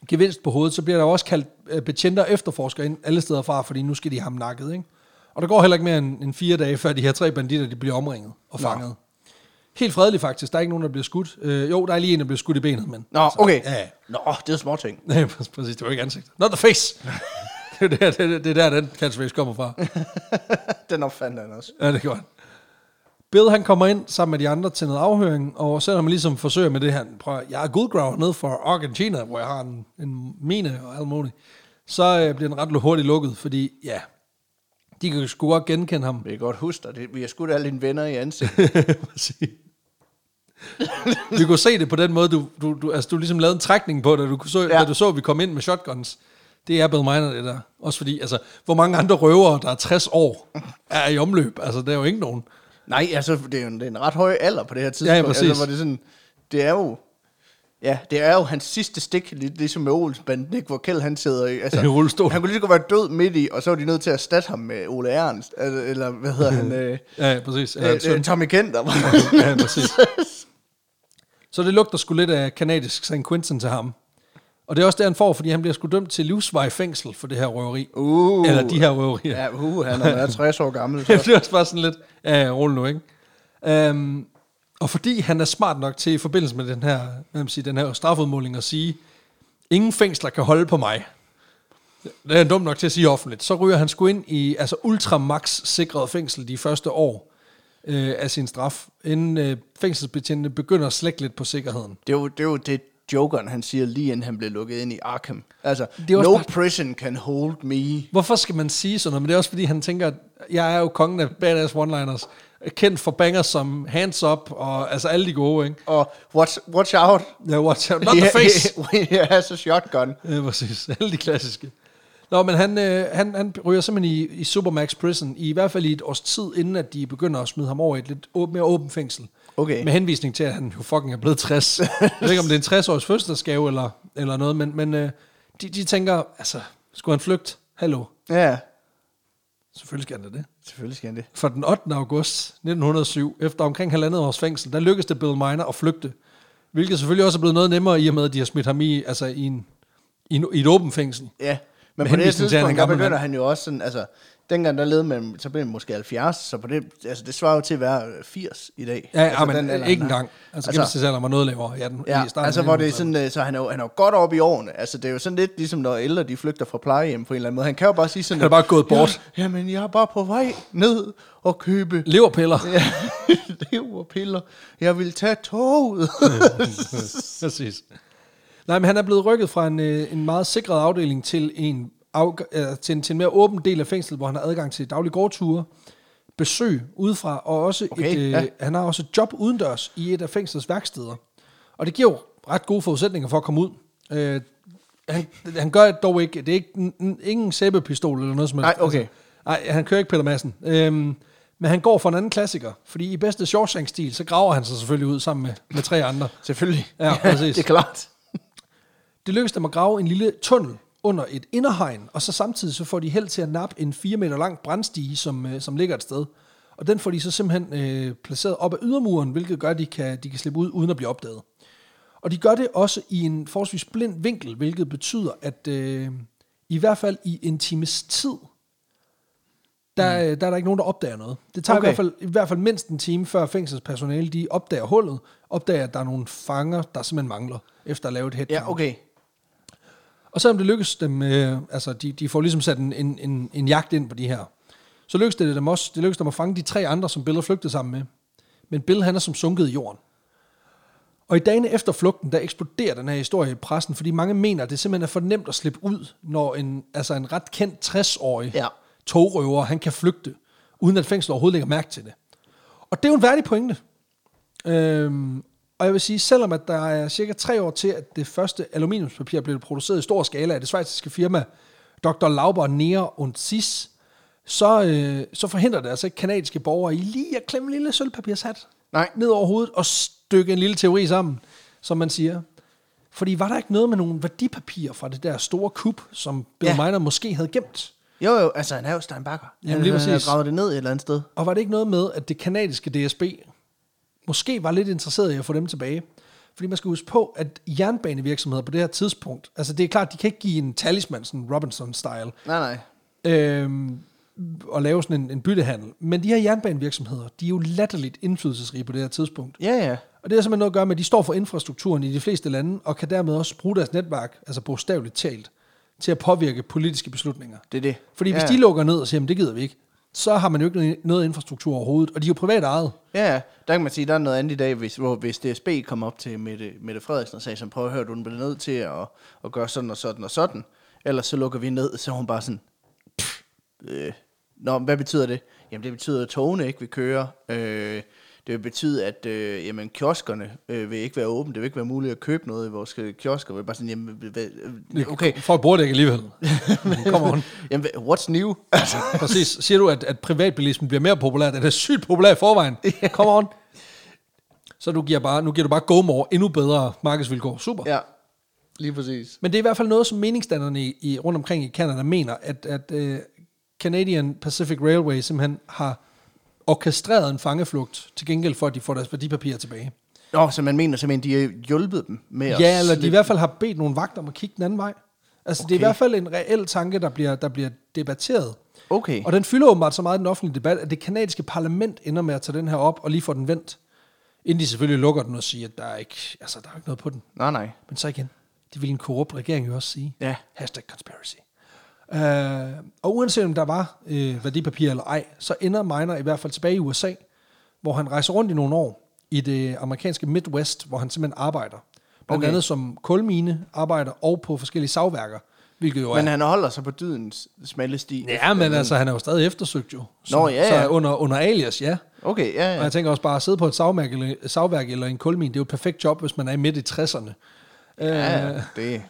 Speaker 2: gevinst på hovedet, så bliver der jo også kaldt øh, betjenter og efterforskere ind alle steder fra, fordi nu skal de have ham nakket, ikke? Og der går heller ikke mere end, end fire dage, før de her tre banditter, de bliver omringet og fanget. Nå. Helt fredeligt faktisk. Der er ikke nogen, der bliver skudt. Øh, jo, der er lige en, der bliver skudt i benet, men...
Speaker 1: Nå, okay.
Speaker 2: Ja, ja.
Speaker 1: Nå, det er små ting.
Speaker 2: Nej, præ- præcis. Det var ikke ansigtet. Not the face! det, er jo der, det, er- det er der, den catchphrase kommer fra.
Speaker 1: Den opfandt han også.
Speaker 2: Ja, det er godt. Bill han kommer ind sammen med de andre til noget afhøring, og selvom han ligesom forsøger med det her, prøv, at- jeg er guldgraver nede for Argentina, hvor jeg har en, en mine og alt muligt, så øh, bliver den ret hurtigt lukket, fordi ja, de kan jo sgu godt genkende ham.
Speaker 1: Vi kan godt huske dig. Det, vi har skudt alle dine venner i ansigt.
Speaker 2: Præcis. vi kunne se det på den måde, du, du, du, altså, du ligesom lavede en trækning på det, du kunne så, ja.
Speaker 1: Ja.
Speaker 2: da du så, at vi kom ind med shotguns. Det er Bill Miner, det der. Også fordi, altså, hvor mange andre røvere, der er 60 år, er i omløb. Altså, der er jo ikke nogen.
Speaker 1: Nej, altså, det er jo en, det er en ret høj alder på det her tidspunkt.
Speaker 2: Ja, ja, præcis.
Speaker 1: Altså, hvor det, er sådan, det er jo... Ja, det er jo hans sidste stik, lidt ligesom med Olsbanden, ikke? hvor Kjeld han sidder i. Altså,
Speaker 2: I rullestol.
Speaker 1: Han kunne lige så godt være død midt i, og så var de nødt til at erstatte ham med Ole Ernst, altså, eller hvad hedder han? Øh,
Speaker 2: Ja, ja, præcis. Eller en
Speaker 1: øh,
Speaker 2: søn.
Speaker 1: øh, Tommy Kenter.
Speaker 2: ja, præcis. Så det lugter sgu lidt af kanadisk St. Quentin til ham. Og det er også det, han får, fordi han bliver sgu dømt til livsvej fængsel for det her røveri.
Speaker 1: Uh.
Speaker 2: Eller de her røverier.
Speaker 1: ja, uh, han er 60 år gammel.
Speaker 2: Det
Speaker 1: Så.
Speaker 2: bliver også bare sådan lidt, ja, ja, rolig nu, ikke? Um, og fordi han er smart nok til i forbindelse med den her, hvad man siger, den her strafudmåling at sige, ingen fængsler kan holde på mig. Det er han dum nok til at sige offentligt. Så ryger han sgu ind i altså ultramax sikret fængsel de første år øh, af sin straf, inden øh, fængselsbetjentene begynder at slække lidt på sikkerheden.
Speaker 1: Det er, jo, det er jo det, Jokeren han siger, lige inden han blev lukket ind i Arkham. Altså,
Speaker 2: er også
Speaker 1: no
Speaker 2: bare-
Speaker 1: prison can hold me.
Speaker 2: Hvorfor skal man sige sådan noget? Men det er også fordi, han tænker, at jeg er jo kongen af badass one-liners, kendt for banger som Hands Up og altså alle de gode, ikke?
Speaker 1: Og watch, watch out.
Speaker 2: Ja, watch out, not the face.
Speaker 1: He has a shotgun.
Speaker 2: Ja, præcis. Alle de klassiske. Nå, men han, øh, han, han ryger simpelthen i, i Supermax Prison, i hvert fald i et års tid, inden at de begynder at smide ham over i et lidt åb, mere åbent fængsel.
Speaker 1: Okay.
Speaker 2: Med henvisning til, at han jo fucking er blevet 60. Jeg ved ikke, om det er en 60-års fødselsdagsgave eller, eller noget, men, men øh, de, de tænker, altså, skulle han flygte? Hallo.
Speaker 1: Ja,
Speaker 2: Selvfølgelig skal han da det.
Speaker 1: selvfølgelig skal han det.
Speaker 2: For den 8. august 1907, efter omkring halvandet års fængsel, der lykkedes det Bill Miner at flygte. Hvilket selvfølgelig også er blevet noget nemmere i og med, at de har smidt ham i, altså i, en, i, en, i et åbent fængsel.
Speaker 1: Ja, men på
Speaker 2: Med
Speaker 1: det her
Speaker 2: henvisning til, at han er en
Speaker 1: tidspunkt, der
Speaker 2: gammel
Speaker 1: begynder
Speaker 2: mand.
Speaker 1: han jo også sådan, altså, dengang der levede man, så blev man måske 70, så på det, altså, det svarer jo til at være 80 i dag.
Speaker 2: Ja,
Speaker 1: altså,
Speaker 2: ja, men
Speaker 1: den alder,
Speaker 2: ikke
Speaker 1: han har.
Speaker 2: engang. Altså,
Speaker 1: Altså-
Speaker 2: altså gennemsnitsalderen var noget lavere. Ja, den,
Speaker 1: Ja,
Speaker 2: i starten af
Speaker 1: altså hvor det er
Speaker 2: 1900-tallet.
Speaker 1: sådan, øh, så han er, jo, han er jo godt oppe i årene. Altså det er jo sådan lidt ligesom, når ældre de flygter fra plejehjem på en eller anden måde. Han kan jo bare sige sådan...
Speaker 2: Han er bare gået bort.
Speaker 1: Ja, jamen, jeg er bare på vej ned og købe
Speaker 2: Leverpiller.
Speaker 1: ja, leverpiller. Jeg vil tage toget.
Speaker 2: Præcis. Nej, men han er blevet rykket fra en, øh, en meget sikret afdeling til en, af, øh, til, en, til en mere åben del af fængslet, hvor han har adgang til daglige gårdture, besøg udefra, og også okay,
Speaker 1: Okay,
Speaker 2: et, øh, ja.
Speaker 1: ja.
Speaker 2: han har også et job udendørs i et af fængslets værksteder. Og det giver jo ret gode forudsætninger for at komme ud. Øh, han, han gør dog ikke, det er ikke, n- n- ingen sæbepistol eller noget som helst.
Speaker 1: Nej, okay.
Speaker 2: Altså, Nej, han kører ikke Peter Madsen. Øhm, men han går for en anden klassiker, fordi i bedste Shawshank-stil, så graver han sig selvfølgelig ud sammen med, med tre andre.
Speaker 1: Selvfølgelig.
Speaker 2: Ja, præcis.
Speaker 1: det er klart.
Speaker 2: Det lykkedes dem at grave en lille tunnel under et inderhegn, og så samtidig så får de held til at nappe en 4 meter lang brændstige, som, øh, som ligger et sted. Og den får de så simpelthen øh, placeret op ad ydermuren, hvilket gør, at de kan, de kan slippe ud uden at blive opdaget. Og de gør det også i en forholdsvis blind vinkel, hvilket betyder, at øh, i hvert fald i en times tid, der, mm. der er der ikke nogen, der opdager noget. Det tager okay.
Speaker 1: Okay.
Speaker 2: i, hvert fald, i hvert fald mindst en time, før fængslets personale de opdager hullet, opdager, at der er nogle fanger, der simpelthen mangler, efter at lave et headcount.
Speaker 1: Ja, okay.
Speaker 2: Og selvom det lykkes dem, øh, altså de, de får ligesom sat en, en, en, en jagt ind på de her, så lykkes det dem også, det lykkes dem at fange de tre andre, som Bill er flygtet sammen med. Men Bill han er som sunket i jorden. Og i dagene efter flugten, der eksploderer den her historie i pressen, fordi mange mener, at det simpelthen er for nemt at slippe ud, når en, altså en ret kendt 60-årig
Speaker 1: Ja.
Speaker 2: togrøver, han kan flygte, uden at fængslet overhovedet lægger mærke til det. Og det er jo en værdig pointe. Øhm, og jeg vil sige, selvom at der er cirka tre år til, at det første aluminiumspapir blev produceret i stor skala af det svejtiske firma Dr. Lauber Neer und Sis, så, øh, så forhindrer det altså ikke kanadiske borgere i lige at klemme en lille sølvpapirshat
Speaker 1: Nej.
Speaker 2: ned over hovedet og stykke en lille teori sammen, som man siger. Fordi var der ikke noget med nogle værdipapirer fra det der store kub, som Bill
Speaker 1: Ja.
Speaker 2: ja. Miner måske havde gemt?
Speaker 1: Jo, jo, altså han er jo Steinbacher.
Speaker 2: Jamen,
Speaker 1: Han-
Speaker 2: lige
Speaker 1: han har
Speaker 2: præcis.
Speaker 1: gravet det ned et eller andet sted.
Speaker 2: Og var det ikke noget med, at det kanadiske DSB måske var lidt interesseret i at få dem tilbage? Fordi man skal huske på, at jernbanevirksomheder på det her tidspunkt, altså det er klart, de kan ikke give en talisman, sådan Robinson-style,
Speaker 1: Nej, nej.
Speaker 2: øhm, og lave sådan en, en byttehandel. Men de her jernbanevirksomheder, de er jo latterligt indflydelsesrige på det her tidspunkt.
Speaker 1: Ja, ja.
Speaker 2: Og det har simpelthen noget at gøre med, at de står for infrastrukturen i de fleste lande, og kan dermed også bruge deres netværk, altså bogstaveligt talt, til at påvirke politiske beslutninger.
Speaker 1: Det er det.
Speaker 2: Fordi
Speaker 1: ja.
Speaker 2: hvis de lukker ned og siger, "Jamen, det gider vi ikke, så har man jo ikke noget- noget infrastruktur overhovedet, og de er jo privat ejet.
Speaker 1: Ja, ja. der kan man sige, der er noget andet i dag, hvis, hvor, hvis DSB kom op til Mette, Mette Frederiksen og sagde sådan, prøv at høre, du er blevet nødt til at, at gøre sådan og sådan og sådan, ellers så lukker vi ned, så er hun bare sådan, "Pff, øh, nå, men hvad betyder det? Jamen det betyder, at togene ikke vil køre, øh, det vil betyde, at øh, jamen, kioskerne øh, vil ikke være åbne, det vil ikke være muligt at købe noget i vores øh, kiosker, det er bare sådan, jamen, hvad, øh, okay,
Speaker 2: Folk bruger det ikke alligevel. Kom on.
Speaker 1: jamen, hvad- what's new? Altså,
Speaker 2: Præcis. Siger du, at, at privatbilismen bliver mere populær? Den er sygt populær i forvejen. Kom on. Så du giver bare, nu giver du bare GoMore endnu bedre markedsvilkår. Super.
Speaker 1: ja, lige præcis.
Speaker 2: Men det er i hvert fald noget, som meningsdannerne i, i, rundt omkring i Canada mener, at, at uh, Canadian Pacific Railway simpelthen har orkestreret en fangeflugt til gengæld for, at de får deres værdipapirer tilbage.
Speaker 1: Nå, så man mener simpelthen, de har hjulpet dem med at
Speaker 2: Ja, eller de i
Speaker 1: slippe-
Speaker 2: hvert fald har bedt nogle vagter om at kigge den anden vej. Altså, okay. det er i
Speaker 1: Okay.
Speaker 2: hvert fald en reel tanke, der bliver, der bliver debatteret.
Speaker 1: Okay.
Speaker 2: Og den fylder åbenbart så meget i den offentlige debat, at det kanadiske parlament ender med at tage den her op og lige få den vendt. Inden de selvfølgelig lukker den og siger, at der er ikke, altså, der er ikke noget på den.
Speaker 1: Nej, nej.
Speaker 2: Men så igen, det ville en korrupt regering jo også sige.
Speaker 1: Ja.
Speaker 2: Hashtag conspiracy. Uh, og uanset om der var øh, værdipapir eller ej, så ender Miner i hvert fald tilbage i USA, hvor han rejser rundt i nogle år i det amerikanske Midwest, hvor han simpelthen arbejder. Blandt
Speaker 1: Okay.
Speaker 2: okay. andet som kulmine arbejder og på forskellige savværker, hvilket jo
Speaker 1: Men
Speaker 2: er...
Speaker 1: han holder sig på dydens smalle sti.
Speaker 2: Ja, men altså, han er jo stadig eftersøgt jo. Så,
Speaker 1: Nå, ja, ja.
Speaker 2: så under, under alias, ja.
Speaker 1: Okay, ja,
Speaker 2: Og
Speaker 1: ja.
Speaker 2: jeg tænker også bare, at sidde på et savværk eller, savværk eller en kulmine, det er jo et perfekt job, hvis man er midt i 60'erne.
Speaker 1: ja
Speaker 2: Øh,
Speaker 1: ja. det,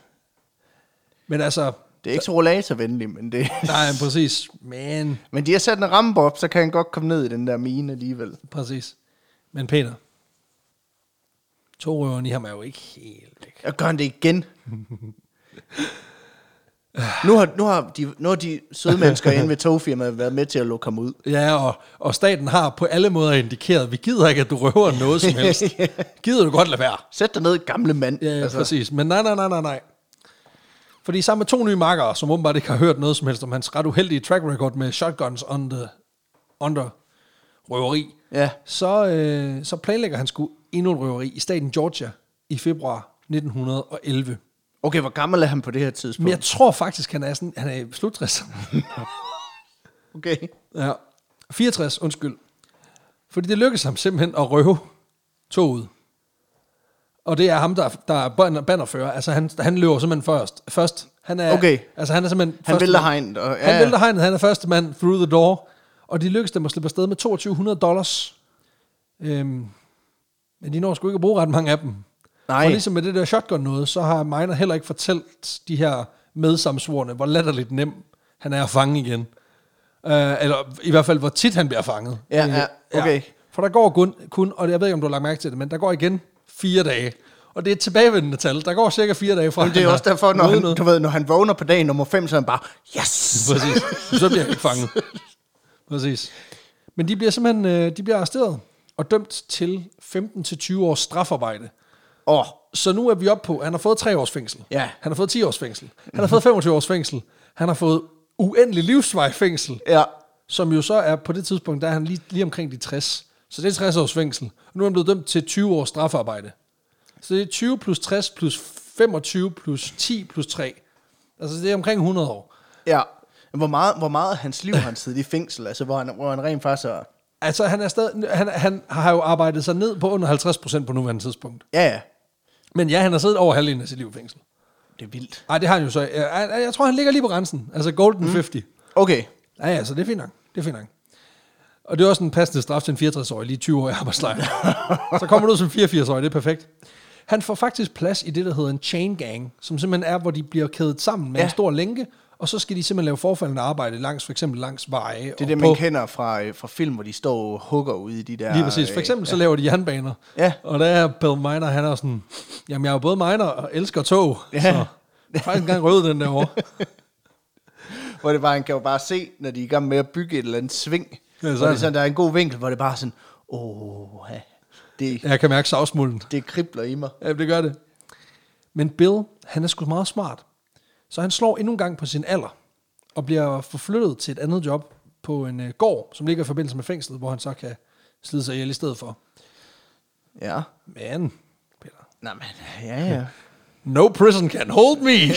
Speaker 2: men altså,
Speaker 1: det er ikke så rollatorvenligt, men det...
Speaker 2: Nej, men præcis. Men,
Speaker 1: Men de har sat en rampe op, så kan han godt komme ned i den der mine alligevel.
Speaker 2: præcis. Men Peter, togrøveren i ham er jo ikke helt væk.
Speaker 1: Og gør han det igen? nu, har, nu, har de, nu har de søde mennesker inde ved togfirmaet været med til at lukke ham ud.
Speaker 2: Ja, og, og staten har på alle måder indikeret, at vi gider ikke, at du røver noget som helst. Gider du godt lade være?
Speaker 1: Sæt dig ned, gamle mand.
Speaker 2: Ja, altså. præcis. Men nej, nej, nej, nej, nej. Fordi sammen med to nye makkere, som åbenbart ikke har hørt noget som helst om hans ret uheldige track record med shotguns under, under røveri,
Speaker 1: Ja.
Speaker 2: så, øh, så planlægger han sgu endnu en røveri i staten Georgia i februar 1911.
Speaker 1: Okay, hvor gammel er han på det her tidspunkt?
Speaker 2: Men jeg tror faktisk, han er, sådan, han er i slut 60'erne.
Speaker 1: Okay.
Speaker 2: ja. 64, undskyld. Fordi det lykkedes ham simpelthen at røve toget. Og det er ham, der, der er ban- bannerfører. Altså, han, han løber simpelthen først. først. Han er,
Speaker 1: Okay.
Speaker 2: Altså, han er simpelthen
Speaker 1: Han
Speaker 2: første
Speaker 1: vælter
Speaker 2: mand.
Speaker 1: hegnet. Og, ja,
Speaker 2: Han
Speaker 1: ja.
Speaker 2: vælter hegnet. Han er første mand through the door. Og de lykkedes dem at slippe afsted med 2200 dollars. Øhm, men de når sgu ikke at bruge ret mange af dem.
Speaker 1: Nej.
Speaker 2: Og ligesom med det der shotgun noget, så har Miner heller ikke fortalt de her medsamsvorene, hvor latterligt nem han er at fange igen. Uh, eller i hvert fald, hvor tit han bliver fanget.
Speaker 1: Ja,
Speaker 2: Øh,
Speaker 1: ja, okay.
Speaker 2: For der går kun, kun, og jeg ved ikke, om du har lagt mærke til det, men der går igen fire dage. Og det er et tilbagevendende tal. Der går cirka fire dage fra,
Speaker 1: Jamen, det er
Speaker 2: han
Speaker 1: også
Speaker 2: har
Speaker 1: derfor, når
Speaker 2: lovet
Speaker 1: han,
Speaker 2: noget.
Speaker 1: du ved, når han vågner på dag nummer 5, så er han bare, yes!
Speaker 2: Præcis. Så bliver han ikke fanget. Præcis. Men de bliver simpelthen øh, de bliver arresteret og dømt til 15-20 års strafarbejde.
Speaker 1: Åh,
Speaker 2: Så nu er vi oppe på, at han har fået 3 års fængsel.
Speaker 1: Ja.
Speaker 2: Han har fået 10 års fængsel. Han har fået 25 års fængsel. Han har fået uendelig livsvej fængsel,
Speaker 1: Ja.
Speaker 2: som jo så er på det tidspunkt, der er han lige, lige omkring de 60. Så det er 60 års fængsel. Og nu er han blevet dømt til 20 års strafarbejde. Så det er 20 plus 60 plus 25 plus 10 plus 3. Altså det er omkring 100 år.
Speaker 1: Ja. Hvor meget, hvor meget af hans liv har han siddet i fængsel, altså hvor han, hvor han rent faktisk er...
Speaker 2: Altså han, er stadig, han, han har jo arbejdet sig ned på under 50% på nuværende tidspunkt.
Speaker 1: Ja, ja.
Speaker 2: Men ja, han har siddet over halvdelen af sit liv i fængsel.
Speaker 1: Det er vildt.
Speaker 2: Nej, det har han jo så. Jeg, jeg, jeg tror, han ligger lige på grænsen. Altså golden mm. 50.
Speaker 1: Okay.
Speaker 2: Ja, ja, så det er fint nok. Det er fint nok. Og det er også en passende straf til en 64-årig, lige 20 år i arbejdslejr. så kommer du ud som 84-årig, det er perfekt. Han får faktisk plads i det, der hedder en chain gang, som simpelthen er, hvor de bliver kædet sammen med ja.
Speaker 1: Ja.
Speaker 2: en stor lænke, og så skal de simpelthen lave forfaldende arbejde langs, for eksempel langs veje.
Speaker 1: Det er
Speaker 2: og
Speaker 1: det,
Speaker 2: på,
Speaker 1: man kender fra, øh, fra film, hvor de står og hugger ude i de der...
Speaker 2: Lige præcis. For
Speaker 1: øh,
Speaker 2: eksempel så laver de jernbaner.
Speaker 1: Ja.
Speaker 2: Og der er Bill Miner, han er sådan, jamen jeg er jo både miner og elsker tog, ja.
Speaker 1: Ja.
Speaker 2: så jeg har faktisk engang røvet den derovre.
Speaker 1: Hvor det bare, han kan jo bare se, når de er i gang med at bygge et eller andet sving.
Speaker 2: Ja,
Speaker 1: Ja,
Speaker 2: så
Speaker 1: hvor det
Speaker 2: er
Speaker 1: er
Speaker 2: det.
Speaker 1: sådan, der er en god vinkel, hvor det bare er sådan, åh, ja, det,
Speaker 2: Jeg kan mærke savsmulden.
Speaker 1: det kribler i mig.
Speaker 2: Ja, det gør det. Men Bill, han er sgu meget smart. Så han slår endnu en gang på sin alder, og bliver forflyttet til et andet job på en øh, gård, som ligger i forbindelse med fængslet, hvor han så kan slide sig ihjel i stedet for.
Speaker 1: Ja.
Speaker 2: Men, Peter,
Speaker 1: Nej, men, ja, ja.
Speaker 2: no prison can hold me!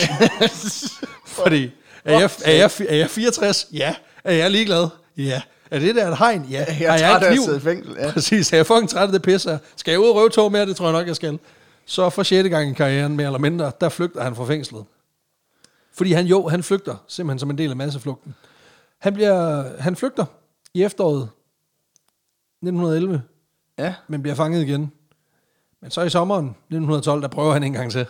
Speaker 2: Fordi, er jeg, er, jeg, er jeg 64? Ja. Er jeg ligeglad? Ja. Er det der et hegn? Ja.
Speaker 1: Jeg er
Speaker 2: Har
Speaker 1: træt
Speaker 2: en
Speaker 1: af at
Speaker 2: kniv?
Speaker 1: sidde i fængsel, ja.
Speaker 2: Præcis, er jeg fucking træt af det pisse her? Skal jeg ud og røve tog mere? Det tror jeg nok, jeg skal. Så for sjette gang i karrieren, mere eller mindre, der flygter han fra fængslet. Fordi han jo, han flygter, simpelthen som en del af masseflugten. Han, bliver, han flygter i efteråret 1911,
Speaker 1: Ja,
Speaker 2: men bliver fanget igen. Men så i sommeren 1912, der prøver han en gang til.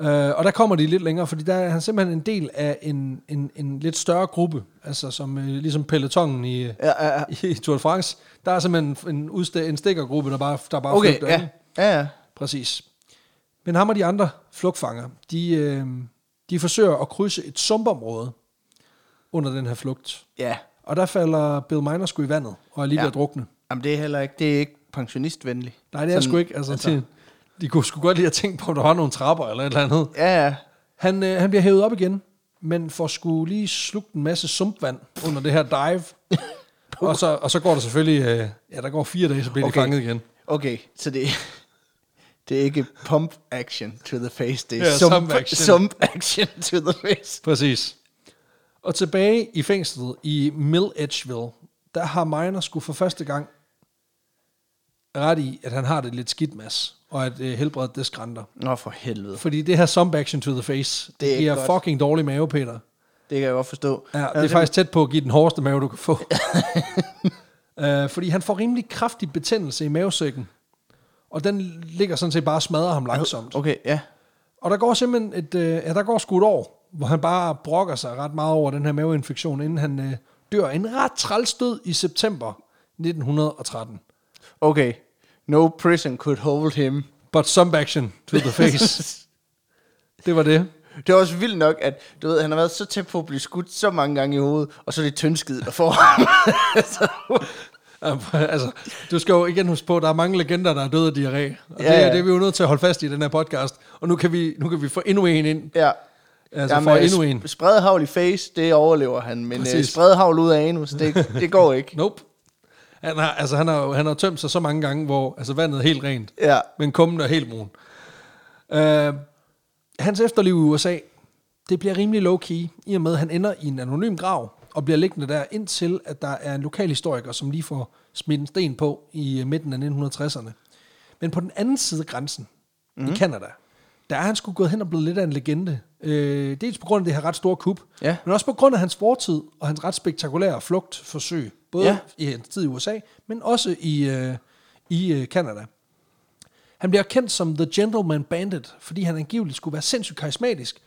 Speaker 2: Øh, og der kommer de lidt længere, fordi der er han simpelthen en del af en, en, en lidt større gruppe, altså som øh, ligesom pelotongen i, øh,
Speaker 1: ja, ja. ja.
Speaker 2: i Tour de France. Der er simpelthen en, udste, en stikkergruppe, der bare, der bare
Speaker 1: Okay,
Speaker 2: flygter.
Speaker 1: ja.
Speaker 2: ikke?
Speaker 1: Ja, ja.
Speaker 2: Præcis. Men ham og de andre flugtfanger, de, øh, de forsøger at krydse et sumpområde under den her flugt.
Speaker 1: Ja.
Speaker 2: Og der falder Bill Miner sgu i vandet, og er lige
Speaker 1: Ja.
Speaker 2: ved at drukne.
Speaker 1: Jamen, det er heller ikke, det er ikke pensionistvenligt.
Speaker 2: Nej, det er
Speaker 1: Sådan-
Speaker 2: sgu ikke. Altså, altså. De, de kunne sgu godt lide at tænke på, om der var nogle trapper eller et eller andet.
Speaker 1: Ja, ja.
Speaker 2: Han, øh, han bliver hævet op igen, men får sgu lige slugt en masse sumpvand under det her dive. og, så, og så går der selvfølgelig... Øh, ja, der går fire dage, så bliver okay.
Speaker 1: Okay.
Speaker 2: de fanget igen.
Speaker 1: Okay, så det, det er ikke pump action to the face, det er
Speaker 2: Ja,
Speaker 1: ja, sump,
Speaker 2: sump
Speaker 1: sump,
Speaker 2: action.
Speaker 1: action. sump action to the face.
Speaker 2: Præcis. Og tilbage i fængslet i Mill Edgeville, der har Miner sgu for første gang ret i, at han har det lidt skidt, mas, og at øh, helbredet det skrænter.
Speaker 1: Nå, for helvede.
Speaker 2: Fordi det her sump action to the face, det,
Speaker 1: Det er
Speaker 2: det
Speaker 1: ikke
Speaker 2: giver
Speaker 1: godt.
Speaker 2: fucking dårlig mave, Peter.
Speaker 1: Det kan jeg godt forstå.
Speaker 2: Ja, det er
Speaker 1: Altså,
Speaker 2: faktisk tæt på at give den hårdeste mave, du kan få. øh, fordi han får rimelig kraftig betændelse i mavesækken. Og den ligger sådan set bare og smadrer ham langsomt.
Speaker 1: Okay, ja.
Speaker 2: Og der går simpelthen et, øh, ja, der går sgu et år, hvor han bare brokker sig ret meget over den her maveinfektion, inden han øh, dør en ret træls død i september 1913.
Speaker 1: Okay. No prison could hold him.
Speaker 2: But some action to the face. det var det.
Speaker 1: Det er også vildt nok, at du ved, han har været så tæt på at blive skudt så mange gange i hovedet, og så er det tyndskid, der får ham.
Speaker 2: Jamen, altså, du skal jo igen huske på, at der er mange legender, der er døde af diarré. Og ja,
Speaker 1: Ja,
Speaker 2: det, er,
Speaker 1: ja.
Speaker 2: det er vi jo nødt til at holde fast i i den her podcast. Og nu kan vi, nu kan vi få endnu en ind.
Speaker 1: ja.
Speaker 2: Altså Jamen, få endnu
Speaker 1: øh,
Speaker 2: en.
Speaker 1: sp- Spredhavl i face, det overlever han, men øh,
Speaker 2: Præcis.
Speaker 1: spredhavl ud af anus, det, det går ikke.
Speaker 2: Nope. Han har, altså, han har, jo- han har tømt sig så mange gange, hvor altså, vandet er helt rent.
Speaker 1: Ja.
Speaker 2: Men kummen er helt brun. Uh, hans efterliv i USA, det bliver rimelig low-key, i og med, at han ender i en anonym grav, og bliver liggende der, indtil at der er en lokal historiker, som lige får smidt en sten på i øh, midten af 1960'erne. Men på den anden side af grænsen, mm.
Speaker 1: Mhm.
Speaker 2: i Kanada, der er han skulle gået hen og blevet lidt af en legende. Øh, dels på grund af det her ret store kub,
Speaker 1: Ja.
Speaker 2: men også på grund af hans fortid og hans ret spektakulære flugtforsøg, både
Speaker 1: Ja.
Speaker 2: i hans tid i USA, men også i, øh, i øh, Kanada. Han bliver kendt som The Gentleman Bandit, fordi han angiveligt skulle være sindssygt karismatisk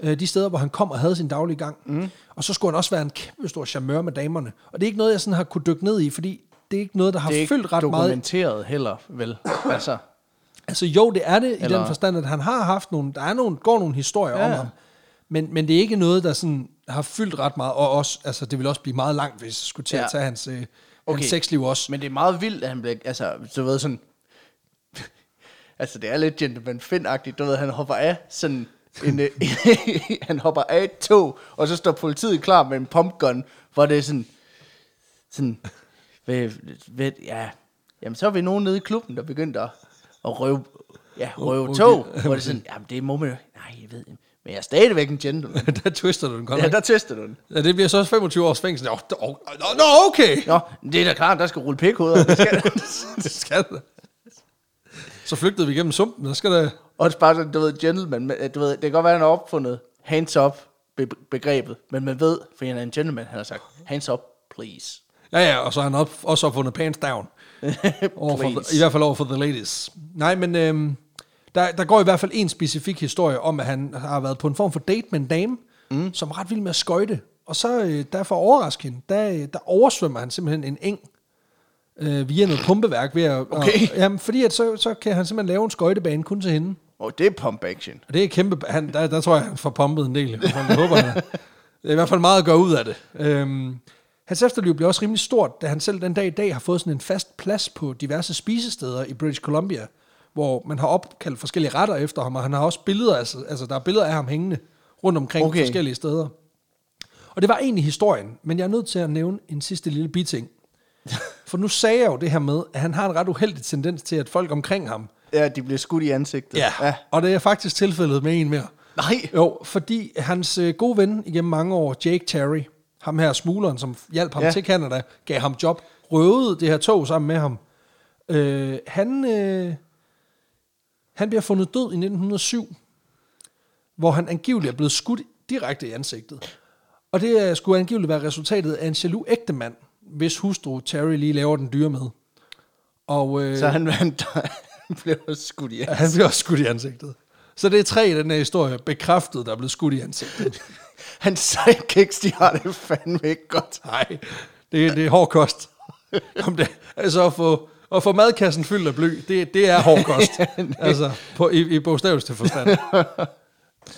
Speaker 2: øh, de steder, hvor han kom og havde sin daglige gang. Mm. Og så skulle han også være en kæmpe stor charmeur med damerne. Og det er ikke noget, jeg sådan har kunne dykke ned i, fordi det er ikke noget, der har
Speaker 1: Det er ikke
Speaker 2: fyldt ret meget.
Speaker 1: dokumenteret meget. heller, vel? Altså,
Speaker 2: Altså jo, det er det i
Speaker 1: Eller-
Speaker 2: den forstand, at han har haft nogle, der er nogle, går nogle historier ja. om
Speaker 1: Ja.
Speaker 2: ham. Men, men det er ikke noget, der sådan har fyldt ret meget, og også, altså, det vil også blive meget langt, hvis jeg skulle til ja.
Speaker 1: Ja.
Speaker 2: at tage hans, øh, okay.
Speaker 1: Okay.
Speaker 2: hans sexliv også.
Speaker 1: men det er meget vildt, at han bliver, altså, du ved sådan, Altså, det er lidt gentleman Finn-agtigt. Du ved, han hopper af sådan en, øh, han hopper af et tog, og så står politiet klar med en pumpgun, hvor det er sådan, sådan, ved, ved, ja, jamen så er vi nogen nede i klubben, der begyndte at, at røve, ja, røve tog, hvor det er sådan, jamen det må man jo, nej, jeg ved, ikke, men jeg er stadigvæk en gentleman.
Speaker 2: der twister du den godt.
Speaker 1: Ja,
Speaker 2: Ja,
Speaker 1: der tester du den.
Speaker 2: ja, det bliver så også 25 års fængsel. Nå, nå, nå, nå okay.
Speaker 1: Nå, men det er da klart, der skal rulle pikhoveder. Det skal-
Speaker 2: det skal der. Så flygtede vi igennem sumpen, der skal der...
Speaker 1: Og det er bare sådan, du ved, gentleman, men, øh, du ved, det kan godt være, han har opfundet hands up be- begrebet, men man ved, for han er en gentleman, han har sagt, hands up, please.
Speaker 2: Ja, ja, og så har han op, også opfundet pants down. Over for the, I
Speaker 1: please.
Speaker 2: hvert fald over for the ladies. Nej, men øhm, der, der går i hvert fald en specifik historie om, at han har været på en form for date med en dame, mm. som er ret vild med at skøjte. Og så, øh, der for at overraske hende, der, øh, der oversvømmer han simpelthen en eng øh, via noget pumpeværk. Ved at,
Speaker 1: Okay.
Speaker 2: Og, jamen, fordi at så, så kan han simpelthen lave en skøjtebane kun til hende.
Speaker 1: Og det er pump action.
Speaker 2: Og det er kæmpe... Han, der, der tror jeg, han får pumpet en del. Jeg håber, han er. Det er i hvert fald meget at gøre ud af det. Øhm, hans efterliv blev også rimelig stort, da han selv den dag i dag har fået sådan en fast plads på diverse spisesteder i British Columbia, hvor man har opkaldt forskellige retter efter ham, og han har også billeder, altså, altså der er billeder af ham hængende rundt omkring
Speaker 1: Okay.
Speaker 2: okay. forskellige steder. Og det var egentlig historien, men jeg er nødt til at nævne en sidste lille biting. For nu sagde jeg jo det her med, at han har en ret uheldig tendens til, at folk omkring ham...
Speaker 1: Ja, de bliver skudt i ansigtet.
Speaker 2: ja. Og det er faktisk tilfældet med en mere.
Speaker 1: Nej.
Speaker 2: Jo, fordi hans øh, gode ven igennem mange år, Jake Terry, ham her smugleren, som hjalp ham
Speaker 1: Ja.
Speaker 2: ja. til Canada, gav ham job, røvede det her tog sammen med ham. Øh, han, øh, han bliver fundet død i 1907, hvor han angiveligt er blevet skudt direkte i ansigtet. Og det øh, skulle angiveligt være resultatet af en jaloux ægtemand, hvis hustru Terry lige laver den dyre med. Og, øh,
Speaker 1: Så han, han, han blev også skudt i
Speaker 2: Ja, han blev også skudt i ansigtet. Så det er tre i den her historie bekræftet, der er blevet skudt i ansigtet.
Speaker 1: Hans sidekicks, de har det fandme ikke godt.
Speaker 2: Nej, det, er- det er hård kost. Om det, altså at få, at få madkassen fyldt af bly, det, det er hård kost. altså på, i, i bogstaveligste forstand.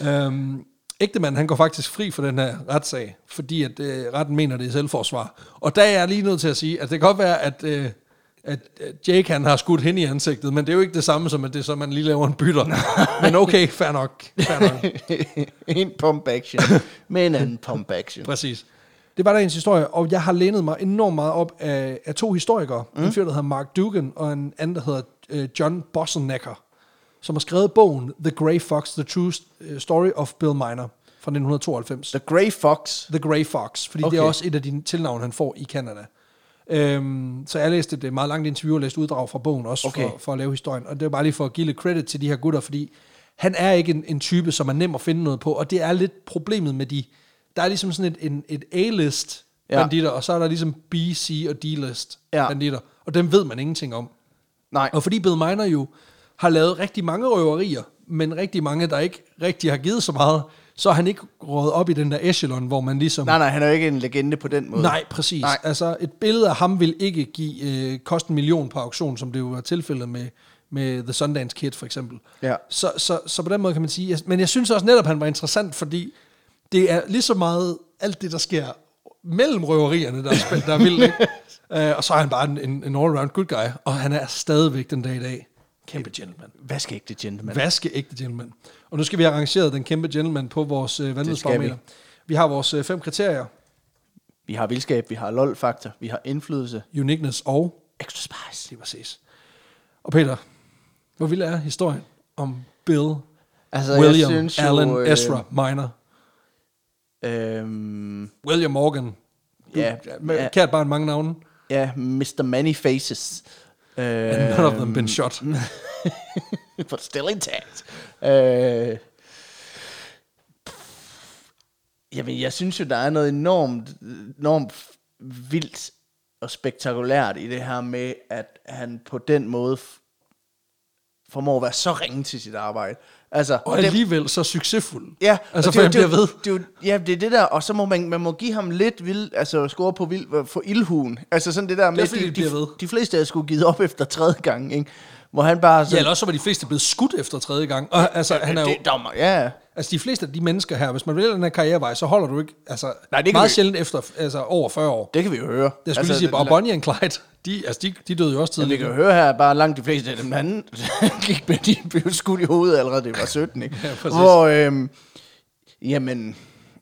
Speaker 2: øhm, ægtemanden, han går faktisk fri for den her retssag, fordi at øh, retten mener, det er selvforsvar. Og der er jeg lige nødt til at sige, at det kan godt være, at... Øh, at at Jake han har skudt hende i ansigtet, men det er jo ikke det samme som, at det er så, man lige laver en bytter. men okay, fair nok. Fair nok.
Speaker 1: en pump action med en anden pump action.
Speaker 2: Præcis. Det var der ens historie, og jeg har lænet mig enormt meget op af, af to historikere. Mm. En fyr, der hedder Mark Dugan, og en anden, der hedder øh, John Bossenecker, som har skrevet bogen The Grey Fox, The True øh, Story of Bill Miner fra 1992.
Speaker 1: The Grey Fox.
Speaker 2: The Grey Fox, fordi okay. det er
Speaker 1: Okay.
Speaker 2: også et af de tilnavn, han får i Canada. Øhm, så jeg læste det, det er et meget langt interview og læste uddrag fra bogen også okay.
Speaker 1: Okay.
Speaker 2: for, for at lave historien. Og det er bare lige for at give lidt credit til de her gutter, fordi han er ikke en, en type, som er nem at finde noget på. Og det er lidt problemet med de... Der er ligesom sådan et, en, et A-list
Speaker 1: Ja.
Speaker 2: banditter, og så er der ligesom B, C og D-list
Speaker 1: Ja.
Speaker 2: ja. banditter. Og dem ved man ingenting om.
Speaker 1: Nej.
Speaker 2: Og fordi Bill Miner jo har lavet rigtig mange røverier, men rigtig mange, der ikke rigtig har givet så meget, så er han ikke rådet op i den der echelon, hvor man ligesom...
Speaker 1: Nej, nej, han er jo ikke en legende på den måde.
Speaker 2: Nej, præcis.
Speaker 1: Nej.
Speaker 2: Nej. Altså, et billede af ham vil ikke give øh, koste en million på auktion, som det jo var tilfældet med, med The Sundance Kid, for eksempel.
Speaker 1: Ja.
Speaker 2: Så, så, så på den måde kan man sige... Jeg, men jeg synes også netop, han var interessant, fordi det er lige så meget alt det, der sker mellem røverierne, der er, spæ- der er vildt, ikke? Øh, og så er han bare en, en en all-around good guy, og han er stadigvæk den dag i dag kæmpe gentleman.
Speaker 1: Hvad skal ikke det gentleman?
Speaker 2: Vaske ægte gentleman. Og nu skal vi have arrangeret den kæmpe gentleman på vores øh, vanvidsbarometer.
Speaker 1: vi.
Speaker 2: Vi. vi har vores øh, fem kriterier,
Speaker 1: Vi har vildskab, vi har lol-faktor, vi har indflydelse.
Speaker 2: uniqueness og
Speaker 1: Extra spice.
Speaker 2: Lige præcis. Og Peter, hvor vild er historien om Bill,
Speaker 1: Altså,
Speaker 2: William,
Speaker 1: jeg synes
Speaker 2: Alan,
Speaker 1: jo, øh,
Speaker 2: Ezra, Minor,
Speaker 1: Øhm,
Speaker 2: William Morgan. Du,
Speaker 1: Ja,
Speaker 2: ja,
Speaker 1: ja.
Speaker 2: ja. Kært barn, mange navne.
Speaker 1: ja, Mr. Many Faces. Øh,
Speaker 2: And none of them been shot.
Speaker 1: but still intact. Øh, jamen, jeg synes jo, der er noget enormt, enormt vildt og spektakulært i det her med, at han på den måde f- formår at være så ringe til sit arbejde. Altså,
Speaker 2: Og
Speaker 1: det-
Speaker 2: alligevel så succesfuld.
Speaker 1: Ja,
Speaker 2: altså
Speaker 1: og
Speaker 2: for
Speaker 1: det,
Speaker 2: han
Speaker 1: er jo-
Speaker 2: bliver ved.
Speaker 1: Det, er jo- ja, det er det der, og så må man, man må give ham lidt vild, altså score på vild, for ildhugen. Altså sådan det der med,
Speaker 2: fordi, det
Speaker 1: de,
Speaker 2: bliver ved.
Speaker 1: de, de fleste af jer skulle give op efter tredje gang, ikke? hvor han bare...
Speaker 2: Ja,
Speaker 1: Sådan,
Speaker 2: eller også så var de fleste blevet skudt efter tredje gang. Og, altså, han er jo,
Speaker 1: det, der, er ma- ja,
Speaker 2: altså, de fleste af de mennesker her, hvis man vælger den her karrierevej, så holder du ikke altså,
Speaker 1: Nej, det kan
Speaker 2: meget
Speaker 1: vi-
Speaker 2: sjældent efter altså, over 40 år.
Speaker 1: det kan vi jo høre.
Speaker 2: Jeg skulle altså, lige sige,
Speaker 1: det-
Speaker 2: bare Bonnie og Clyde, de, altså, de, de døde jo også
Speaker 1: Vi
Speaker 2: tidligere.
Speaker 1: kan jo høre her, bare langt de fleste af dem, han gik med, de blev skudt i hovedet allerede, det var 17, ikke?
Speaker 2: Ja, præcis.
Speaker 1: Hvor, øhm, jamen,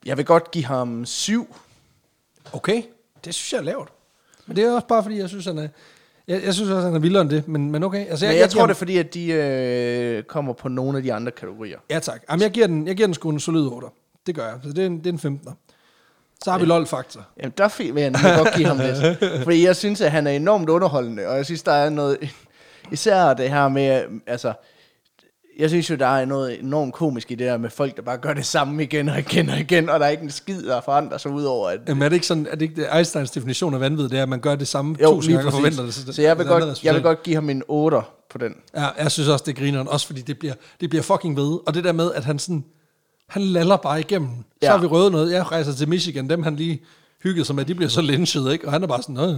Speaker 1: jeg vil godt give ham 7.
Speaker 2: Okay, det synes jeg er lavt. Men det er også bare fordi, jeg synes, han er... Jeg, jeg synes også, han er vildere end det, men, men okay. Altså,
Speaker 1: Men jeg, jeg tror,
Speaker 2: giver
Speaker 1: det er fordi, at de øh, kommer på nogle af de andre kategorier.
Speaker 2: den- Ja tak. Jamen, jeg, giver den, jeg giver den sgu en solid 8. Det gør jeg. Så det er en, det er en 15'er. Så har vi LOL-faktor.
Speaker 1: Jamen, der fik- vil jeg nemlig godt give ham det. Fordi jeg synes, at han er enormt underholdende, og jeg synes, der er noget... Især det her med, altså... Jeg synes jo, der er noget enormt komisk i det der med folk, der bare gør det samme igen og igen og igen, og der er ikke en skid, der forandrer sig udover, at
Speaker 2: Jamen, er det ikke sådan, er det ikke det, Einsteins definition af vanvid, det er, at man gør det samme
Speaker 1: Jo,
Speaker 2: tusind
Speaker 1: lige
Speaker 2: gange og
Speaker 1: præcis.
Speaker 2: forventer det. det-
Speaker 1: Så jeg vil,
Speaker 2: det andet
Speaker 1: godt, jeg vil
Speaker 2: resultat.
Speaker 1: godt give ham en 8 på den.
Speaker 2: Ja, jeg synes også, det er grineren, også fordi det bliver, det bliver fucking ved. Og det der med, at han sådan, han laller bare igennem. Ja.
Speaker 1: Ja.
Speaker 2: Så har vi røde noget, jeg rejser til Michigan, dem han lige hyggede sig med, de bliver så lynchet, ikke? Og han er bare sådan, "Nå, ja,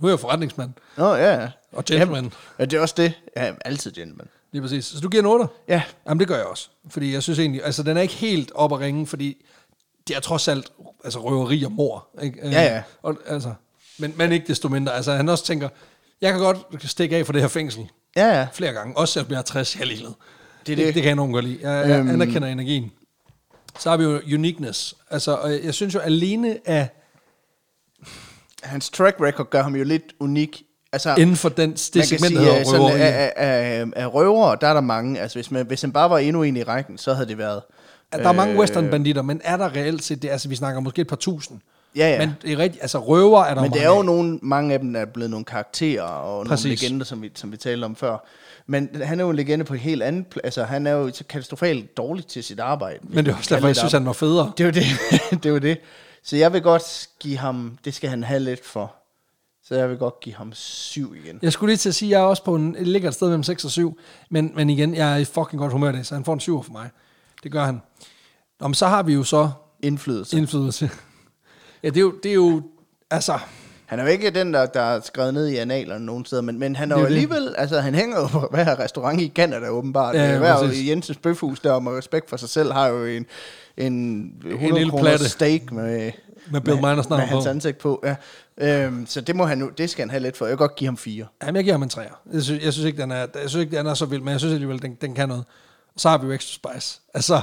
Speaker 2: nu er jeg forretningsmand
Speaker 1: Nå, ja. ja.
Speaker 2: og gentleman.
Speaker 1: Ja, det er også det. Ja, altid gentleman.
Speaker 2: Lige præcis. Så du giver en 8?
Speaker 1: Ja.
Speaker 2: Jamen, det gør jeg også. Fordi jeg synes egentlig, altså den er ikke helt op at ringe, fordi det er trods alt altså, røveri og mor. Ikke? Øh,
Speaker 1: Ja, ja.
Speaker 2: Og, altså, men, men ikke desto mindre. Altså han også tænker, jeg kan godt stikke af for det her fængsel
Speaker 1: Ja, ja.
Speaker 2: flere gange, også selvom jeg er 60, jeg er ligeglad.
Speaker 1: Det Øhm. er
Speaker 2: det.
Speaker 1: det.
Speaker 2: det kan jeg nogen godt lide. Jeg, jeg anerkender energien. Så har vi jo uniqueness. Altså, og jeg synes jo alene af,
Speaker 1: Hans track record gør ham jo lidt unik. Altså,
Speaker 2: inden for den, det
Speaker 1: man kan
Speaker 2: segment,
Speaker 1: sige,
Speaker 2: der hedder
Speaker 1: øh, sådan,
Speaker 2: røveri.
Speaker 1: af, af, af, af røvere, der er der mange. Altså, hvis, man, hvis han bare var endnu en i rækken, så havde det været...
Speaker 2: At der er mange westernbanditter, men er der reelt set det? Altså, vi snakker måske et par tusind.
Speaker 1: Ja, ja.
Speaker 2: Men det er rigtigt, altså røver er der
Speaker 1: Men det
Speaker 2: mange
Speaker 1: er jo
Speaker 2: af.
Speaker 1: nogle, mange af dem, der er blevet nogle karakterer og
Speaker 2: Præcis.
Speaker 1: nogle legender, som vi, som vi talte om før. Men han er jo en legende på et helt andet... Pl- altså, han er jo så katastrofalt dårlig til sit arbejde.
Speaker 2: Men det er også derfor, jeg synes, han var federe.
Speaker 1: Det er jo det. det er jo det. Så jeg vil godt give ham, det skal han have lidt for. Så jeg vil godt give ham syv igen.
Speaker 2: Jeg skulle lige til at sige, at jeg er også på en, jeg ligger et sted mellem 6 og 7, men, men igen, jeg er i fucking godt humør i dag, så han får en 7 for mig. Det gør han. Nå, men så har vi jo så
Speaker 1: Indflydelse.
Speaker 2: indflydelse. Ja, det er jo, det er jo altså,
Speaker 1: Han er jo ikke den, der, der er skrevet ned i analerne nogen steder, men, men han er
Speaker 2: Det
Speaker 1: jo
Speaker 2: er det.
Speaker 1: alligevel, altså han hænger jo på hver restaurant i Canada åbenbart.
Speaker 2: Ja, ja,
Speaker 1: Ja, hver
Speaker 2: præcis.
Speaker 1: i Jensens bøfhus der, og med respekt for sig selv, har jo en, en 100
Speaker 2: lille
Speaker 1: lille
Speaker 2: platte.
Speaker 1: platte. steak med,
Speaker 2: med Bill Miners
Speaker 1: med
Speaker 2: navn på.
Speaker 1: hans ansigt på. Ja. Øhm, så det, må han, nu, det skal han have lidt for. Jeg vil godt give ham fire.
Speaker 2: Jamen, jeg giver ham en træer. Jeg synes, jeg synes ikke, den er, jeg synes ikke, den er så vild, men jeg synes alligevel, den, den kan noget. Og så har vi jo Extra Spice. Altså,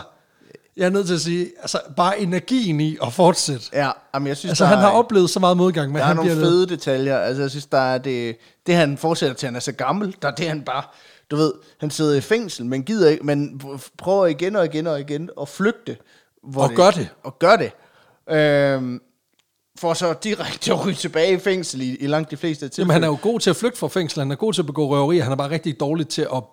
Speaker 2: jeg er nødt til at sige, altså, bare energien i at fortsætte.
Speaker 1: Ja, jamen, jeg synes,
Speaker 2: Altså,
Speaker 1: der
Speaker 2: han
Speaker 1: er-
Speaker 2: har oplevet så meget modgang, men
Speaker 1: Der er
Speaker 2: han
Speaker 1: nogle
Speaker 2: bliver ved.
Speaker 1: fede detaljer. Altså, jeg synes, der er det, det han fortsætter til, han er så gammel, der er det, han bare, du ved, han sidder i fængsel, men gider ikke, men pr- prøver igen og igen og igen at flygte. Hvor
Speaker 2: Og gør det.
Speaker 1: Og gør det. Øhm, for så direkte at ryge tilbage i fængsel i, i langt de fleste tilfælde.
Speaker 2: Jamen, han er jo god til at flygte fra fængsel, han er god til at begå røverier, han er bare rigtig dårlig til, at,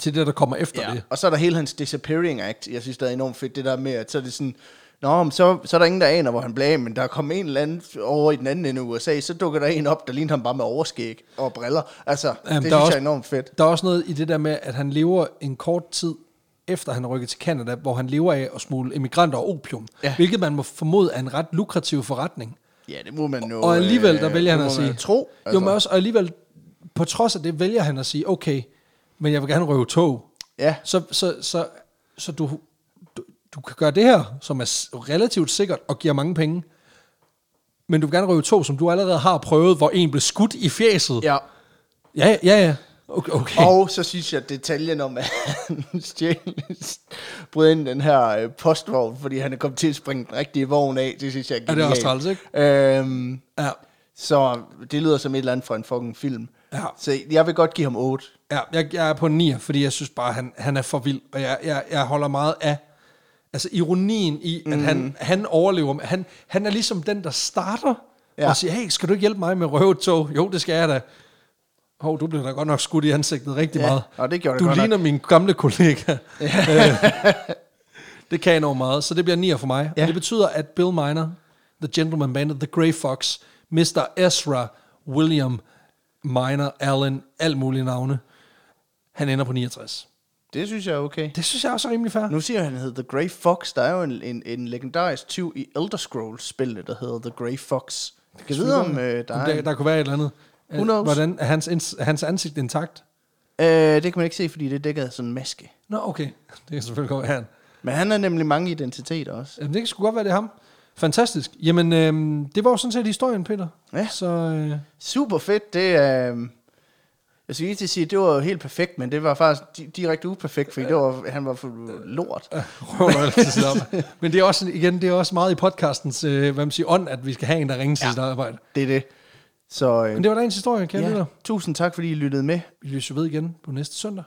Speaker 2: til det, der kommer efter
Speaker 1: Ja.
Speaker 2: det.
Speaker 1: Og så er der hele hans disappearing act, jeg synes, der er enormt fedt, det der med, at så er det sådan, Nå, men så, så er der ingen, der aner, hvor han blev af, men der kom en eller anden over i den anden ende af USA, så dukker der en op, der ligner ham bare med overskæg og briller. Altså, Jamen, det
Speaker 2: der
Speaker 1: synes også...
Speaker 2: er
Speaker 1: jeg
Speaker 2: også-
Speaker 1: er enormt fedt.
Speaker 2: Der er også noget i det der med, at han lever en kort tid efter han rykker til Kanada, hvor han lever af at smule emigranter og opium,
Speaker 1: Ja.
Speaker 2: hvilket man må formode er en ret lukrativ forretning.
Speaker 1: Ja, det må man jo...
Speaker 2: Og alligevel, der
Speaker 1: øh,
Speaker 2: vælger han
Speaker 1: det
Speaker 2: at
Speaker 1: må man
Speaker 2: sige...
Speaker 1: jo Tro.
Speaker 2: Altså. Jo, men også, og alligevel, på trods af det, vælger han at sige, okay, men jeg vil gerne røve tog.
Speaker 1: Ja,
Speaker 2: Så, så, så, så du, du, du kan gøre det her, som er s- relativt sikkert og giver mange penge, men du vil gerne røve tog, som du allerede har prøvet, hvor en blev skudt i fjeset.
Speaker 1: ja.
Speaker 2: ja, ja. ja. Okay, okay.
Speaker 1: Og så synes jeg, at detaljen om, at han stjæl, bryder ind i den her øh, postvogn, fordi han er kommet til at springe den rigtige vogn af, det synes jeg er
Speaker 2: det er
Speaker 1: genialt.
Speaker 2: også træls,
Speaker 1: ikke? Øhm,
Speaker 2: Ja.
Speaker 1: så det lyder som et eller andet fra en fucking film.
Speaker 2: Ja.
Speaker 1: Så jeg vil godt give ham 8.
Speaker 2: Ja, jeg, jeg er på en 9, fordi jeg synes bare, han, han er for vild, og jeg, jeg, jeg holder meget af altså ironien i, at mm. han, han overlever. Han, han er ligesom den, der starter ja.
Speaker 1: Ja.
Speaker 2: og siger, hey, skal du ikke hjælpe mig med røvetog? Jo, det skal jeg da. Hov, du blev da godt nok skudt i ansigtet rigtig
Speaker 1: Ja,
Speaker 2: meget.
Speaker 1: og det gjorde det
Speaker 2: Du
Speaker 1: godt nok.
Speaker 2: ligner min gamle kollega. Øh, det kan jeg enormt meget, så det bliver 9 for mig. Ja.
Speaker 1: Ja.
Speaker 2: Og det betyder, at Bill Miner, The Gentleman Bandit, The Grey Fox, Mr. Ezra, William, Miner, Allen, alt mulige navne, han ender på 69.
Speaker 1: Det synes jeg er okay.
Speaker 2: Det synes jeg også er rimelig fair.
Speaker 1: Nu siger han, at han hedder The Grey Fox. Der er jo en, en, en legendarisk tyv i Elder Scrolls-spillet, der hedder The Grey Fox. Jeg kan vide, om øh, der
Speaker 2: Om
Speaker 1: er
Speaker 2: der,
Speaker 1: en...
Speaker 2: der kunne være et eller andet.
Speaker 1: Who knows?
Speaker 2: Hvordan er hans, ins- er hans ansigt intakt?
Speaker 1: Øh, det kan man ikke se, fordi det er dækket af sådan en maske.
Speaker 2: Nå, okay. Det kan selvfølgelig godt være han.
Speaker 1: Men han har nemlig mange identiteter også.
Speaker 2: Jamen, det kan sgu godt være, det er ham. Fantastisk. Jamen, øhm, det var jo sådan set historien, Peter.
Speaker 1: Ja.
Speaker 2: Så øh,
Speaker 1: Super fedt, det er... Øh, jeg skulle lige til at sige, at det var jo helt perfekt, men det var faktisk di- direkte uperfekt, fordi det var, han var for lort.
Speaker 2: røver du altid sidder op. Men det er også, igen, det er også meget i podcastens, øh, hvad man siger, ånd, at vi skal have en, der ringer til ja. sit arbejde.
Speaker 1: Det er det. Så øh,
Speaker 2: Men det var dagens historie, kan jeg
Speaker 1: ja,
Speaker 2: ja.
Speaker 1: tusind tak, fordi I lyttede med.
Speaker 2: Vi lyser ved igen på næste søndag.